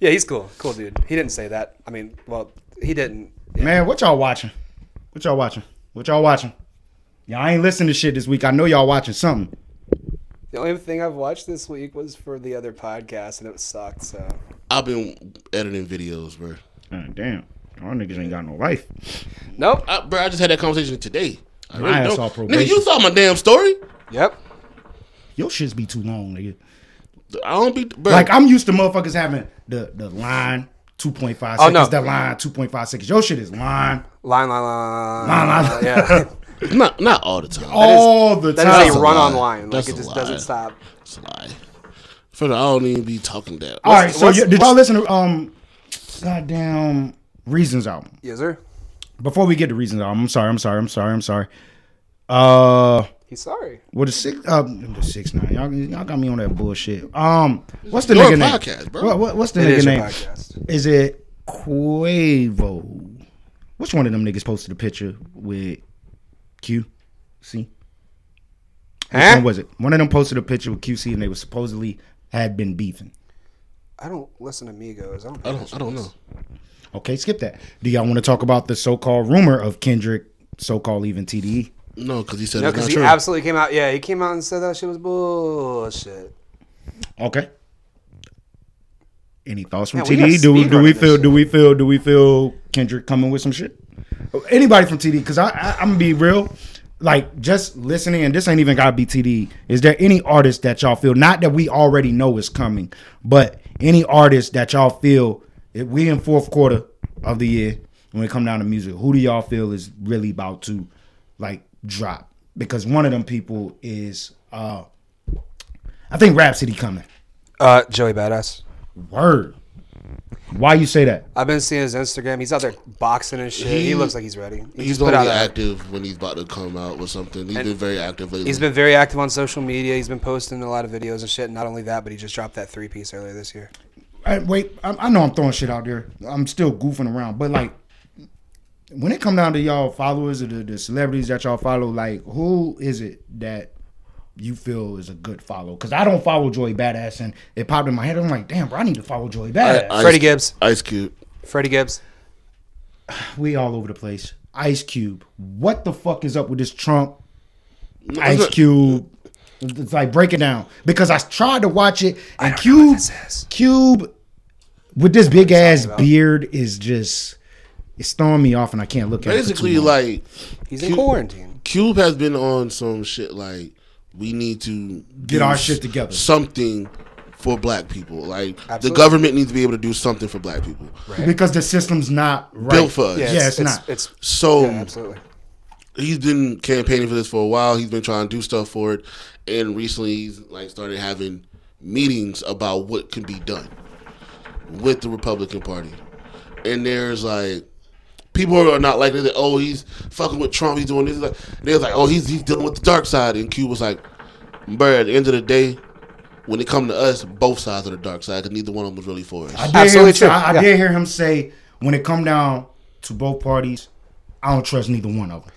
Speaker 1: Yeah, he's cool. Cool dude. He didn't say that. I mean, well, he didn't. Yeah.
Speaker 2: Man, what y'all watching? What y'all watching? What y'all watching? Y'all ain't listening to shit this week. I know y'all watching something.
Speaker 1: The only thing I've watched this week was for the other podcast, and it sucked. So
Speaker 3: I've been editing videos, bro.
Speaker 2: God damn. Y'all niggas ain't got no life.
Speaker 1: nope.
Speaker 3: I, bro, I just had that conversation today. I really
Speaker 2: ass
Speaker 3: don't.
Speaker 2: off
Speaker 3: Nigga,
Speaker 2: probation.
Speaker 3: you saw my damn story.
Speaker 1: Yep.
Speaker 2: Your shits be too long, nigga.
Speaker 3: I don't be, bro.
Speaker 2: Like I'm used to motherfuckers having the the line 2.5 seconds,
Speaker 1: Oh, no.
Speaker 2: the line 2.5 seconds. Your shit is line
Speaker 1: Line, line,
Speaker 2: Line,
Speaker 1: line, line,
Speaker 2: line,
Speaker 1: line. Yeah.
Speaker 3: not, not all the time.
Speaker 2: all the
Speaker 1: That
Speaker 2: time.
Speaker 1: is a
Speaker 3: a
Speaker 1: run
Speaker 3: lie.
Speaker 1: online. Like
Speaker 3: That's
Speaker 1: it
Speaker 3: a
Speaker 1: just
Speaker 3: lie.
Speaker 1: doesn't stop.
Speaker 3: It's a lie. First of all, I don't even be talking that.
Speaker 2: All right, so
Speaker 1: what's-
Speaker 2: you, did y'all listen to um goddamn Reasons album?
Speaker 1: Yes, sir.
Speaker 2: Before we get to Reasons album, I'm sorry, I'm sorry, I'm sorry, I'm sorry. Uh
Speaker 1: He's sorry.
Speaker 2: Well, the six, uh, the six nine. Y'all, y'all got me on that bullshit. Um, what's the
Speaker 3: Your
Speaker 2: nigga name?
Speaker 3: podcast, bro.
Speaker 2: What, what- what's the
Speaker 1: It
Speaker 2: nigga
Speaker 1: is your
Speaker 2: name?
Speaker 1: podcast.
Speaker 2: Is it Quavo? Which one of them niggas posted a picture with Q? C? Which
Speaker 1: Huh?
Speaker 2: one was it? One of them posted a picture with QC, and they were supposedly had been beefing.
Speaker 1: I don't listen to Migos. I don't.
Speaker 3: I don't, I don't know.
Speaker 2: Okay, skip that. Do y'all want to talk about the so-called rumor of Kendrick, so-called even E? TDE?
Speaker 3: No, because he said
Speaker 1: No,
Speaker 3: it's
Speaker 1: because
Speaker 3: not
Speaker 1: he
Speaker 3: true.
Speaker 1: absolutely came out. Yeah, he came out and said that shit was bullshit.
Speaker 2: Okay. Any thoughts from
Speaker 1: Yeah, we
Speaker 2: TD?
Speaker 1: got
Speaker 2: Do
Speaker 1: speed
Speaker 2: do we
Speaker 1: running this
Speaker 2: feel
Speaker 1: shit.
Speaker 2: do we feel do we feel Kendrick coming with some shit? Anybody from TD? Because I, I I'm gonna be real, like just listening, and this ain't even gotta be TD. Is there any artist that y'all feel not that we already know is coming, but any artist that y'all feel if we in fourth quarter of the year when it come down to music, who do y'all feel is really about to like drop? Because one of them people is uh I think Rhapsody coming.
Speaker 1: Uh, Joey Badass.
Speaker 2: Word. Why you say that?
Speaker 1: I've been seeing his Instagram. He's out there boxing and shit. He,
Speaker 3: He-
Speaker 1: looks like he's ready. He
Speaker 3: He's
Speaker 1: just put
Speaker 3: only
Speaker 1: out a-
Speaker 3: active when he's about to come out with something. He's been very active lately.
Speaker 1: He's been very active on social media. He's been posting a lot of videos and shit. And not only that, but he just dropped that three piece earlier this year.
Speaker 2: I, wait, I, I know I'm throwing shit out there. I'm still goofing around, but like, when it come down to y'all followers or the, the celebrities that y'all follow, like, who is it that you feel is a good follow? Because I don't follow Joey Badass, and it popped in my head. I'm like, damn, bro, I need to follow Joey Badass.
Speaker 3: I-
Speaker 1: Freddie Gibbs.
Speaker 3: Ice Cube.
Speaker 1: Freddie Gibbs.
Speaker 2: we all over the place. Ice Cube, what the fuck is up with this Trump?
Speaker 3: it's
Speaker 2: Ice
Speaker 3: a-
Speaker 2: Cube. It's like break it down because I tried to watch it and Cube
Speaker 1: is.
Speaker 2: Cube with this big ass beard is just it's throwing me off and I can't look at it. for
Speaker 3: Basically,
Speaker 2: too long.
Speaker 3: like
Speaker 1: He's in
Speaker 3: Cube-
Speaker 1: quarantine.
Speaker 3: Cube has been on some shit like we need to
Speaker 2: Get
Speaker 3: do
Speaker 2: our
Speaker 3: s-
Speaker 2: shit together.
Speaker 3: Something for black people. Like the
Speaker 1: Absolutely.
Speaker 3: government needs to be able to do something for black people.
Speaker 1: Right.
Speaker 2: because the system's not right.
Speaker 3: Built for us.
Speaker 2: Yeah,
Speaker 1: it's-
Speaker 2: it's,
Speaker 1: it's,
Speaker 2: not.
Speaker 1: It's,
Speaker 3: So
Speaker 1: yeah, absolutely.
Speaker 3: he's been campaigning for this for a while. He's been trying to do stuff for it, and recently he's like started having meetings about what can be done with the Republican Party. And there's like people are not like they're like, oh he's fucking with Trump, he's doing this. Like they're like oh he's he's dealing with the dark side, and Q was like, bruh, at the end of the day. When it come to us, both sides of the dark side, because neither one of them was really for us.
Speaker 2: I did
Speaker 1: Absolutely
Speaker 2: hear him, say-
Speaker 1: true.
Speaker 2: I, I
Speaker 1: Yeah.
Speaker 2: did hear him say when it come down to both parties, I don't trust neither one of them.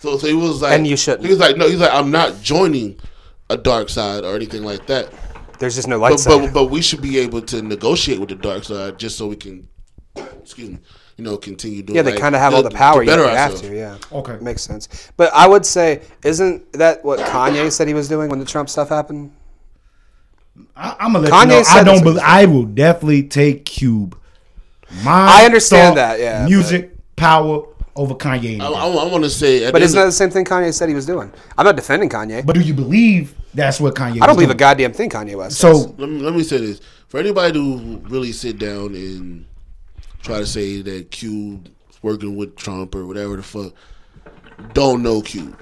Speaker 3: So, so he was like,
Speaker 1: And you shouldn't.
Speaker 3: He was like, no, he's like, I'm not joining a dark side or anything like that.
Speaker 1: There's just no light
Speaker 3: but,
Speaker 1: side.
Speaker 3: but but we should be able to negotiate with the dark side just so we can, excuse me, you know, continue doing.
Speaker 1: yeah, they
Speaker 3: like,
Speaker 1: kind of have
Speaker 3: to-
Speaker 1: all the power.
Speaker 3: to
Speaker 1: You
Speaker 3: better
Speaker 1: have
Speaker 3: ourselves.
Speaker 1: to. Yeah.
Speaker 2: Okay.
Speaker 1: Makes sense. But I would say, isn't that what Kanye said he was doing when the Trump stuff happened?
Speaker 2: I, I'm gonna let
Speaker 1: Kanye
Speaker 2: you know. I
Speaker 1: said
Speaker 2: don't.
Speaker 1: it's-
Speaker 2: Believe, I will definitely take Cube. My
Speaker 1: I understand
Speaker 2: thought,
Speaker 1: that, yeah,
Speaker 2: music power over Kanye. any
Speaker 3: I,
Speaker 2: day.
Speaker 3: want to say, at
Speaker 1: But
Speaker 3: the
Speaker 1: isn't that
Speaker 3: end
Speaker 1: the same thing Kanye said he was doing? I'm not defending Kanye.
Speaker 2: but do you believe that's what Kanye?
Speaker 1: I don't
Speaker 2: was
Speaker 1: believe a
Speaker 2: doing?
Speaker 1: goddamn thing Kanye West says.
Speaker 2: So
Speaker 3: of- let me, let me say this for anybody to really sit down and try to say that Cube working with Trump or whatever the fuck. Don't know Cube.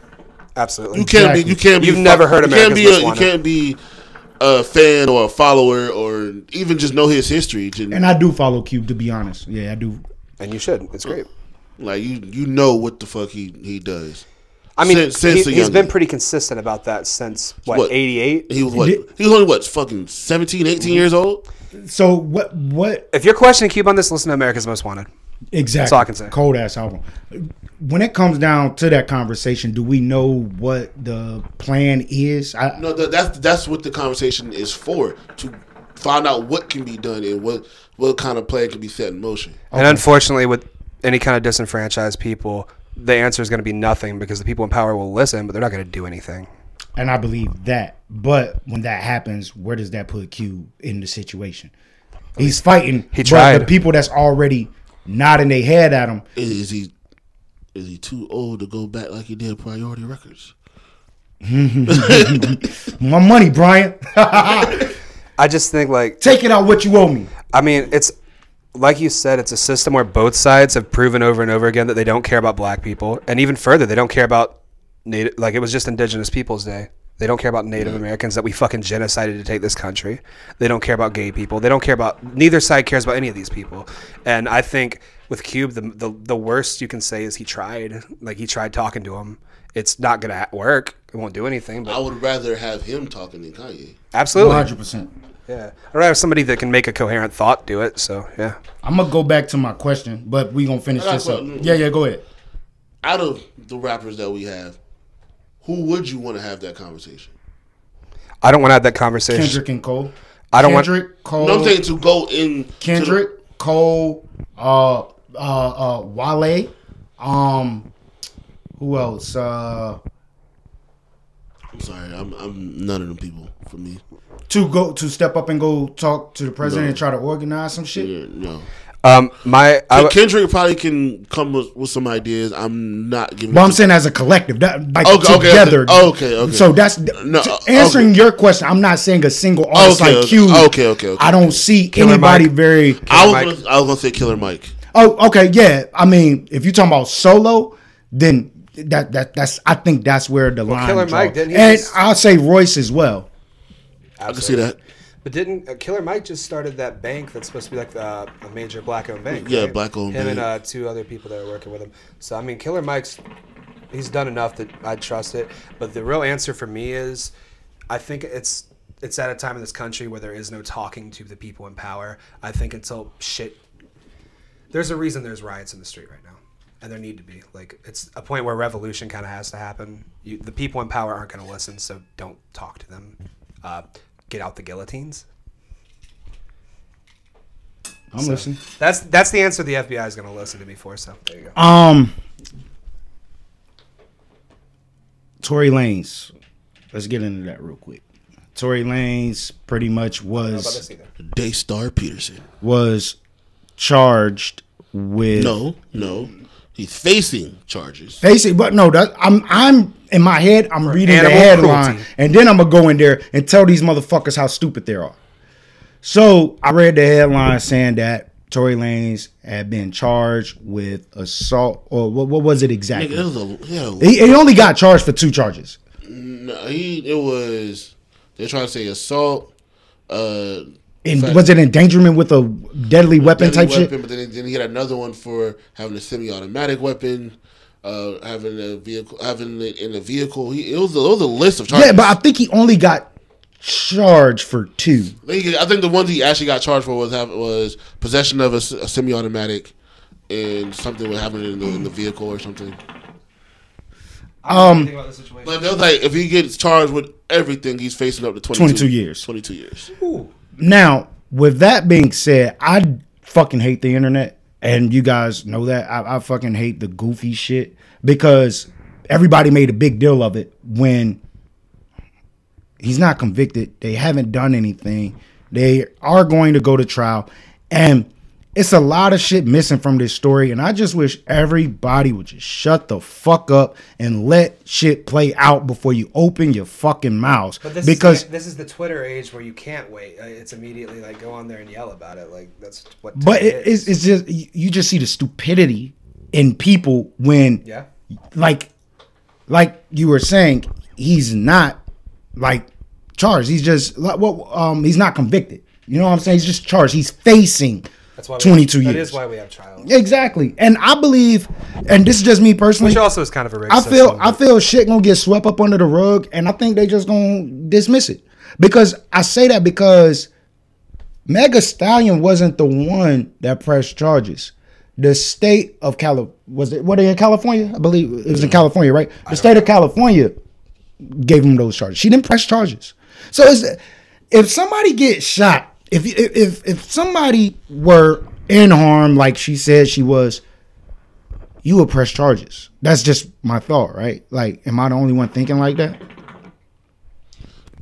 Speaker 1: absolutely.
Speaker 3: You can't
Speaker 2: Exactly.
Speaker 3: be. You can't be.
Speaker 1: You've
Speaker 3: fu-
Speaker 1: never heard
Speaker 3: you can't
Speaker 1: America's
Speaker 3: be a,
Speaker 1: Most
Speaker 3: You
Speaker 1: Wanted.
Speaker 3: can't be a fan or a follower or even just know his history. to-
Speaker 2: and I do follow Cube to be honest. Yeah, I do.
Speaker 1: and you should. It's great.
Speaker 3: like you, you know what the fuck he he does.
Speaker 1: I mean,
Speaker 3: Since- since a
Speaker 1: he, has
Speaker 3: young
Speaker 1: been
Speaker 3: man.
Speaker 1: pretty consistent about that since
Speaker 3: What?
Speaker 1: what '88.
Speaker 3: He was what?
Speaker 2: Did-
Speaker 3: He was only what? Fucking 17, 18 years old.
Speaker 2: So what? What
Speaker 1: If you're questioning Cube on this, listen to America's Most Wanted.
Speaker 2: exactly?
Speaker 1: all I can say.
Speaker 2: Cold ass album. When it comes down to that conversation, do we know what the plan is? I,
Speaker 3: No, that, that's that's what the conversation is for to find out what can be done and what what kind of plan can be set in motion.
Speaker 1: And unfortunately, with any kind of disenfranchised people, the answer is going to be nothing because the people in power will listen, but they're not going to do anything.
Speaker 2: and I believe that. But when that happens, where does that put Cube in the situation? He's fighting.
Speaker 1: He
Speaker 2: but the
Speaker 1: tried.
Speaker 2: people that's already nodding their head at him.
Speaker 3: Is, is he is he too old to go back like he did Priority Records?
Speaker 2: My money, Brian.
Speaker 1: I just think like
Speaker 2: Take it out what you owe me.
Speaker 1: I mean, it's like you said, it's a system where both sides have proven over and over again that they don't care about black people, and even further, they don't care about native. Like it was just Indigenous Peoples Day. They don't care about Native Americans that we fucking genocided to take this country. They don't care about gay people. They don't care about neither side cares about any of these people. And I think with Cube, the the, the worst you can say is he tried. Like he tried talking to him. It's not gonna ha- work. It won't do anything.
Speaker 3: I
Speaker 1: But
Speaker 3: would rather have him talking than Kanye.
Speaker 1: absolutely,
Speaker 2: 100%.
Speaker 1: yeah. I'd rather have somebody that can make a coherent thought do it. So yeah.
Speaker 2: I'm going to go back to my question, but we going to finish
Speaker 3: I got
Speaker 2: this up.
Speaker 3: something.
Speaker 2: Yeah, yeah, go ahead.
Speaker 3: Out of the rappers that we have, who would you want to have that conversation?
Speaker 1: I don't want to have that conversation.
Speaker 2: Kendrick and Cole.
Speaker 1: I don't want-
Speaker 2: Kendrick, Cole.
Speaker 3: No, I'm saying to go in to the-
Speaker 2: Oh. Kendrick, Cole, uh, uh, uh, Wale, um, who else? Uh,
Speaker 3: I'm sorry, I'm I'm none of them people for me.
Speaker 2: to go to step up and go talk to the president and try to organize some shit.
Speaker 3: Yeah, no.
Speaker 1: Um, my I,
Speaker 3: But
Speaker 1: w-
Speaker 3: Kendrick probably can come with, with some ideas. I'm not giving.
Speaker 2: Well,
Speaker 3: it
Speaker 2: I'm
Speaker 3: to-
Speaker 2: saying as a collective, that, like
Speaker 3: Okay, okay,
Speaker 2: together.
Speaker 3: okay, okay.
Speaker 2: So that's
Speaker 3: No, uh,
Speaker 2: to-
Speaker 3: okay.
Speaker 2: answering your question. I'm not saying a single artist
Speaker 3: Okay,
Speaker 2: like
Speaker 3: okay,
Speaker 2: Cube.
Speaker 3: okay, okay, okay.
Speaker 2: I don't see anybody
Speaker 1: Mike.
Speaker 2: very.
Speaker 3: I was
Speaker 1: Mike.
Speaker 3: gonna, I was gonna say Killer Mike.
Speaker 2: Oh, okay, yeah. I mean, if you're talking about solo, then that that that's I think that's where the line.
Speaker 1: Killer
Speaker 2: draws.
Speaker 1: Mike, didn't he
Speaker 2: and
Speaker 1: just-
Speaker 2: I'll say Royce as well.
Speaker 3: I can see that.
Speaker 1: but didn't uh, Killer Mike just started that bank that's supposed to be like uh, a major black-owned bank?
Speaker 3: Yeah, black-owned
Speaker 1: Him and uh,
Speaker 3: bank.
Speaker 1: two other people that are working with him. So I mean, Killer Mike's he's done enough that I trust it. But the real answer for me is, I think it's it's at a time in this country where there is no talking to the people in power. I think until shit, there's a reason there's riots in the street right now. and there need to be like it's a point where revolution kind of has to happen. You, the people in power aren't going to listen, so don't talk to them. Uh, get out the guillotines.
Speaker 2: I'm listening.
Speaker 1: That's that's the answer the FBI is going to listen to me for. So there you go.
Speaker 2: Um, Tory Lanez. Let's get into that real quick. Tory Lanez pretty much
Speaker 1: How about
Speaker 2: was
Speaker 1: this either?
Speaker 3: Daystar Peterson.
Speaker 2: was charged with
Speaker 3: No, no. He's facing charges.
Speaker 2: Basic, but no, that, I'm I'm in my head. I'm reading the
Speaker 1: animal
Speaker 2: headline,
Speaker 1: cruelty.
Speaker 2: and then I'm gonna go in there and tell these motherfuckers how stupid they are. So I read the headline saying that Tory Lanez had been charged with assault, or what, what was it
Speaker 3: Nigga,
Speaker 2: exactly?
Speaker 3: it was a yeah.
Speaker 2: he, he only got charged for two charges.
Speaker 3: no, he it was they're trying to say assault, uh,
Speaker 2: And
Speaker 3: Fact.
Speaker 2: was it endangerment with a deadly weapon
Speaker 3: deadly
Speaker 2: type
Speaker 3: weapon,
Speaker 2: shit?
Speaker 3: but then, then he had another one for having a semi-automatic weapon, uh, having a vehicle, having it in a vehicle. He it was, a, it was a list of charges.
Speaker 2: Yeah, but I think he only got charged for two.
Speaker 3: I think, I think the ones he actually got charged for was have, was possession of a, s- a semi-automatic and something with having it in the, in the vehicle or something.
Speaker 2: Um,
Speaker 1: Think about the situation.
Speaker 3: But they're like, if he gets charged with everything, he's facing up to 22,
Speaker 2: 22 years.
Speaker 3: 22 years.
Speaker 1: Ooh.
Speaker 2: Now, with that being said, I fucking hate the internet, and you guys know that. I, I fucking hate the goofy shit because everybody made a big deal of it when he's not convicted. They haven't done anything. They are going to go to trial, and it's a lot of shit missing from this story. And I just wish everybody would just shut the fuck up and let shit play out before you open your fucking mouths.
Speaker 1: But this
Speaker 2: because
Speaker 1: is the, this is the Twitter age where you can't wait. Uh, It's immediately like go on there and yell about it. Like that's what.
Speaker 2: But
Speaker 1: Twitter
Speaker 2: it, it's, it's just you you just see the stupidity in people when,
Speaker 1: yeah.
Speaker 2: like, like you were saying, he's not like charged. He's just like well, um, he's not convicted. You know what I'm saying? He's just charged. He's facing
Speaker 1: That's why. we-
Speaker 2: 22
Speaker 1: That
Speaker 2: years.
Speaker 1: is why we have trials.
Speaker 2: exactly. And I believe, and this is just me personally.
Speaker 1: Which also is kind of a rich.
Speaker 2: I feel
Speaker 1: system,
Speaker 2: I feel shit gonna get swept up under the rug, and I think they just gonna dismiss it because I say that because Mega Stallion wasn't the one that pressed charges. The state of Cali was it? Were they in California? I believe it was in California, right? The state of California gave him those charges. She didn't press charges. So it's, if somebody gets shot, if if if somebody were in harm, like she said she was, you would press charges. That's just my thought, right? Like, am I the only one thinking like that?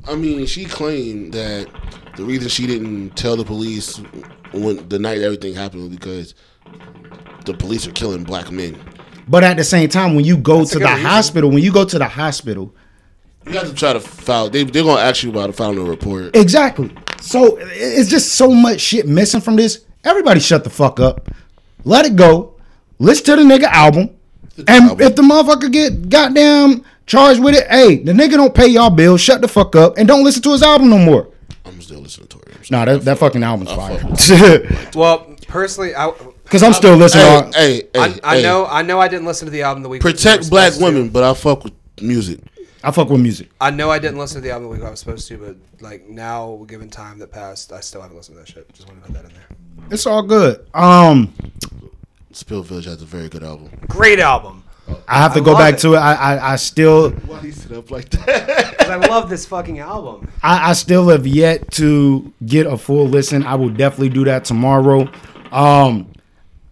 Speaker 3: I mean, she claimed that the reason she didn't tell the police when the night everything happened was because the police are killing black men.
Speaker 2: But at the same time, when you go
Speaker 1: That's a
Speaker 2: to
Speaker 1: good
Speaker 2: the
Speaker 1: reason.
Speaker 2: hospital, when you go to the hospital,
Speaker 3: You got to try to file. They, they're going to ask you about filing a report.
Speaker 2: exactly. So i- it's just so much shit missing from this. Everybody, shut the fuck up. Let it go. Listen to the nigga album. And
Speaker 3: album.
Speaker 2: if the motherfucker get goddamn charged with it, hey, the nigga don't pay y'all bill. Shut the fuck up and don't listen to his album no more.
Speaker 3: I'm still listening to her. I'm
Speaker 2: Nah,
Speaker 3: sorry.
Speaker 2: that, that fucking album's fire.
Speaker 1: Well, personally, I.
Speaker 2: Cause I'm still listening. to-
Speaker 3: Hey, hey, hey,
Speaker 1: I, I
Speaker 3: hey.
Speaker 1: know I know I didn't listen to the album the week. I was
Speaker 3: Protect black
Speaker 1: supposed to.
Speaker 3: women, but I fuck with music.
Speaker 2: I fuck with music.
Speaker 1: I know I didn't listen to the album the week I was supposed to, but like now, given time that passed, I still haven't listened to that shit. Just want to put that in there.
Speaker 2: It's all good. Um,
Speaker 3: Spill Village has a very good album.
Speaker 1: Great album.
Speaker 2: I have to
Speaker 1: I
Speaker 2: go
Speaker 1: love
Speaker 2: back
Speaker 1: it.
Speaker 2: to it. I, I, I still,
Speaker 3: Why do you sit up like that?
Speaker 1: 'Cause I love this fucking album.
Speaker 2: I, I still have yet to get a full listen. I will definitely do that tomorrow. Um,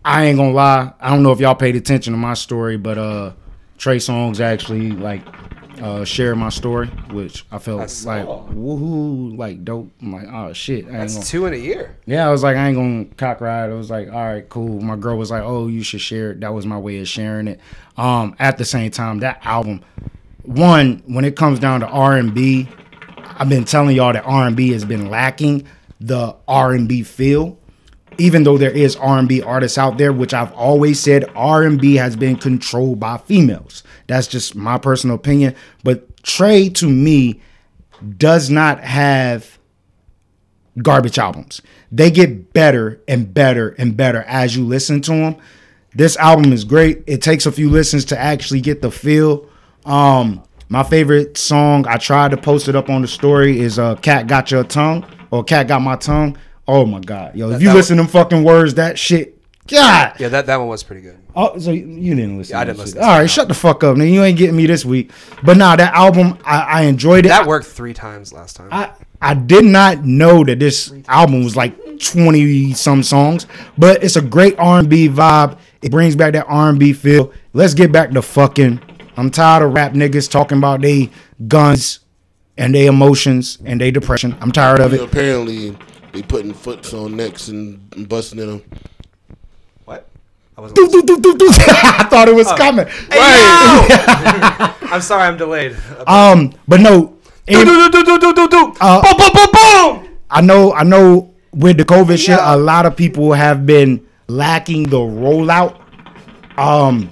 Speaker 2: I ain't gonna lie. I don't know if y'all paid attention to my story, but uh, Trey Songs actually like uh shared my story, which I felt
Speaker 1: That's
Speaker 2: like
Speaker 1: cool.
Speaker 2: woohoo, like dope. I'm like, oh shit, I ain't gonna-
Speaker 1: That's two in a year.
Speaker 2: Yeah, I was like, I ain't gonna cock ride. I was like, all right, cool. My girl was like, oh, you should share it. That was my way of sharing it. Um, at the same time, that album, one, when it comes down to R and B, I've been telling y'all that R and B has been lacking the R and B feel. Even though there is R and B artists out there, which I've always said R and B has been controlled by females. That's just my personal opinion. But Trey, to me, does not have garbage albums. They get better and better and better as you listen to them. This album is great. It takes a few listens to actually get the feel. Um, my favorite song I tried to post it up on the story is uh "Cat Got Your Tongue" or "Cat Got My Tongue." Oh my god, yo! If you
Speaker 1: that
Speaker 2: listen to them fucking words, that shit God.
Speaker 1: Yeah, that, that one was pretty good.
Speaker 2: Oh, so you- you didn't listen.
Speaker 1: Yeah, I
Speaker 2: to
Speaker 1: didn't
Speaker 2: that
Speaker 1: listen
Speaker 2: shit.
Speaker 1: to
Speaker 2: All
Speaker 1: that
Speaker 2: right, shut the fuck up, nigga. You ain't getting me this week. But nah, that album, I, I enjoyed it.
Speaker 1: That worked three times last time.
Speaker 2: I I did not know that this album was like twenty some songs, but it's a great R and B vibe. It brings back that R and B feel. Let's get back to fucking. I'm tired of rap niggas talking about they guns and they emotions and they depression. I'm tired of
Speaker 3: You know,
Speaker 2: it.
Speaker 3: apparently, they putting foots on necks and and busting in them.
Speaker 1: what? I wasn't.
Speaker 2: Doo, doo, doo, doo, doo. I thought it was coming.
Speaker 1: listening. I'm sorry, I'm delayed.
Speaker 2: Um, but no. it- Uh,
Speaker 1: boom, boom, boom, boom.
Speaker 2: I know, I know. With the COVID shit, a lot of people have been lacking the rollout. Um,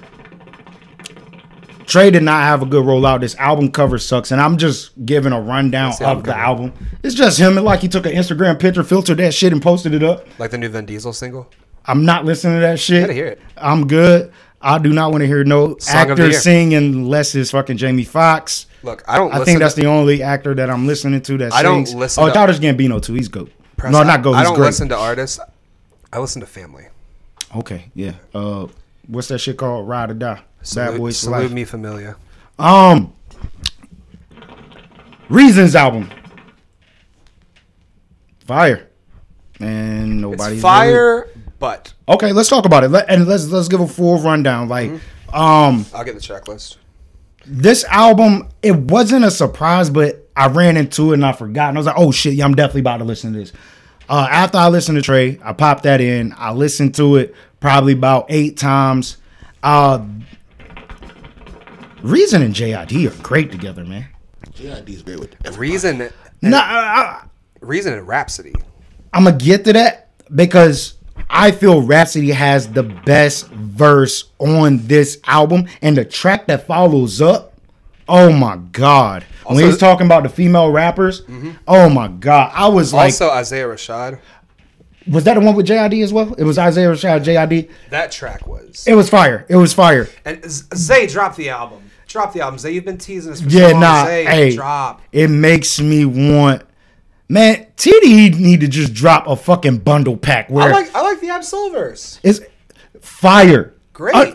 Speaker 2: Trey did not have a good rollout. This album cover sucks, and I'm just giving a rundown
Speaker 1: What's
Speaker 2: of the
Speaker 1: the album cover?
Speaker 2: album. It's just him, and like he took an Instagram picture, filtered that shit, and posted it up.
Speaker 1: Like the new Vin Diesel single.
Speaker 2: I'm not listening to that shit.
Speaker 1: Gotta hear it.
Speaker 2: I'm good. I do not want to hear no
Speaker 1: Song of the
Speaker 2: actor
Speaker 1: year.
Speaker 2: sing unless it's fucking Jamie Foxx.
Speaker 1: Look, I don't.
Speaker 2: I
Speaker 1: listen
Speaker 2: think that's
Speaker 1: to,
Speaker 2: the only actor that I'm listening to that
Speaker 1: I don't
Speaker 2: sings.
Speaker 1: listen
Speaker 2: Oh,
Speaker 1: to-
Speaker 2: Childish Gambino too. He's good.
Speaker 1: press.
Speaker 2: No, not good.
Speaker 1: I
Speaker 2: He's
Speaker 1: don't
Speaker 2: great.
Speaker 1: listen to artists. I listen to family.
Speaker 2: Okay, yeah. Uh, what's that shit called? Ride or Die. Bad
Speaker 1: Salute-
Speaker 2: Boys for
Speaker 1: salute
Speaker 2: Life.
Speaker 1: me, familia.
Speaker 2: Um, Reasons album. Fire. And
Speaker 1: It's
Speaker 2: nobody's really-
Speaker 1: fire, but
Speaker 2: Okay, let's talk about it. Let, and let's let's give a full rundown. Like,
Speaker 1: Mm-hmm.
Speaker 2: um,
Speaker 1: I'll get the checklist.
Speaker 2: this album, it wasn't a surprise, but I ran into it and I forgot. And I was like, oh shit, yeah, I'm definitely about to listen to this. Uh, after I listened to Trey, I popped that in. I listened to it probably about eight times. Uh, Reason and JID are great together, man.
Speaker 3: GID's great with every-
Speaker 1: Reason,
Speaker 2: No, I,
Speaker 1: reason, and Rhapsody.
Speaker 2: I'm gonna get to that because I feel Rhapsody has the best verse on this album, and the track that follows up. Oh my god! when
Speaker 1: Also- Mm-hmm.
Speaker 2: he's talking about the female rappers, oh my god! I was like,
Speaker 1: also, Isaiah Rashad.
Speaker 2: was that the one with JID as well? It was Isaiah Rashad, JID.
Speaker 1: That track was.
Speaker 2: It was fire. It was fire.
Speaker 1: And Z- Zay, drop the album. Drop the album. Zay, you've been teasing us for so
Speaker 2: Yeah,
Speaker 1: long.
Speaker 2: nah.
Speaker 1: Zay,
Speaker 2: hey,
Speaker 1: drop.
Speaker 2: it makes me want. Man, TDE need to just drop a fucking bundle pack
Speaker 1: I
Speaker 2: where
Speaker 1: like I like the Absol verse.
Speaker 2: it's fire.
Speaker 1: Great.
Speaker 2: Uh,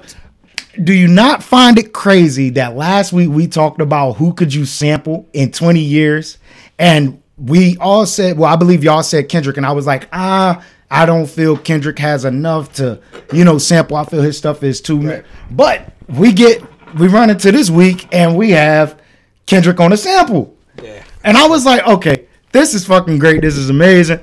Speaker 2: do you not find it crazy that last week we talked about who could you sample in 20 years and we all said well i believe y'all said kendrick and i was like ah i don't feel kendrick has enough to you know sample i feel his stuff is too
Speaker 1: Right.
Speaker 2: but we get we run into this week and we have kendrick on a sample
Speaker 1: yeah.
Speaker 2: and I was like, okay, this is fucking great. This is amazing.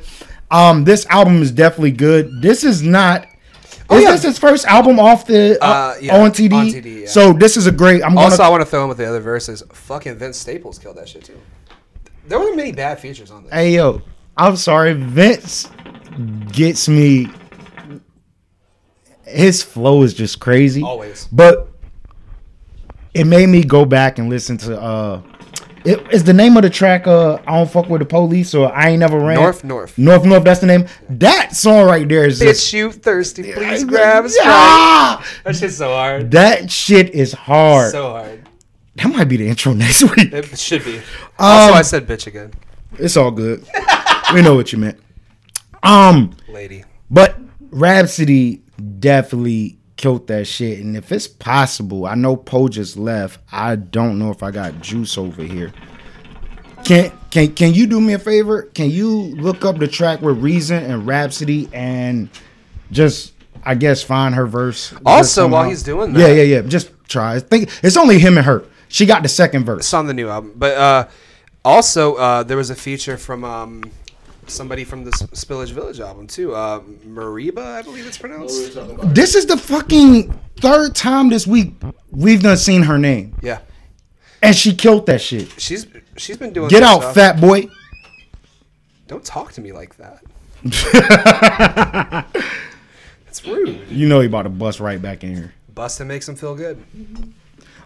Speaker 2: Um, this album is definitely good. This is not. is
Speaker 1: Oh, yeah.
Speaker 2: this his first album off the uh,
Speaker 1: Uh, yeah,
Speaker 2: on TD?
Speaker 1: on TD, yeah.
Speaker 2: So this is a great. I'm
Speaker 1: Also, I
Speaker 2: gonna.
Speaker 1: want to throw in with the other verses. Fucking Vince Staples killed that shit too. There weren't many bad features on this.
Speaker 2: Hey yo, I'm sorry. Vince gets me. His flow is just crazy.
Speaker 1: Always.
Speaker 2: But it made me go back and listen to. uh it, Is the name of the track? Uh, I don't fuck with the police, or I ain't never ran.
Speaker 1: North, North.
Speaker 2: North North, that's the name. That song right there is just
Speaker 1: Bitch, you thirsty? Please grab a sprite.
Speaker 2: Ah!
Speaker 1: That shit's so hard.
Speaker 2: That shit is hard.
Speaker 1: So hard.
Speaker 2: that might be the intro next week.
Speaker 1: It should
Speaker 2: Um,
Speaker 1: be. also, I said bitch again,
Speaker 2: It's all good. we know what you meant. Um,
Speaker 1: lady.
Speaker 2: but Rhapsody definitely killed that shit. And if it's possible, I know Poe just left. I don't know if I got juice over here. Can can can you do me a favor? Can you look up the track with Reason and Rhapsody and just I guess find her verse?
Speaker 1: Also,
Speaker 2: Just
Speaker 1: while
Speaker 2: somehow-
Speaker 1: he's doing
Speaker 2: yeah,
Speaker 1: that-
Speaker 2: yeah, yeah. Just try. Think it's only him and her. She got the second verse.
Speaker 1: It's on the new album, but uh, also uh, there was a feature from um, somebody from the S- Spillage Village album too. Uh, Mariba, I believe it's pronounced.
Speaker 2: This is the fucking third time this week we've done seen her name,
Speaker 1: Yeah,
Speaker 2: and she killed that shit.
Speaker 1: she's she's been doing.
Speaker 2: Get
Speaker 1: some
Speaker 2: out,
Speaker 1: stuff.
Speaker 2: fat boy.
Speaker 1: Don't talk to me like that. It's rude.
Speaker 2: You know he about to bust right back in here.
Speaker 1: Busta makes him feel good.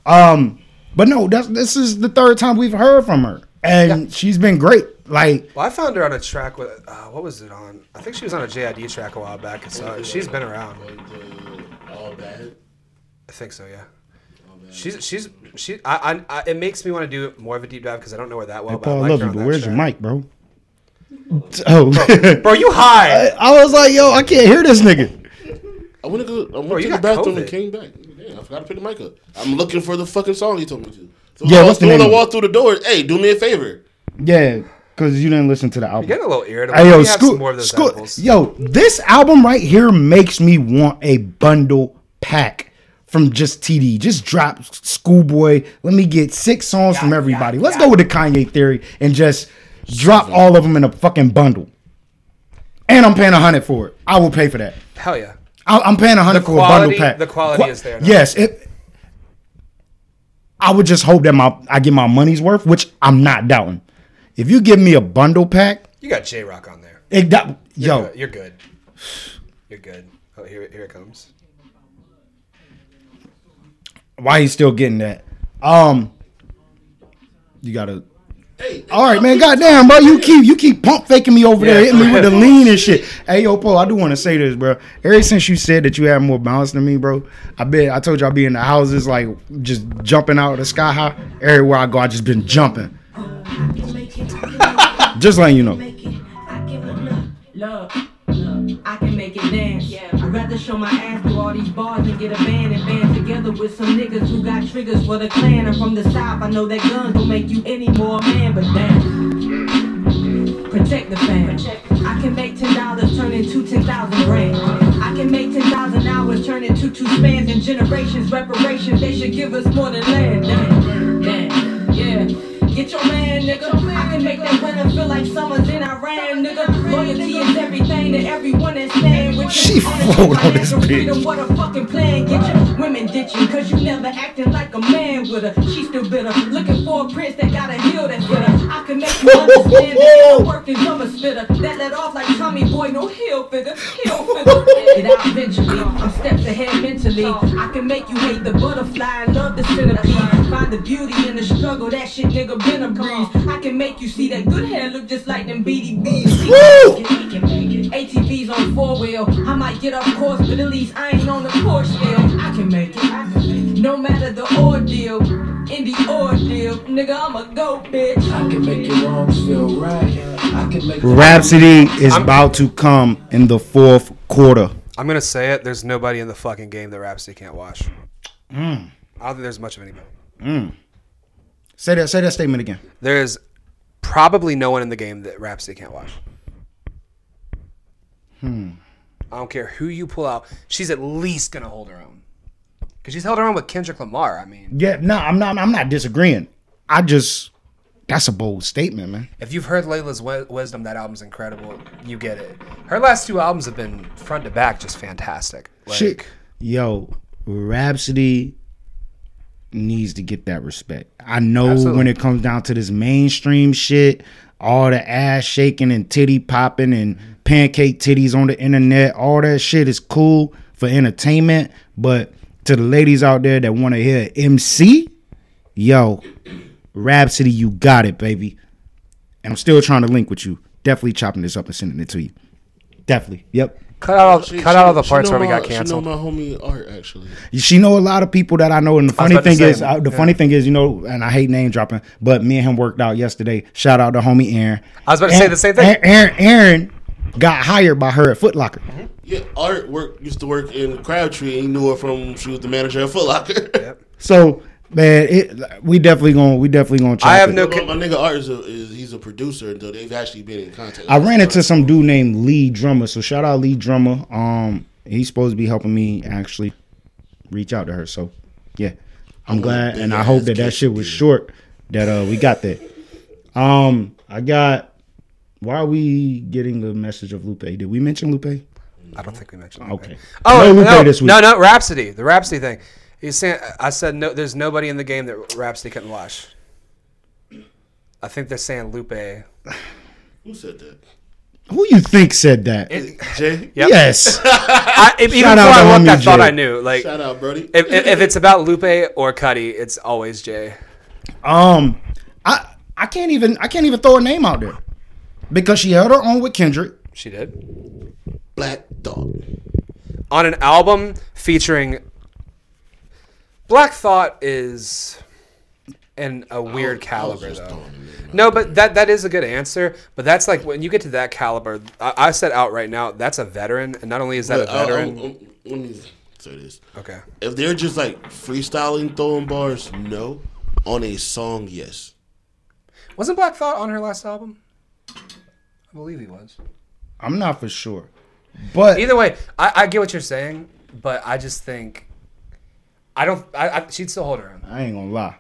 Speaker 2: Um, but no, that's this is the third time we've heard from her, and she's been great. Like,
Speaker 1: Well, I found her on a track with uh, what was it on? I think she was on a JID track a while back. So uh, she's been around.
Speaker 3: All bad.
Speaker 1: I think so. Yeah. She's she's she. I, I, I it makes me want to do more of a deep dive because I don't know her that well. but I
Speaker 2: Paul, I
Speaker 1: liked
Speaker 2: love
Speaker 1: her
Speaker 2: you,
Speaker 1: on
Speaker 2: but
Speaker 1: that
Speaker 2: where's
Speaker 1: track.
Speaker 2: your mic, bro? Oh,
Speaker 1: Bro, you high?
Speaker 2: I was like, yo, I can't hear this nigga.
Speaker 3: I went to go. I went
Speaker 1: Bro, you
Speaker 3: to the
Speaker 1: got
Speaker 3: bathroom and
Speaker 1: COVID.
Speaker 3: came back. Damn, I forgot to pick the mic up. I'm looking for the fucking song he told me to. So
Speaker 2: Yeah,
Speaker 3: I
Speaker 2: what's the
Speaker 3: when
Speaker 2: name
Speaker 3: I
Speaker 2: of it?
Speaker 3: walk through the door, hey, do me a favor.
Speaker 2: Yeah, because you didn't listen to the
Speaker 1: You're getting
Speaker 2: album.
Speaker 1: a little irritable.
Speaker 2: Hey,
Speaker 1: Let
Speaker 2: yo,
Speaker 1: me have some
Speaker 2: Scoot,
Speaker 1: more of those
Speaker 2: Scoot-
Speaker 1: apples.
Speaker 2: yo, this album right here makes me want a bundle pack from just TD. Just drop Schoolboy. Let me get six songs from everybody. Let's go with the Kanye theory and just drop all of them in a fucking bundle. And I'm paying a hundred for it. I will pay for that.
Speaker 1: Hell yeah.
Speaker 2: I- I'm paying a hundred
Speaker 1: The
Speaker 2: for a bundle
Speaker 1: quality-
Speaker 2: pack.
Speaker 1: the quality is there now.
Speaker 2: Yes, it. I would just hope that my I get my money's worth, which I'm not doubting. If you give me a bundle pack,
Speaker 1: You got J Rock on there.
Speaker 2: it got yo.
Speaker 1: Good. You're good. You're good. Oh, here, here it comes.
Speaker 2: Why he's still getting that? Um, you gotta.
Speaker 3: Hey,
Speaker 2: All right, man. Goddamn, bro. You keep you keep pump faking me over there,
Speaker 1: Yeah,
Speaker 2: hitting me
Speaker 1: for
Speaker 2: with the
Speaker 1: real.
Speaker 2: lean and shit. Hey, yo, Paul. I do want to say this, bro. Ever since you said that you had more balance than me, bro, I bet I told you I'd be in the houses like just jumping out of the sky high. Everywhere I go, I just been jumping.
Speaker 6: Make it, make
Speaker 2: Just letting you know.
Speaker 6: it, I give it love.
Speaker 7: Love, love, I can make it dance. Yeah. I'd rather show my ass through all these bars and get a band and band together with some niggas who got triggers for the clan. I'm from the south, I know that guns don't make you any more a man, but damn. Protect the fam. I can make ten dollars turn into ten thousand rand. I can make ten thousand hours turn into two spans and generations reparations. They should give us more than land. Damn, damn, yeah. Get your man, nigga. I can make that weather feel like summer's in Iran, nigga. Loyalty is everything to everyone that's staying with you.
Speaker 2: She flowed on this
Speaker 7: Financial
Speaker 2: bitch.
Speaker 7: freedom, What a fucking plan. Get your women ditching, cause you never acting like a man with her. She still bitter. Looking for a prince that got a heel that's bitter. I can make you understand that your work is number spitter. That let off like Tommy Boy, no heel figure. Heel figure. Get out eventually. I'm steps ahead mentally. I can make you hate the butterfly and love the centipede. Find the beauty in the struggle. That shit nigga been a breeze. I can make you see that good hair look just like them BDBs.
Speaker 2: Woo!
Speaker 7: ATVs on four wheel. I might get off course, but at least I ain't on the course still. I can make it. I can make it. No matter the ordeal, in the ordeal, nigga, I'ma go, bitch.
Speaker 4: I can make it wrong feel right. I can make
Speaker 2: Rhapsody is about to come in the fourth quarter.
Speaker 1: I'm gonna say it. There's nobody in the fucking game that Rhapsody can't watch.
Speaker 2: Mm.
Speaker 1: I don't think there's much of anybody.
Speaker 2: Say that. Say that statement again.
Speaker 1: There is probably no one in the game that Rhapsody can't watch. Hmm. I don't care who you pull out. She's at least gonna hold her own. Cause she's held her own with Kendrick Lamar. I mean,
Speaker 2: Yeah. No, I'm not. I'm not disagreeing. I just. That's a bold statement, man.
Speaker 1: if you've heard Layla's Wi- Wisdom, that album's incredible. You get it. Her last two albums have been front to back, just fantastic. Like,
Speaker 2: Shit. Yo, Rhapsody needs to get that respect. I know
Speaker 1: Absolutely.
Speaker 2: when it comes down to this mainstream shit, all the ass shaking and titty popping and pancake titties on the internet, all that shit is cool for entertainment. But to the ladies out there that want to hear MC, yo, Rhapsody, you got it, baby. And I'm still trying to link with you. Definitely chopping this up and sending it to you. Definitely. Yep.
Speaker 1: Cut out all,
Speaker 3: She-
Speaker 1: cut
Speaker 3: she-
Speaker 1: out all the
Speaker 3: she
Speaker 1: parts
Speaker 3: know
Speaker 1: where we
Speaker 3: my-
Speaker 1: got canceled.
Speaker 3: She know my homie Art actually.
Speaker 2: She know a lot of people that I know, and the funny
Speaker 1: about to
Speaker 2: thing
Speaker 1: say,
Speaker 2: is, I, the
Speaker 1: yeah.
Speaker 2: funny thing is, you know, and I hate name dropping, but me and him worked out yesterday. Shout out to homie Aaron.
Speaker 1: I was about to say the same thing.
Speaker 2: Aaron, Aaron got hired by her at Foot Locker.
Speaker 1: Mm-hmm.
Speaker 3: Yeah, Art work used to work in Crabtree. and He knew her from she was the manager at Foot Locker.
Speaker 2: So man, it, we definitely gonna we definitely gonna. Chop
Speaker 1: I have
Speaker 2: it.
Speaker 1: no-
Speaker 3: My, my nigga Art is, a, is he's a producer until they've actually been in contact.
Speaker 2: I ran into some dude named Lee Drummer. So shout out Lee Drummer. Um, he's supposed to be helping me actually reach out to her. So yeah, I'm glad, and I hope that that shit was short. That uh, we got that. Um, I got. Why are we getting a message of Lupe? Did we mention Lupe?
Speaker 1: I don't think we mentioned. Lupe.
Speaker 2: Okay.
Speaker 1: Oh
Speaker 2: No
Speaker 1: no,
Speaker 2: Lupe
Speaker 1: no,
Speaker 2: this week.
Speaker 1: no, no, Rhapsody, the Rhapsody thing. He's saying, I said no. There's nobody in the game that Rhapsody couldn't watch. I think they're saying Lupe. Yep.
Speaker 3: Who said that?
Speaker 2: Who you think said that?
Speaker 3: Jay.
Speaker 2: Yes.
Speaker 1: I, if, even
Speaker 2: Shout
Speaker 1: before
Speaker 2: out to
Speaker 1: I looked, I
Speaker 2: homie
Speaker 1: thought
Speaker 2: Jay.
Speaker 1: I knew. Like,
Speaker 3: Shout out, Brody.
Speaker 1: if, if, if it's about Lupe or Cuddy, it's always Jay.
Speaker 2: um, I I can't even I can't even throw a name out there because she held her own with Kendrick.
Speaker 1: She did
Speaker 3: Black Dog.
Speaker 1: on an album featuring. Black Thought is, in a
Speaker 3: Oh,
Speaker 1: weird caliber
Speaker 3: Just
Speaker 1: though.
Speaker 3: throwing a name out.
Speaker 1: No, but that that is a good answer. But that's like when you get to that caliber. I, I said out right now, that's a veteran, and not only is that a
Speaker 3: But, uh,
Speaker 1: veteran,
Speaker 3: um, um, let me say this.
Speaker 1: Okay.
Speaker 3: If they're just like freestyling, throwing bars, no. On a song, yes.
Speaker 1: Wasn't Black Thought on her last album? I believe he was.
Speaker 2: I'm not for sure, but
Speaker 1: Either way, I, I get what you're saying, but I just think I don't. I, I she'd still hold her own.
Speaker 2: I ain't gonna lie.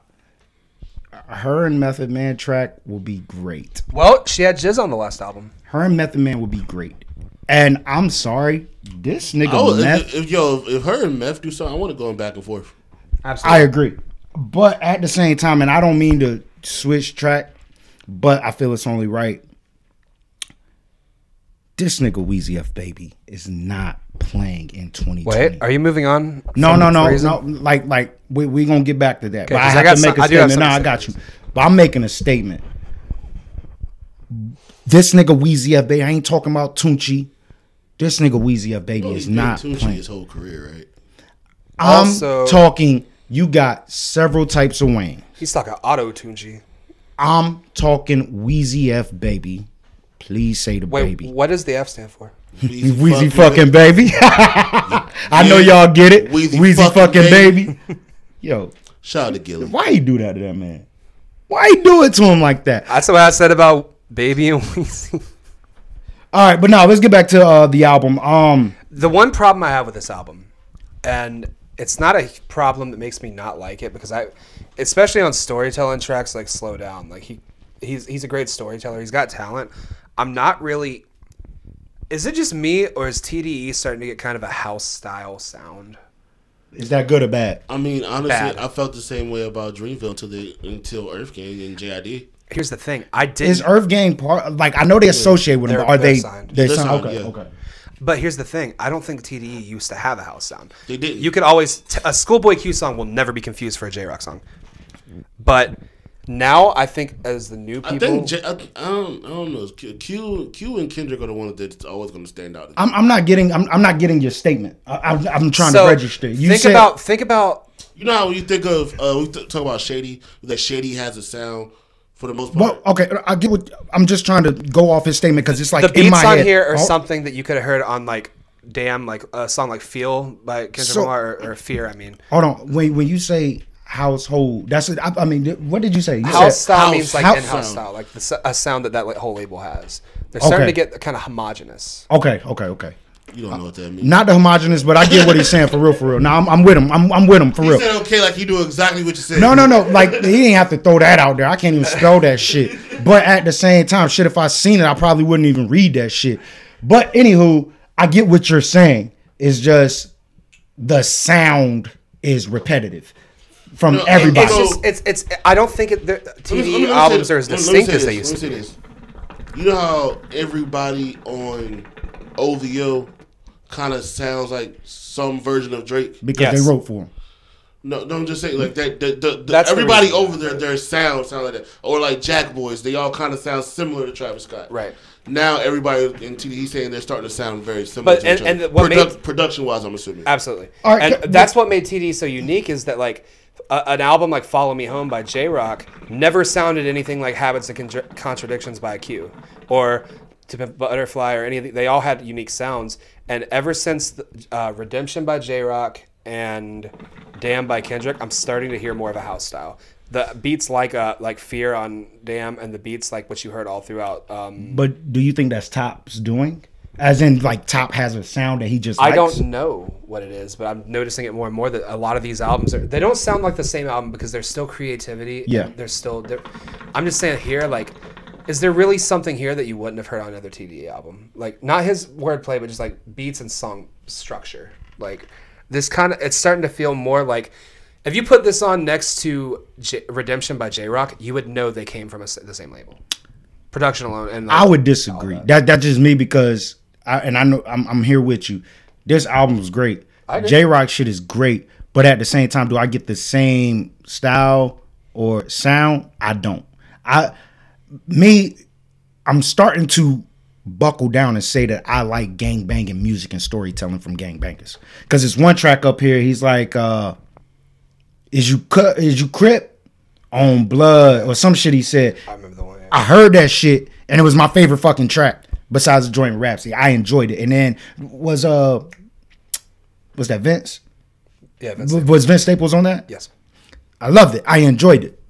Speaker 2: Her and Method Man track will be great.
Speaker 1: Well, she had Jizz on the last album.
Speaker 2: Her and Method Man will be great. And I'm sorry, this nigga
Speaker 3: I was,
Speaker 2: Meth.
Speaker 3: Oh, if, if yo, if, if her and Meth do something, I want to go back and forth.
Speaker 1: Absolutely.
Speaker 2: I agree. But at the same time, and I don't mean to switch track, but I feel it's only right. This nigga Wheezy F Baby is not playing in 2020.
Speaker 1: Wait, are you moving on?
Speaker 2: no,
Speaker 1: from
Speaker 2: no, no,
Speaker 1: Freezing?
Speaker 2: no. Like, like we we gonna get back to that. but I
Speaker 1: 'cause I
Speaker 2: have
Speaker 1: got
Speaker 2: to
Speaker 1: some-
Speaker 2: make a
Speaker 1: I do have
Speaker 2: statement.
Speaker 1: some
Speaker 2: No, I got you. But I'm making a statement. This nigga Wheezy F Baby. I ain't talking about Tunchi. This nigga Wheezy F Baby
Speaker 3: He's
Speaker 2: is
Speaker 3: been
Speaker 2: not
Speaker 3: Tunchi
Speaker 2: playing.
Speaker 3: his whole career, right?
Speaker 2: I'm
Speaker 1: Also-
Speaker 2: talking. You got several types of Wayne.
Speaker 1: He's talking auto tunji.
Speaker 2: I'm talking Wheezy F baby. Please say the
Speaker 1: Wait,
Speaker 2: baby.
Speaker 1: what does the F stand for?
Speaker 3: Weezy,
Speaker 2: Wheezy fucking baby. I know
Speaker 3: Yeah.
Speaker 2: y'all get it.
Speaker 3: Wheezy
Speaker 2: Wheezy,
Speaker 3: fucking
Speaker 2: fucking,
Speaker 3: baby.
Speaker 2: baby. Yo,
Speaker 3: Shout out to Gilly.
Speaker 2: why he do that to that man? Why he do it to him like that?
Speaker 1: That's what I said about Baby and Weezy.
Speaker 2: All right, but now let's get back to uh, the album. Um,
Speaker 1: The one problem I have with this album, and it's not a problem that makes me not like it because I, especially on storytelling tracks like "Slow Down," like he, he's he's a great storyteller. He's got talent. I'm not really. Is it just me or is TDE starting to get kind of a house style sound?
Speaker 2: is that good or bad?
Speaker 3: I mean, honestly,
Speaker 1: Bad.
Speaker 3: I felt the same way about Dreamville until they until Earth Gang and JID.
Speaker 1: Here's the thing. I didn't.
Speaker 2: Is Earth Gang part? Like I know they associate with him.
Speaker 1: They're-
Speaker 2: But are
Speaker 1: they're
Speaker 2: they?
Speaker 1: signed.
Speaker 2: They're
Speaker 3: They're
Speaker 2: signed.
Speaker 3: signed,
Speaker 2: Okay,
Speaker 3: yeah.
Speaker 2: okay.
Speaker 1: But here's the thing: I don't think TDE used to have a house sound.
Speaker 3: They didn't.
Speaker 1: You could always t- a Schoolboy Q song will never be confused for a J Rock song. But now I think as the new people,
Speaker 3: I think J, I, I don't I don't know Q Q Q and Kendrick are the ones that's always going to stand out.
Speaker 2: I'm, I'm not getting. I'm, I'm not getting your statement. I, I'm, I'm trying
Speaker 1: so
Speaker 2: to register. You
Speaker 1: think
Speaker 2: said,
Speaker 1: about think about
Speaker 3: you know how when you think of uh, we t- talk about Shady that Shady has a sound for the most part.
Speaker 2: Well, oh, okay, I get what I'm just trying to go off his statement because it's like
Speaker 1: the
Speaker 2: in my
Speaker 1: beats on
Speaker 2: head.
Speaker 1: here or
Speaker 2: Oh,
Speaker 1: something that you could have heard on like damn like a song like Feel by Kendrick
Speaker 2: So-
Speaker 1: Lamar or, or Fear. I mean,
Speaker 2: Hold on, when when you say household, that's it. I, I mean, th- what did you say? You
Speaker 1: house
Speaker 2: said,
Speaker 1: style
Speaker 3: house-
Speaker 1: means like
Speaker 2: house
Speaker 1: in house
Speaker 3: sound.
Speaker 1: style, like the, s- a sound that that like, whole label has. They're starting to
Speaker 2: Okay.
Speaker 1: get kind of homogenous.
Speaker 2: okay, okay, okay.
Speaker 3: you don't know what that means.
Speaker 2: Not the homogenous, but I get what he's saying for real, for real. Now I'm, I'm with him. I'm, I'm with him for
Speaker 3: you
Speaker 2: real.
Speaker 3: said okay, like you do exactly what you said.
Speaker 2: No, no, no. Like he didn't have to throw that out there. I can't even spell that shit. But at the same time, shit, if I seen it, I probably wouldn't even read that shit. But anywho, I get what you're saying. It's just the sound is repetitive from
Speaker 3: No, it-
Speaker 2: everybody.
Speaker 1: It's
Speaker 3: So-
Speaker 1: just it's it's. I don't think it, the
Speaker 3: Let me- let me-
Speaker 1: TDE
Speaker 3: let me
Speaker 1: albums
Speaker 3: say-
Speaker 1: are as
Speaker 3: let me- let
Speaker 1: distinct
Speaker 3: me
Speaker 1: as
Speaker 3: say
Speaker 1: they
Speaker 3: this,
Speaker 1: used to
Speaker 3: let
Speaker 1: be.
Speaker 3: me say this. You know how everybody on OVO kind of sounds like some version of Drake.
Speaker 2: because
Speaker 1: Yes.
Speaker 2: they wrote for him.
Speaker 3: No, no, I'm just saying like that. The, the, the,
Speaker 1: That's the
Speaker 3: everybody
Speaker 1: reason.
Speaker 3: over there, their sound sound like that, or like Jack Boys. They all kind of sound similar to Travis Scott.
Speaker 1: Right.
Speaker 3: Now everybody in TDE saying they're starting to sound very similar.
Speaker 1: But-
Speaker 3: to each
Speaker 1: and-
Speaker 3: other.
Speaker 1: and what
Speaker 3: Produc-
Speaker 1: made-
Speaker 3: production wise, I'm assuming.
Speaker 1: Absolutely.
Speaker 2: All right,
Speaker 1: and
Speaker 2: ca-
Speaker 1: that's what made TD so unique is that like a, an album like Follow Me Home by J Rock never sounded anything like Habits and Contra- Contradictions by Q or To Pimp a Butterfly or anything. They all had unique sounds. And ever since the, uh, Redemption by J Rock and Damn by Kendrick, I'm starting to hear more of a house style. The beats like uh, like Fear on Damn and the beats like what you heard all throughout. Um,
Speaker 2: But do you think that's Top's doing? As in, like Top has a sound that he just.
Speaker 1: I
Speaker 2: likes?
Speaker 1: don't know what it is, but I'm noticing it more and more that a lot of these albums are they don't sound like the same album because there's still creativity.
Speaker 2: Yeah.
Speaker 1: There's still there I'm just saying here, like, is there really something here that you wouldn't have heard on another TDE album? Like not his wordplay, but just like beats and song structure. Like this kind of it's starting to feel more like if you put this on next to J- Redemption by J Rock, you would know they came from a s the same label. Production alone, and like,
Speaker 2: I would disagree. That that's just me because I and I know I'm, I'm here with you. This album was great.
Speaker 1: agree.
Speaker 2: J Rock shit is great, but at the same time, do I get the same style or sound? I don't. I me, I'm starting to buckle down and say that I like gang banging music and storytelling from gang bangers. Cause it's one track up here. He's like, uh, "Is you cut? Is you crip on blood or some shit?" He said.
Speaker 1: I remember the one.
Speaker 2: I heard that shit and it was my favorite fucking track besides the joint Rhapsody. I enjoyed it. And then was uh was that Vince?
Speaker 1: Yeah, Vince.
Speaker 2: W- Was Vince Staples on that?
Speaker 1: Yes,
Speaker 2: I loved it. I enjoyed it.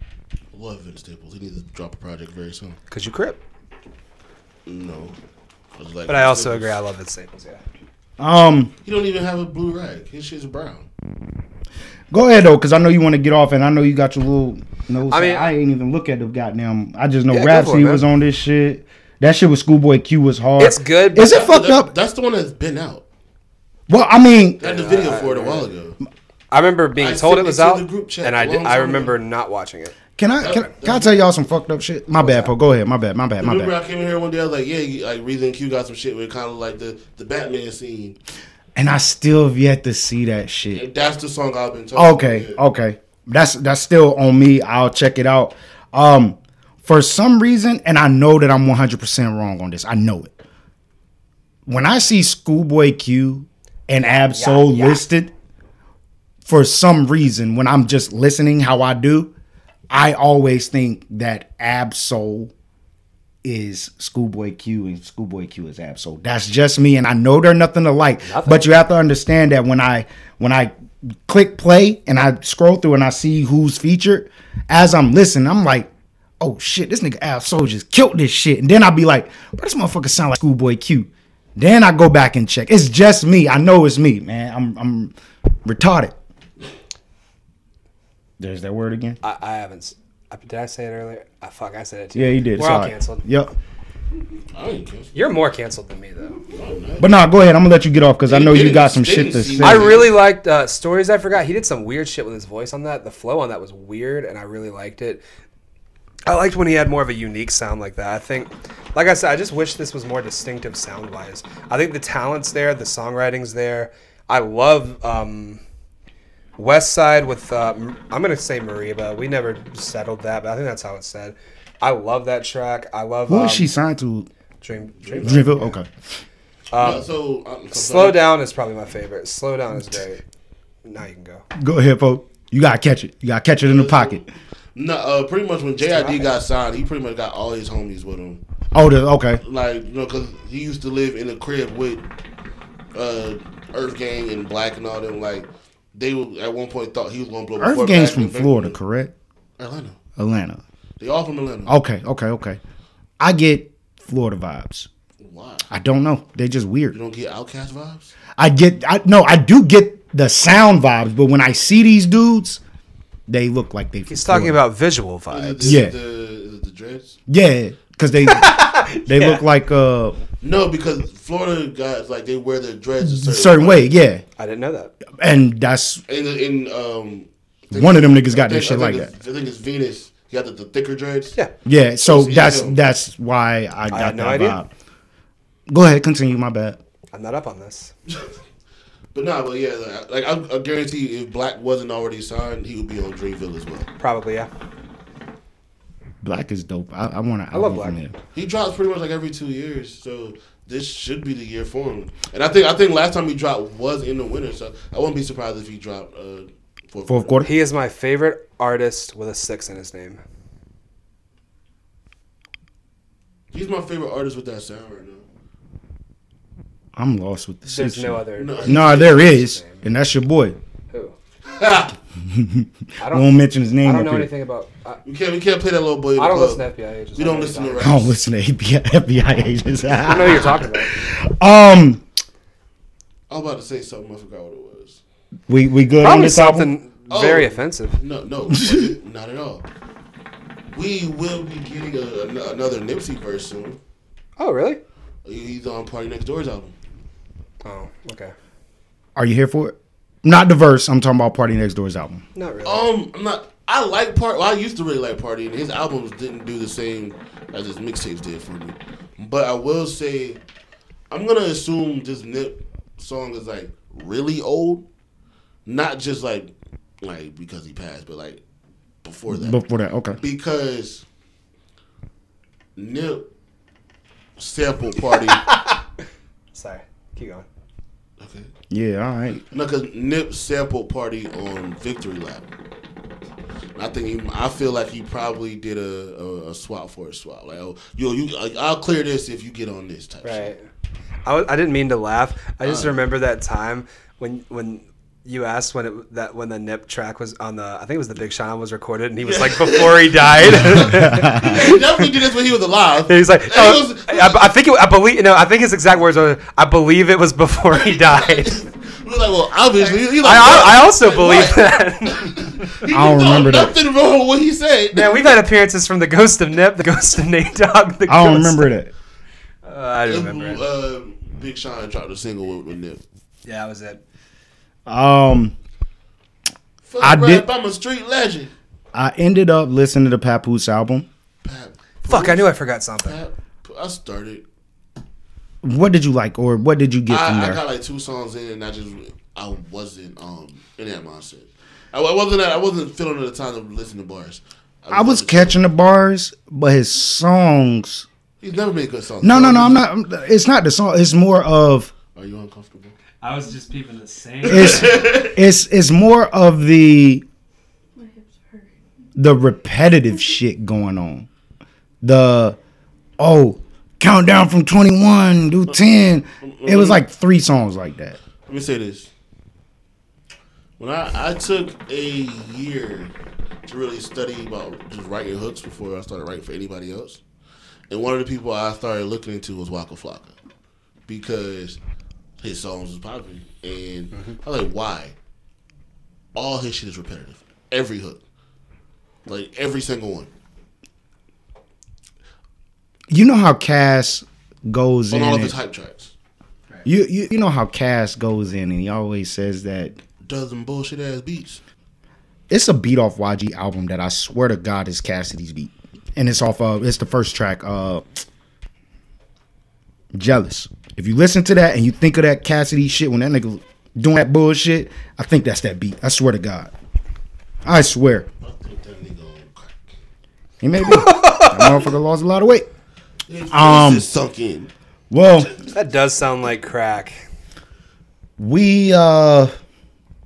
Speaker 3: Love Vince Staples. He needs to drop a project very soon.
Speaker 1: because you crip.
Speaker 3: No. I was like,
Speaker 1: But I also agree. I love Vince Staples. Yeah.
Speaker 2: Um,
Speaker 3: He don't even have a blue rag. His shit's brown.
Speaker 2: go ahead though, because I know you want to get off, and I know you got your little. No, I
Speaker 1: mean-
Speaker 2: I ain't even look at the goddamn. I just know
Speaker 1: Yeah, go for
Speaker 2: Rhapsody
Speaker 1: it, man.
Speaker 2: was on this shit. That shit with Schoolboy Q was hard.
Speaker 1: It's good,
Speaker 2: Is it
Speaker 1: but-
Speaker 2: fucked
Speaker 3: That-
Speaker 2: up?
Speaker 3: That's the one that's been out.
Speaker 2: Well, I mean,
Speaker 3: I had the video for it a while ago.
Speaker 1: I remember being
Speaker 3: I
Speaker 1: told
Speaker 3: sent
Speaker 1: it
Speaker 3: it
Speaker 1: was
Speaker 3: to
Speaker 1: out,
Speaker 3: the group chat
Speaker 1: and I,
Speaker 3: a
Speaker 1: did,
Speaker 3: long
Speaker 1: I
Speaker 3: time
Speaker 1: remember not watching it.
Speaker 2: can I can, I- can I tell y'all some fucked up shit? My bad, Paul. Go ahead. My bad. My bad. My
Speaker 3: Remember,
Speaker 2: bad.
Speaker 3: I came in here one day. I was like, "Yeah, you- like Reason Q got some shit with kind of like the the Batman scene."
Speaker 2: And I still have yet to see that shit.
Speaker 3: And that's the song I've been talking.
Speaker 2: Okay,
Speaker 3: about.
Speaker 2: okay. That's that's still on me. I'll check it out. Um for some reason and I know that I'm 100% wrong on this. I know it. When I see Schoolboy Q and Absol listed for some reason when I'm just listening how I do, I always think that Absol is Schoolboy Q and Schoolboy Q is Absol. That's just me, and I know they're nothing alike. But you have to understand that when I when I click play and I scroll through and I see who's featured, as I'm listening, I'm like, oh shit, this nigga Absol just killed this shit. And then I'll be like, but this motherfucker sound like Schoolboy Q. Then I go back and check. It's just me. I know it's me, man. I'm I'm retarded. There's that word again.
Speaker 1: I, I haven't. s- I, did I say it earlier? I fuck, I said it too.
Speaker 2: Yeah, you did. It's
Speaker 1: We're all
Speaker 2: all right.
Speaker 1: canceled.
Speaker 2: Yep.
Speaker 3: I ain't canceled.
Speaker 1: You're more canceled than me though.
Speaker 2: But nah, go ahead. I'm gonna let you get off because I know
Speaker 3: They
Speaker 2: you
Speaker 3: didn't-
Speaker 2: got some
Speaker 3: they
Speaker 2: shit
Speaker 3: didn't
Speaker 2: to
Speaker 3: see
Speaker 2: say.
Speaker 3: me.
Speaker 1: I
Speaker 3: Mhm.
Speaker 1: really liked uh, stories. I forgot he did some weird shit with his voice on that. The flow on that was weird, and I really liked it. I liked when he had more of a unique sound like that. I think, like I said, I just wish this was more distinctive sound wise. I think the talent's there, the songwriting's there. I love um, West Side with uh, M- I'm gonna say Mariba. We never settled that, but I think that's how it's said. I love that track. I love.
Speaker 2: Who
Speaker 1: um,
Speaker 2: is she signed to?
Speaker 1: Dream, Dream-
Speaker 2: Dreamville. Okay.
Speaker 3: No, so um, so-
Speaker 1: Uh, Slow down is probably my favorite. Slow down is great. Now you can go.
Speaker 2: Go ahead, folks. You gotta catch it. You gotta catch it in the pocket.
Speaker 3: No, uh, pretty much when JID got signed, he pretty much got all his homies with him.
Speaker 2: Oh, the, okay.
Speaker 3: Like you know, because he used to live in a crib with uh, Earth Gang and Black and all them. Like they were, at one point thought he was gonna blow. before
Speaker 2: Earth Gang's
Speaker 3: Black
Speaker 2: from
Speaker 3: and Black-
Speaker 2: Florida, Oh. correct?
Speaker 3: Atlanta.
Speaker 2: Atlanta.
Speaker 3: They all from Atlanta.
Speaker 2: Okay, okay, okay. I get Florida vibes.
Speaker 3: Why?
Speaker 2: I don't know. They just
Speaker 3: You
Speaker 2: weird.
Speaker 3: don't get Outcast vibes?
Speaker 2: I get. I no. I do get the sound vibes, but when I see these dudes, they look like they. from
Speaker 1: He's talking
Speaker 2: Florida.
Speaker 1: about visual
Speaker 3: Is it
Speaker 1: vibes.
Speaker 3: the,
Speaker 2: Yeah.
Speaker 3: The, is it the dreads?
Speaker 2: yeah, because they they look like uh,
Speaker 3: No, because Florida guys like they wear their dreads a
Speaker 2: a
Speaker 3: certain,
Speaker 2: certain way. Yeah,
Speaker 1: I didn't know that.
Speaker 2: and that's
Speaker 3: In, in um,
Speaker 2: one of them niggas got
Speaker 3: I
Speaker 2: their shit
Speaker 3: think
Speaker 2: like
Speaker 3: it's-
Speaker 2: that.
Speaker 3: I think it's Venus. He got the, the thicker dreads.
Speaker 1: Yeah.
Speaker 2: Yeah, so
Speaker 3: It's
Speaker 2: that's
Speaker 3: ego.
Speaker 2: that's why I got
Speaker 1: had no
Speaker 2: that
Speaker 1: idea.
Speaker 2: vibe. Go ahead, continue. My bad.
Speaker 1: I'm not up on this.
Speaker 3: But no, but yeah, like, like I, I guarantee if Black wasn't already signed, he would be on Dreamville as well.
Speaker 1: Probably, yeah.
Speaker 2: Black is dope. I, I want to. I
Speaker 1: love Black.
Speaker 3: He drops pretty much like every two years, so this should be the year for him. And I think I think last time he dropped was in the winter, so I wouldn't be surprised if he dropped uh, fourth,
Speaker 2: Fourth quarter.
Speaker 1: He is my favorite artist with a six in his name.
Speaker 3: He's my favorite artist with that sound right now.
Speaker 2: I'm lost with the
Speaker 1: There's
Speaker 2: shit.
Speaker 1: no other.
Speaker 3: No.
Speaker 2: Nah, there is, and that's your boy.
Speaker 1: Who? I
Speaker 2: I won't
Speaker 1: don't.
Speaker 2: mention his name.
Speaker 1: I don't
Speaker 2: up
Speaker 1: know
Speaker 2: here.
Speaker 1: anything about. I,
Speaker 3: We can't we can't play that little boy. In
Speaker 1: I
Speaker 3: the
Speaker 1: don't
Speaker 3: club.
Speaker 1: listen to FBI agents.
Speaker 3: We
Speaker 1: I
Speaker 3: don't
Speaker 1: know
Speaker 3: listen
Speaker 1: you're
Speaker 3: to
Speaker 1: talking-
Speaker 2: I don't
Speaker 3: rap.
Speaker 2: listen to FBI, FBI agents.
Speaker 1: I know you're talking about.
Speaker 2: Um,
Speaker 3: I was about to say something. I forgot what it was.
Speaker 2: we we good on
Speaker 1: Probably
Speaker 2: this album?
Speaker 1: something very
Speaker 3: Oh.
Speaker 1: offensive.
Speaker 3: No, no, not at all. We will be getting a, an- another Nipsey verse soon.
Speaker 1: Oh, really?
Speaker 3: He's on Party Next Door's album.
Speaker 1: Oh, okay.
Speaker 2: Are you here for it? Not diverse. I'm talking about Party Next Door's album.
Speaker 1: Not really.
Speaker 3: Um, I'm not. I like Party. Well, I used to really like Party, and his albums didn't do the same as his mixtapes did for me. But I will say, I'm gonna assume this Nip song is like really old, not just like like because he passed, but like before that.
Speaker 2: Before that, okay.
Speaker 3: because Nip sample party.
Speaker 1: Sorry. Keep going.
Speaker 3: okay.
Speaker 2: Yeah, all right.
Speaker 3: No, cause Nip sample party on Victory Lap. And I think he, I feel like he probably did a, a, a swap for a swap. Like, oh, yo, you, I- I'll clear this if you get on this type.
Speaker 1: Right. Oh.
Speaker 3: Shit.
Speaker 1: I, was, I didn't mean to laugh. I just remember that time when when you asked when it that when the Nip track was on the I think it was the Big Sean was recorded and he was like before he died.
Speaker 3: He definitely did this when he was alive.
Speaker 1: He's like,
Speaker 3: And
Speaker 1: "Oh,
Speaker 3: he was-
Speaker 1: I, I think it, I believe. No, I think his exact words are, "I believe it was before he died."
Speaker 3: we were like, well, obviously, he, he like,
Speaker 1: I, I
Speaker 3: what?
Speaker 1: also believe
Speaker 3: what?
Speaker 1: that.
Speaker 3: He
Speaker 2: I don't
Speaker 3: did
Speaker 2: remember that.
Speaker 3: nothing wrong with what he said.
Speaker 1: Man, we've had appearances from the ghost of Nip, the ghost of Nate Dogg. The
Speaker 2: I don't
Speaker 1: ghost-
Speaker 2: remember that.
Speaker 1: Uh, I don't remember. It.
Speaker 3: Uh, Big Sean dropped a single with, with Nip.
Speaker 1: Yeah, that was it.
Speaker 2: Um,
Speaker 3: Fuck
Speaker 2: I
Speaker 3: rap,
Speaker 2: did-
Speaker 3: I'm a street legend.
Speaker 2: I ended up listening to Papoose album.
Speaker 3: Pap,
Speaker 1: Fuck, I knew I forgot something.
Speaker 3: pap, I started.
Speaker 2: What did you like, or what did you get from
Speaker 3: I, I
Speaker 2: there?
Speaker 3: got like two songs in, and I just I wasn't um in that mindset. I, I wasn't I wasn't feeling at the time to listen to bars.
Speaker 2: I was catching the bars, but his songs.
Speaker 3: He's never made good songs.
Speaker 2: No, no, no. I'm not. I'm- It's not the song. It's more of.
Speaker 3: Are you uncomfortable?
Speaker 8: I was just peeping the same.
Speaker 2: It's it's it's more of the
Speaker 5: My hips hurt.
Speaker 2: the repetitive shit going on. The oh, countdown from twenty one do ten. It was like three songs like that.
Speaker 3: Let me say this. When I, I took a year to really study about just writing hooks before I started writing for anybody else, and one of the people I started looking into was Waka Flocka because his songs was popular, and I was like, why? All his shit is repetitive. Every hook, like every single one.
Speaker 2: You know how Cass goes
Speaker 3: On
Speaker 2: in.
Speaker 3: all of
Speaker 2: and-
Speaker 3: his hype tracks.
Speaker 2: You, you you know how Cass goes in and he always says that
Speaker 3: Dozen bullshit ass beats.
Speaker 2: it's a beat off YG album that I swear to God is Cassidy's beat, and it's off of it's the first track. Uh, jealous. If you listen to that and you think of that Cassidy shit when that nigga doing that bullshit, I think that's that beat. I swear to God, I swear
Speaker 3: I think that nigga on crack.
Speaker 2: he may be. that motherfucker lost a lot of weight.
Speaker 3: His voice
Speaker 2: Um,
Speaker 3: is sunk in.
Speaker 2: Well,
Speaker 1: That does sound like crack.
Speaker 2: we uh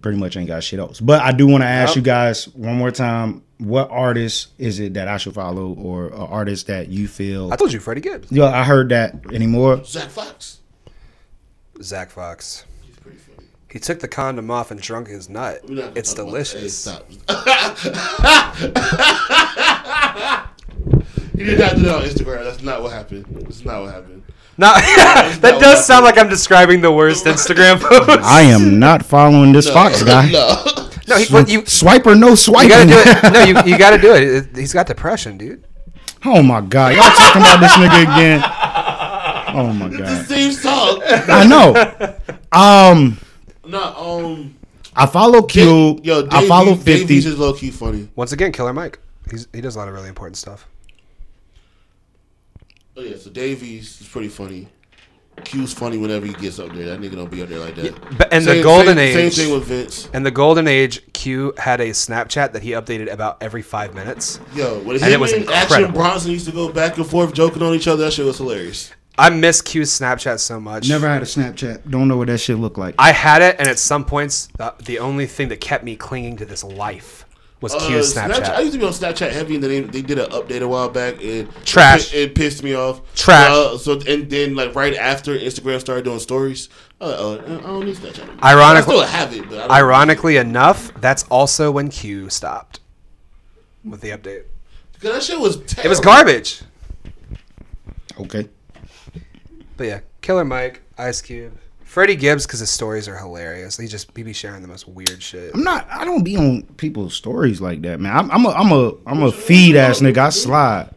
Speaker 2: pretty much ain't got shit else. But I do want to ask
Speaker 1: Yep.
Speaker 2: you guys one more time: what artist is it that I should follow, or an artist that you feel?
Speaker 1: I told you, Freddie Gibbs,
Speaker 2: Yo, I heard that anymore.
Speaker 3: Zach Fox.
Speaker 1: Zach Fox.
Speaker 3: He's pretty funny.
Speaker 1: He took the condom off and drunk his nut.
Speaker 3: We're not gonna
Speaker 1: It's
Speaker 3: talk about-
Speaker 1: delicious.
Speaker 3: Hey, stop. you did not do that on Instagram. That's not what happened. That's not what happened.
Speaker 1: Not, that
Speaker 3: not what I
Speaker 1: does sound like I'm describing the worst Instagram post.
Speaker 2: I am not following this Fox guy.
Speaker 3: No.
Speaker 1: no, he, well, you,
Speaker 2: Swipe or no
Speaker 1: you
Speaker 2: swiping.
Speaker 1: gotta do it. No, you, you gotta do it. It- He's got depression, dude.
Speaker 2: oh my god, y'all talking about this nigga again? Oh my god,
Speaker 3: Same song.
Speaker 2: I know. Um,
Speaker 3: no, um.
Speaker 2: I follow Cube.
Speaker 3: Yo, Dave,
Speaker 2: I follow
Speaker 3: Dave
Speaker 2: Fifty.
Speaker 3: Beach is low key funny.
Speaker 1: Once again, Killer Mike. He's, he does a lot of really important stuff.
Speaker 3: Oh yeah, so Davies is pretty funny. Q's funny whenever he gets up there. That nigga don't be up there like that.
Speaker 1: but- and the golden
Speaker 3: same, Same
Speaker 1: age-
Speaker 3: thing with Vince.
Speaker 1: In the golden age, Q had a Snapchat that he updated about every five minutes.
Speaker 3: Yo, when
Speaker 1: And it
Speaker 3: him
Speaker 1: was
Speaker 3: and Action
Speaker 1: incredible.
Speaker 3: Bronson used to go back and forth joking on each other, that shit was hilarious.
Speaker 1: I miss Q's Snapchat so much.
Speaker 2: Never had a Snapchat. Don't know what that shit look like.
Speaker 1: I had it, and at some points, the, the only thing that kept me clinging to this life was
Speaker 3: Uh,
Speaker 1: Q's
Speaker 3: Snapchat. I
Speaker 1: Snapchat.
Speaker 3: used to be on Snapchat heavy, and then they, they did an update a while back, and
Speaker 1: Trash.
Speaker 3: It, pi- it pissed me off.
Speaker 1: Trash.
Speaker 3: Uh, so and then like right after Instagram started doing stories, I, was like, oh, I don't need Snapchat. anymore.
Speaker 1: Ironic-
Speaker 3: I still have it, but I don't
Speaker 1: Ironically enough, that's also when Q stopped with the update.
Speaker 3: 'Cause that shit was terrible.
Speaker 1: It was garbage.
Speaker 2: Okay.
Speaker 1: But yeah, Killer Mike, Ice Cube, Freddie Gibbs, because his stories are hilarious. He just he be sharing the most weird shit.
Speaker 2: I'm not. I don't be on people's stories like that, man. I'm, I'm a. I'm a. I'm a feed ass nigga. I slide.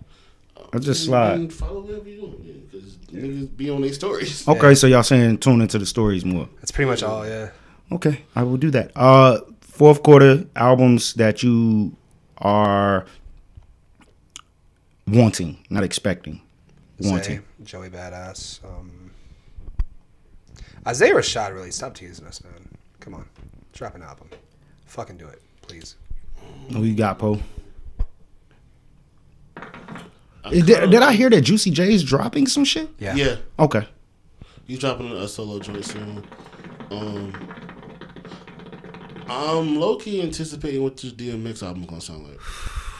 Speaker 2: I just
Speaker 3: You
Speaker 2: slide.
Speaker 1: Mm-hmm.
Speaker 3: can follow whatever you want, man, 'cause niggas be on their stories.
Speaker 2: Okay, so y'all saying tune into the stories more.
Speaker 1: That's pretty much all. Yeah.
Speaker 2: Okay, I will do that. Uh, fourth quarter albums that you are wanting, not expecting, wanting.
Speaker 1: Zay, Joey Badass. Um, Isaiah Rashad really stop teasing us, man. Come on, drop an album. Fucking do it, please.
Speaker 2: Who you got, Poe? Did, did I hear that Juicy J is dropping some shit?
Speaker 1: Yeah.
Speaker 3: Yeah,
Speaker 2: Okay.
Speaker 3: you dropping a solo joint soon. Um, I'm low key anticipating what this DMX album gonna sound like.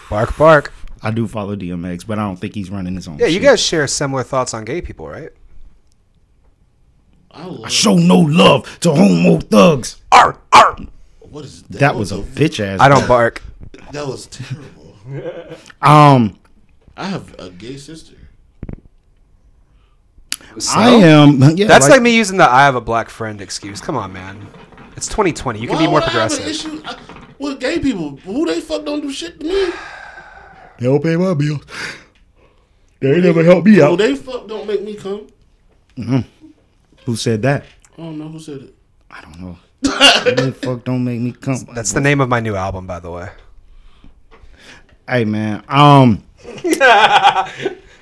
Speaker 1: Bark, bark.
Speaker 2: I do follow DMX, but I don't think he's running his own.
Speaker 1: Yeah, you
Speaker 2: shit.
Speaker 1: guys share similar thoughts on gay people, right?
Speaker 3: I love.
Speaker 2: I show no love to homo thugs. Arr, arr.
Speaker 3: What is that?
Speaker 2: That was a
Speaker 3: a-
Speaker 2: bitch ass.
Speaker 1: I don't bark.
Speaker 3: That was terrible.
Speaker 2: Um,
Speaker 3: I have a gay sister.
Speaker 2: I am. Yeah,
Speaker 1: That's like, me using the "I have a black friend" excuse. Come on, man. It's 2020. You can be more
Speaker 3: would I have an
Speaker 1: progressive.
Speaker 3: issue I- with gay people? Who they fuck don't do shit to me?
Speaker 2: they don't pay my bills. They ain't never help me
Speaker 3: Who
Speaker 2: out.
Speaker 3: they fuck don't make me come?
Speaker 2: Who said that?
Speaker 3: I don't know who said it.
Speaker 2: I don't know. the fuck don't make me come.
Speaker 1: That's the name of my new album, by the way.
Speaker 2: Hey man. Um.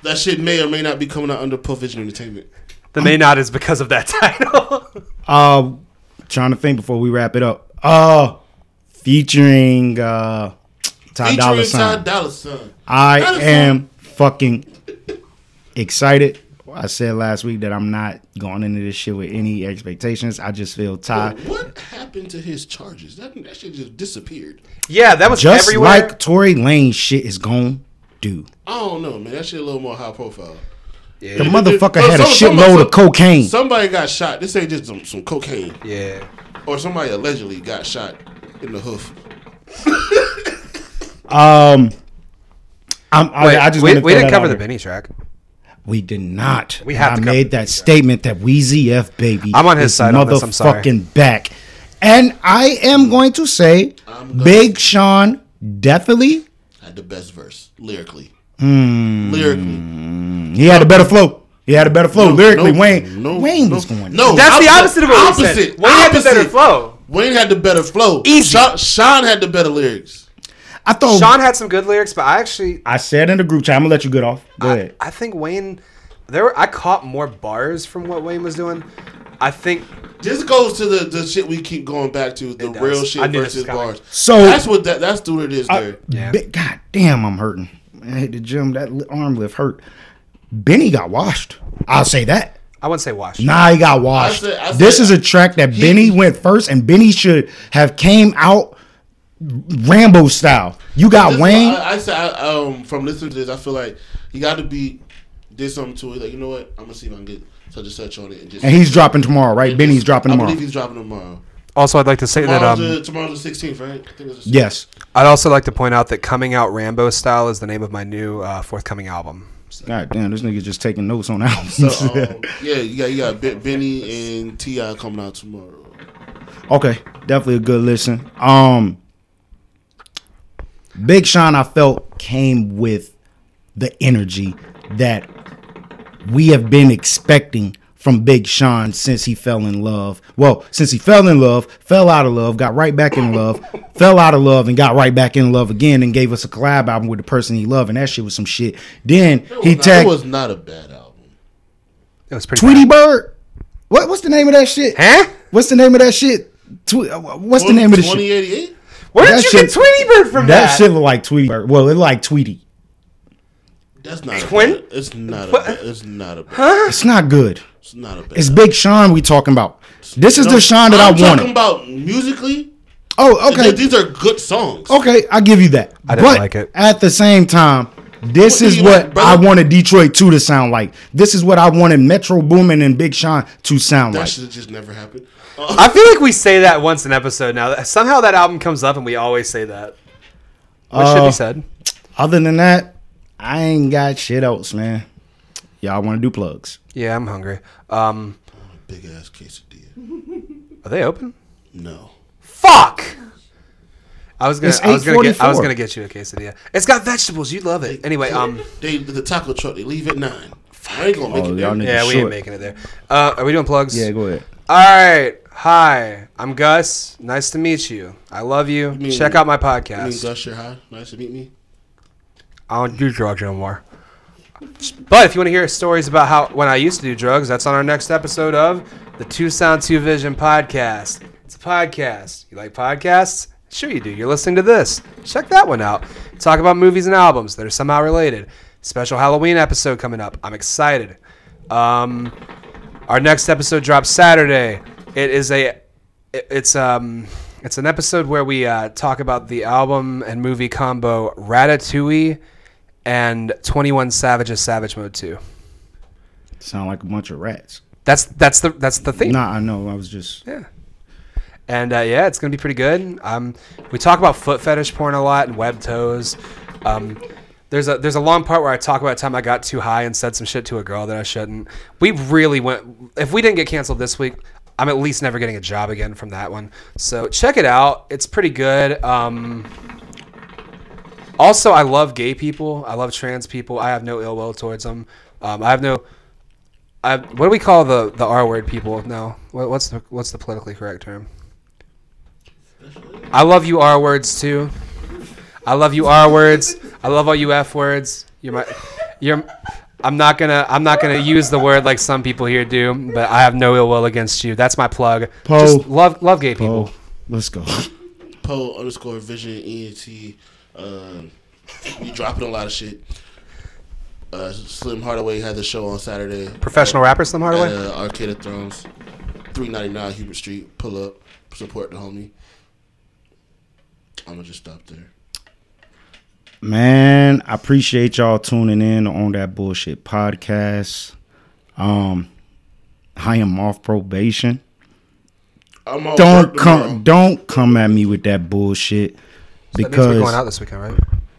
Speaker 3: That shit may or may not be coming out under Puff Vision Entertainment.
Speaker 1: The may not is because of that title.
Speaker 2: Uh, trying to think before we wrap it up. Uh, featuring uh, Ty
Speaker 3: Featuring
Speaker 2: Dolla
Speaker 3: Ty
Speaker 2: Sign.
Speaker 3: Dolla Sign.
Speaker 2: I
Speaker 3: Dolla Sign.
Speaker 2: am fucking excited. I said last week that I'm not going into this shit with any expectations. I just feel Ty.
Speaker 3: What happened to his charges? That, that shit just disappeared.
Speaker 1: yeah, that was
Speaker 2: Just
Speaker 1: everywhere.
Speaker 2: like Tory Lane shit is gone, do.
Speaker 3: I don't know, man. That shit a little more high profile.
Speaker 2: The
Speaker 1: yeah,
Speaker 2: motherfucker
Speaker 3: Oh,
Speaker 2: had a
Speaker 3: some- some-
Speaker 2: shitload of cocaine.
Speaker 3: Somebody got shot. This ain't just some, some cocaine.
Speaker 1: yeah.
Speaker 3: Or somebody allegedly got shot in the hoof.
Speaker 2: Um, I'm, I,
Speaker 1: Wait,
Speaker 2: I just
Speaker 1: we,
Speaker 2: wanna
Speaker 1: we
Speaker 2: throw
Speaker 1: didn't
Speaker 2: that out
Speaker 1: cover the
Speaker 2: there.
Speaker 1: Benny track.
Speaker 2: We did not.
Speaker 1: We have
Speaker 2: I
Speaker 1: to cover
Speaker 2: made
Speaker 1: the
Speaker 2: that statement that Wheezy F baby.
Speaker 1: I'm on his
Speaker 2: is
Speaker 1: side on this, I'm sorry.
Speaker 2: Motherfucking back, and I am going to say, Big Sean definitely.
Speaker 3: Had the best verse lyrically.
Speaker 2: Hmm.
Speaker 3: Lyrically.
Speaker 2: He had a better flow. He had a better flow lyrically.
Speaker 3: no,
Speaker 2: Wayne,
Speaker 3: no,
Speaker 2: Wayne
Speaker 3: no,
Speaker 2: was going.
Speaker 3: no.
Speaker 1: That's the
Speaker 3: Opposite-
Speaker 1: opposite of what we said.
Speaker 3: opposite,
Speaker 1: Wayne had the better
Speaker 3: opposite.
Speaker 1: flow.
Speaker 3: Wayne had the better flow.
Speaker 1: Easy.
Speaker 3: Sean, Sean had the better lyrics.
Speaker 2: I thought.
Speaker 1: Sean had some good lyrics, but I actually
Speaker 2: I said in the group chat, I'm gonna let you get off. Go
Speaker 1: I,
Speaker 2: ahead.
Speaker 1: I think Wayne there were I caught more bars from what Wayne was doing. I think
Speaker 3: This goes to the, the shit we keep going back to the
Speaker 1: does.
Speaker 3: real shit
Speaker 1: I knew this
Speaker 3: versus
Speaker 1: was coming.
Speaker 3: bars.
Speaker 2: So-
Speaker 3: that's what that that's what it is there.
Speaker 1: Yeah.
Speaker 2: Bi- God damn, I'm hurting. I hit the gym. That li- arm lift hurt. Benny got washed. I'll say that.
Speaker 1: I wouldn't say watch.
Speaker 2: Nah, he got washed.
Speaker 3: I said- I
Speaker 2: this
Speaker 3: said-
Speaker 2: is a track that Benny went first, and Benny should have came out Rambo style. You got
Speaker 3: This is
Speaker 2: Ah, Wayne.
Speaker 3: why I, I say I, um, from listening to this, I feel like you got to be did something to it. Like you know what, I'm gonna see if I can get such and such on it. And, just,
Speaker 2: and he's dropping tomorrow, right?
Speaker 3: and
Speaker 2: Benny's
Speaker 3: just-
Speaker 2: dropping
Speaker 3: I
Speaker 2: tomorrow.
Speaker 3: believe he's dropping tomorrow.
Speaker 1: Also, I'd like to say that
Speaker 3: Tomorrow's,
Speaker 1: um,
Speaker 3: the, tomorrow's the 16th, right? I think it's the
Speaker 2: Yes.
Speaker 1: I'd also like to point out that coming out Rambo style is the name of my new uh, forthcoming album.
Speaker 2: God damn, this nigga's just taking notes on albums.
Speaker 3: So, um, yeah, you got you got Ben- Benny and Ti coming out tomorrow.
Speaker 2: okay, definitely a good listen. Um, Big Sean, I felt came with the energy that we have been expecting from Big Sean since he fell in love. Well, since he fell in love, fell out of love, got right back in love, fell out of love, and got right back in love again, and gave us a collab album with the person he loved, and that shit was some shit. Then he
Speaker 3: It was not- it
Speaker 2: tagged
Speaker 3: was not a bad album.
Speaker 1: It was pretty.
Speaker 2: Tweety
Speaker 1: bad. Eh?
Speaker 2: Bird. What what's the name of that shit?
Speaker 1: Huh?
Speaker 2: What's the name of that shit? Twe- uh, what's the name of the shit?
Speaker 3: 2088.
Speaker 1: Where
Speaker 2: That
Speaker 1: did you
Speaker 2: shit-
Speaker 1: get Tweety Bird from?
Speaker 2: That
Speaker 1: That,
Speaker 2: shit look like Tweety Bird. Well, it like Tweety.
Speaker 3: That's not a
Speaker 1: Twin?
Speaker 3: bad, It's not a
Speaker 1: What?
Speaker 3: bad, it's not a bad. Huh?
Speaker 2: It's not good.
Speaker 3: It's not a bad.
Speaker 2: It's Big Sean we talking about. This is the Sean that i
Speaker 3: I'm
Speaker 2: wanted.
Speaker 3: talking about musically.
Speaker 2: oh, okay.
Speaker 3: th- These are good songs.
Speaker 2: Okay, I give you that.
Speaker 1: I didn't
Speaker 2: but
Speaker 1: like it.
Speaker 2: At the same time, this
Speaker 3: What do
Speaker 2: is
Speaker 3: you
Speaker 2: what
Speaker 3: like, brother?
Speaker 2: I wanted Detroit 2 to sound like. This is what I wanted Metro Boomin and Big Sean to sound
Speaker 3: That
Speaker 2: like.
Speaker 3: should have just never happened. Uh,
Speaker 1: I feel like we say that once an episode now. That- Somehow that album comes up and we always say that. What should
Speaker 2: Uh,
Speaker 1: be said?
Speaker 2: Other than that, I ain't got shit else, man. Y'all want to do plugs?
Speaker 1: Yeah, I'm hungry. Um,
Speaker 3: Big ass quesadilla.
Speaker 1: are they open?
Speaker 3: No.
Speaker 1: Fuck. I was gonna.
Speaker 2: It's
Speaker 1: I was gonna get. I was
Speaker 2: 8:44.
Speaker 1: gonna get you a quesadilla. It's got vegetables. You'd love it. Anyway, um,
Speaker 3: They the taco truck. They leave at nine. I ain't gonna make
Speaker 2: Oh,
Speaker 3: it.
Speaker 2: y'all
Speaker 3: there.
Speaker 2: niggas
Speaker 1: yeah, we ain't
Speaker 2: short.
Speaker 1: making it there. Uh, are we doing plugs?
Speaker 2: Yeah, go ahead.
Speaker 1: All right. Hi, I'm Gus. Nice to meet you. I love you.
Speaker 3: mean-
Speaker 1: Check out my
Speaker 3: I mean,
Speaker 1: podcast.
Speaker 3: Gus, you're high. Nice to meet me.
Speaker 1: I don't do drugs anymore. But if you want to hear stories about how when I used to do drugs, that's on our next episode of the Two Sound Two Vision podcast. It's a podcast. You like podcasts? Sure you do. You're listening to this. Check that one out. Talk about movies and albums that are somehow related. Special Halloween episode coming up. I'm excited. Um, our next episode drops Saturday. It is a, it- it's um, it's an episode where we uh, talk about the album and movie combo Ratatouille and Twenty One Savage's Savage Mode Two.
Speaker 2: Sound like a bunch of rats.
Speaker 1: That's that's the that's the theme.
Speaker 2: Nah, I know. I was just
Speaker 1: Yeah. And uh, yeah, it's gonna be pretty good. Um, we talk about foot fetish porn a lot and web toes. Um, there's a there's a long part where I talk about the time I got too high and said some shit to a girl that I shouldn't. We really went. If we didn't get canceled this week, I'm at least never getting a job again from that one. So check it out. It's pretty good. Um, also, I love gay people. I love trans people. I have no ill will towards them. Um, I have no. I, what do we call the, the R word people now? What, what's the what's the politically correct term? I love you R words too. I love you R words. I love all you F words. You're my, you're. I'm not gonna I'm not gonna use the word like some people here do, but I have no ill will against you. That's my plug.
Speaker 2: Poe.
Speaker 1: Just love love gay people.
Speaker 2: oh, let's go.
Speaker 3: Poe underscore vision ENT. Um, you dropping a lot of shit. Uh, Slim Hardaway had the show on Saturday.
Speaker 1: Professional rapper Slim Hardaway.
Speaker 3: At, uh, Arcade of Thrones, 399 Hubert Street. Pull up, support the homie. I'm gonna just stop there.
Speaker 2: Man, I appreciate y'all tuning in on that bullshit podcast. Um, I am off probation.
Speaker 3: I'm off
Speaker 2: Don't
Speaker 3: work
Speaker 2: come, don't come at me with that bullshit.
Speaker 1: That means we're
Speaker 2: Because
Speaker 1: going out this weekend, right?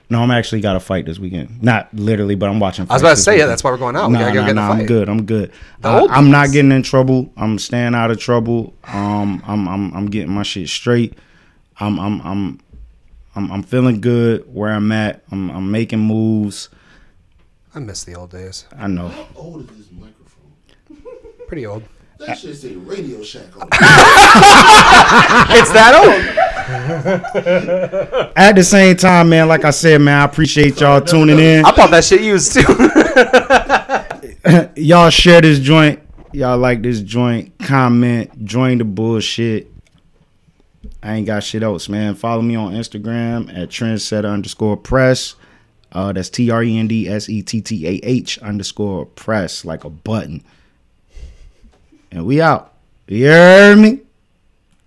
Speaker 2: no, I'm actually got a fight this weekend. Not literally, but I'm watching.
Speaker 1: I was about to say yeah. That's why we're going out. we
Speaker 2: No,
Speaker 1: gotta go
Speaker 2: no,
Speaker 1: get in
Speaker 2: no,
Speaker 1: the fight.
Speaker 2: I'm good. I'm good.
Speaker 1: The
Speaker 2: Uh,
Speaker 1: old
Speaker 2: I'm not
Speaker 1: days.
Speaker 2: getting in trouble. I'm staying out of trouble. Um, I'm I'm I'm getting my shit straight. I'm I'm I'm I'm, I'm feeling good where I'm at. I'm I'm making moves.
Speaker 1: I miss the old days.
Speaker 2: I know.
Speaker 3: tomorrow. How old is this microphone?
Speaker 1: Pretty old.
Speaker 3: That shit say Radio Shack on it.
Speaker 1: It's that old.
Speaker 2: At the same time, man, like I said, man, I appreciate y'all tuning in.
Speaker 1: I bought that shit used too.
Speaker 2: Y'all share this joint. Y'all like this joint. Comment. Join the bullshit. I ain't got shit else, man. Follow me on Instagram at trendsetter underscore press. Uh, that's T R E N D S E T T A H underscore press, like a button. And we out. You hear me?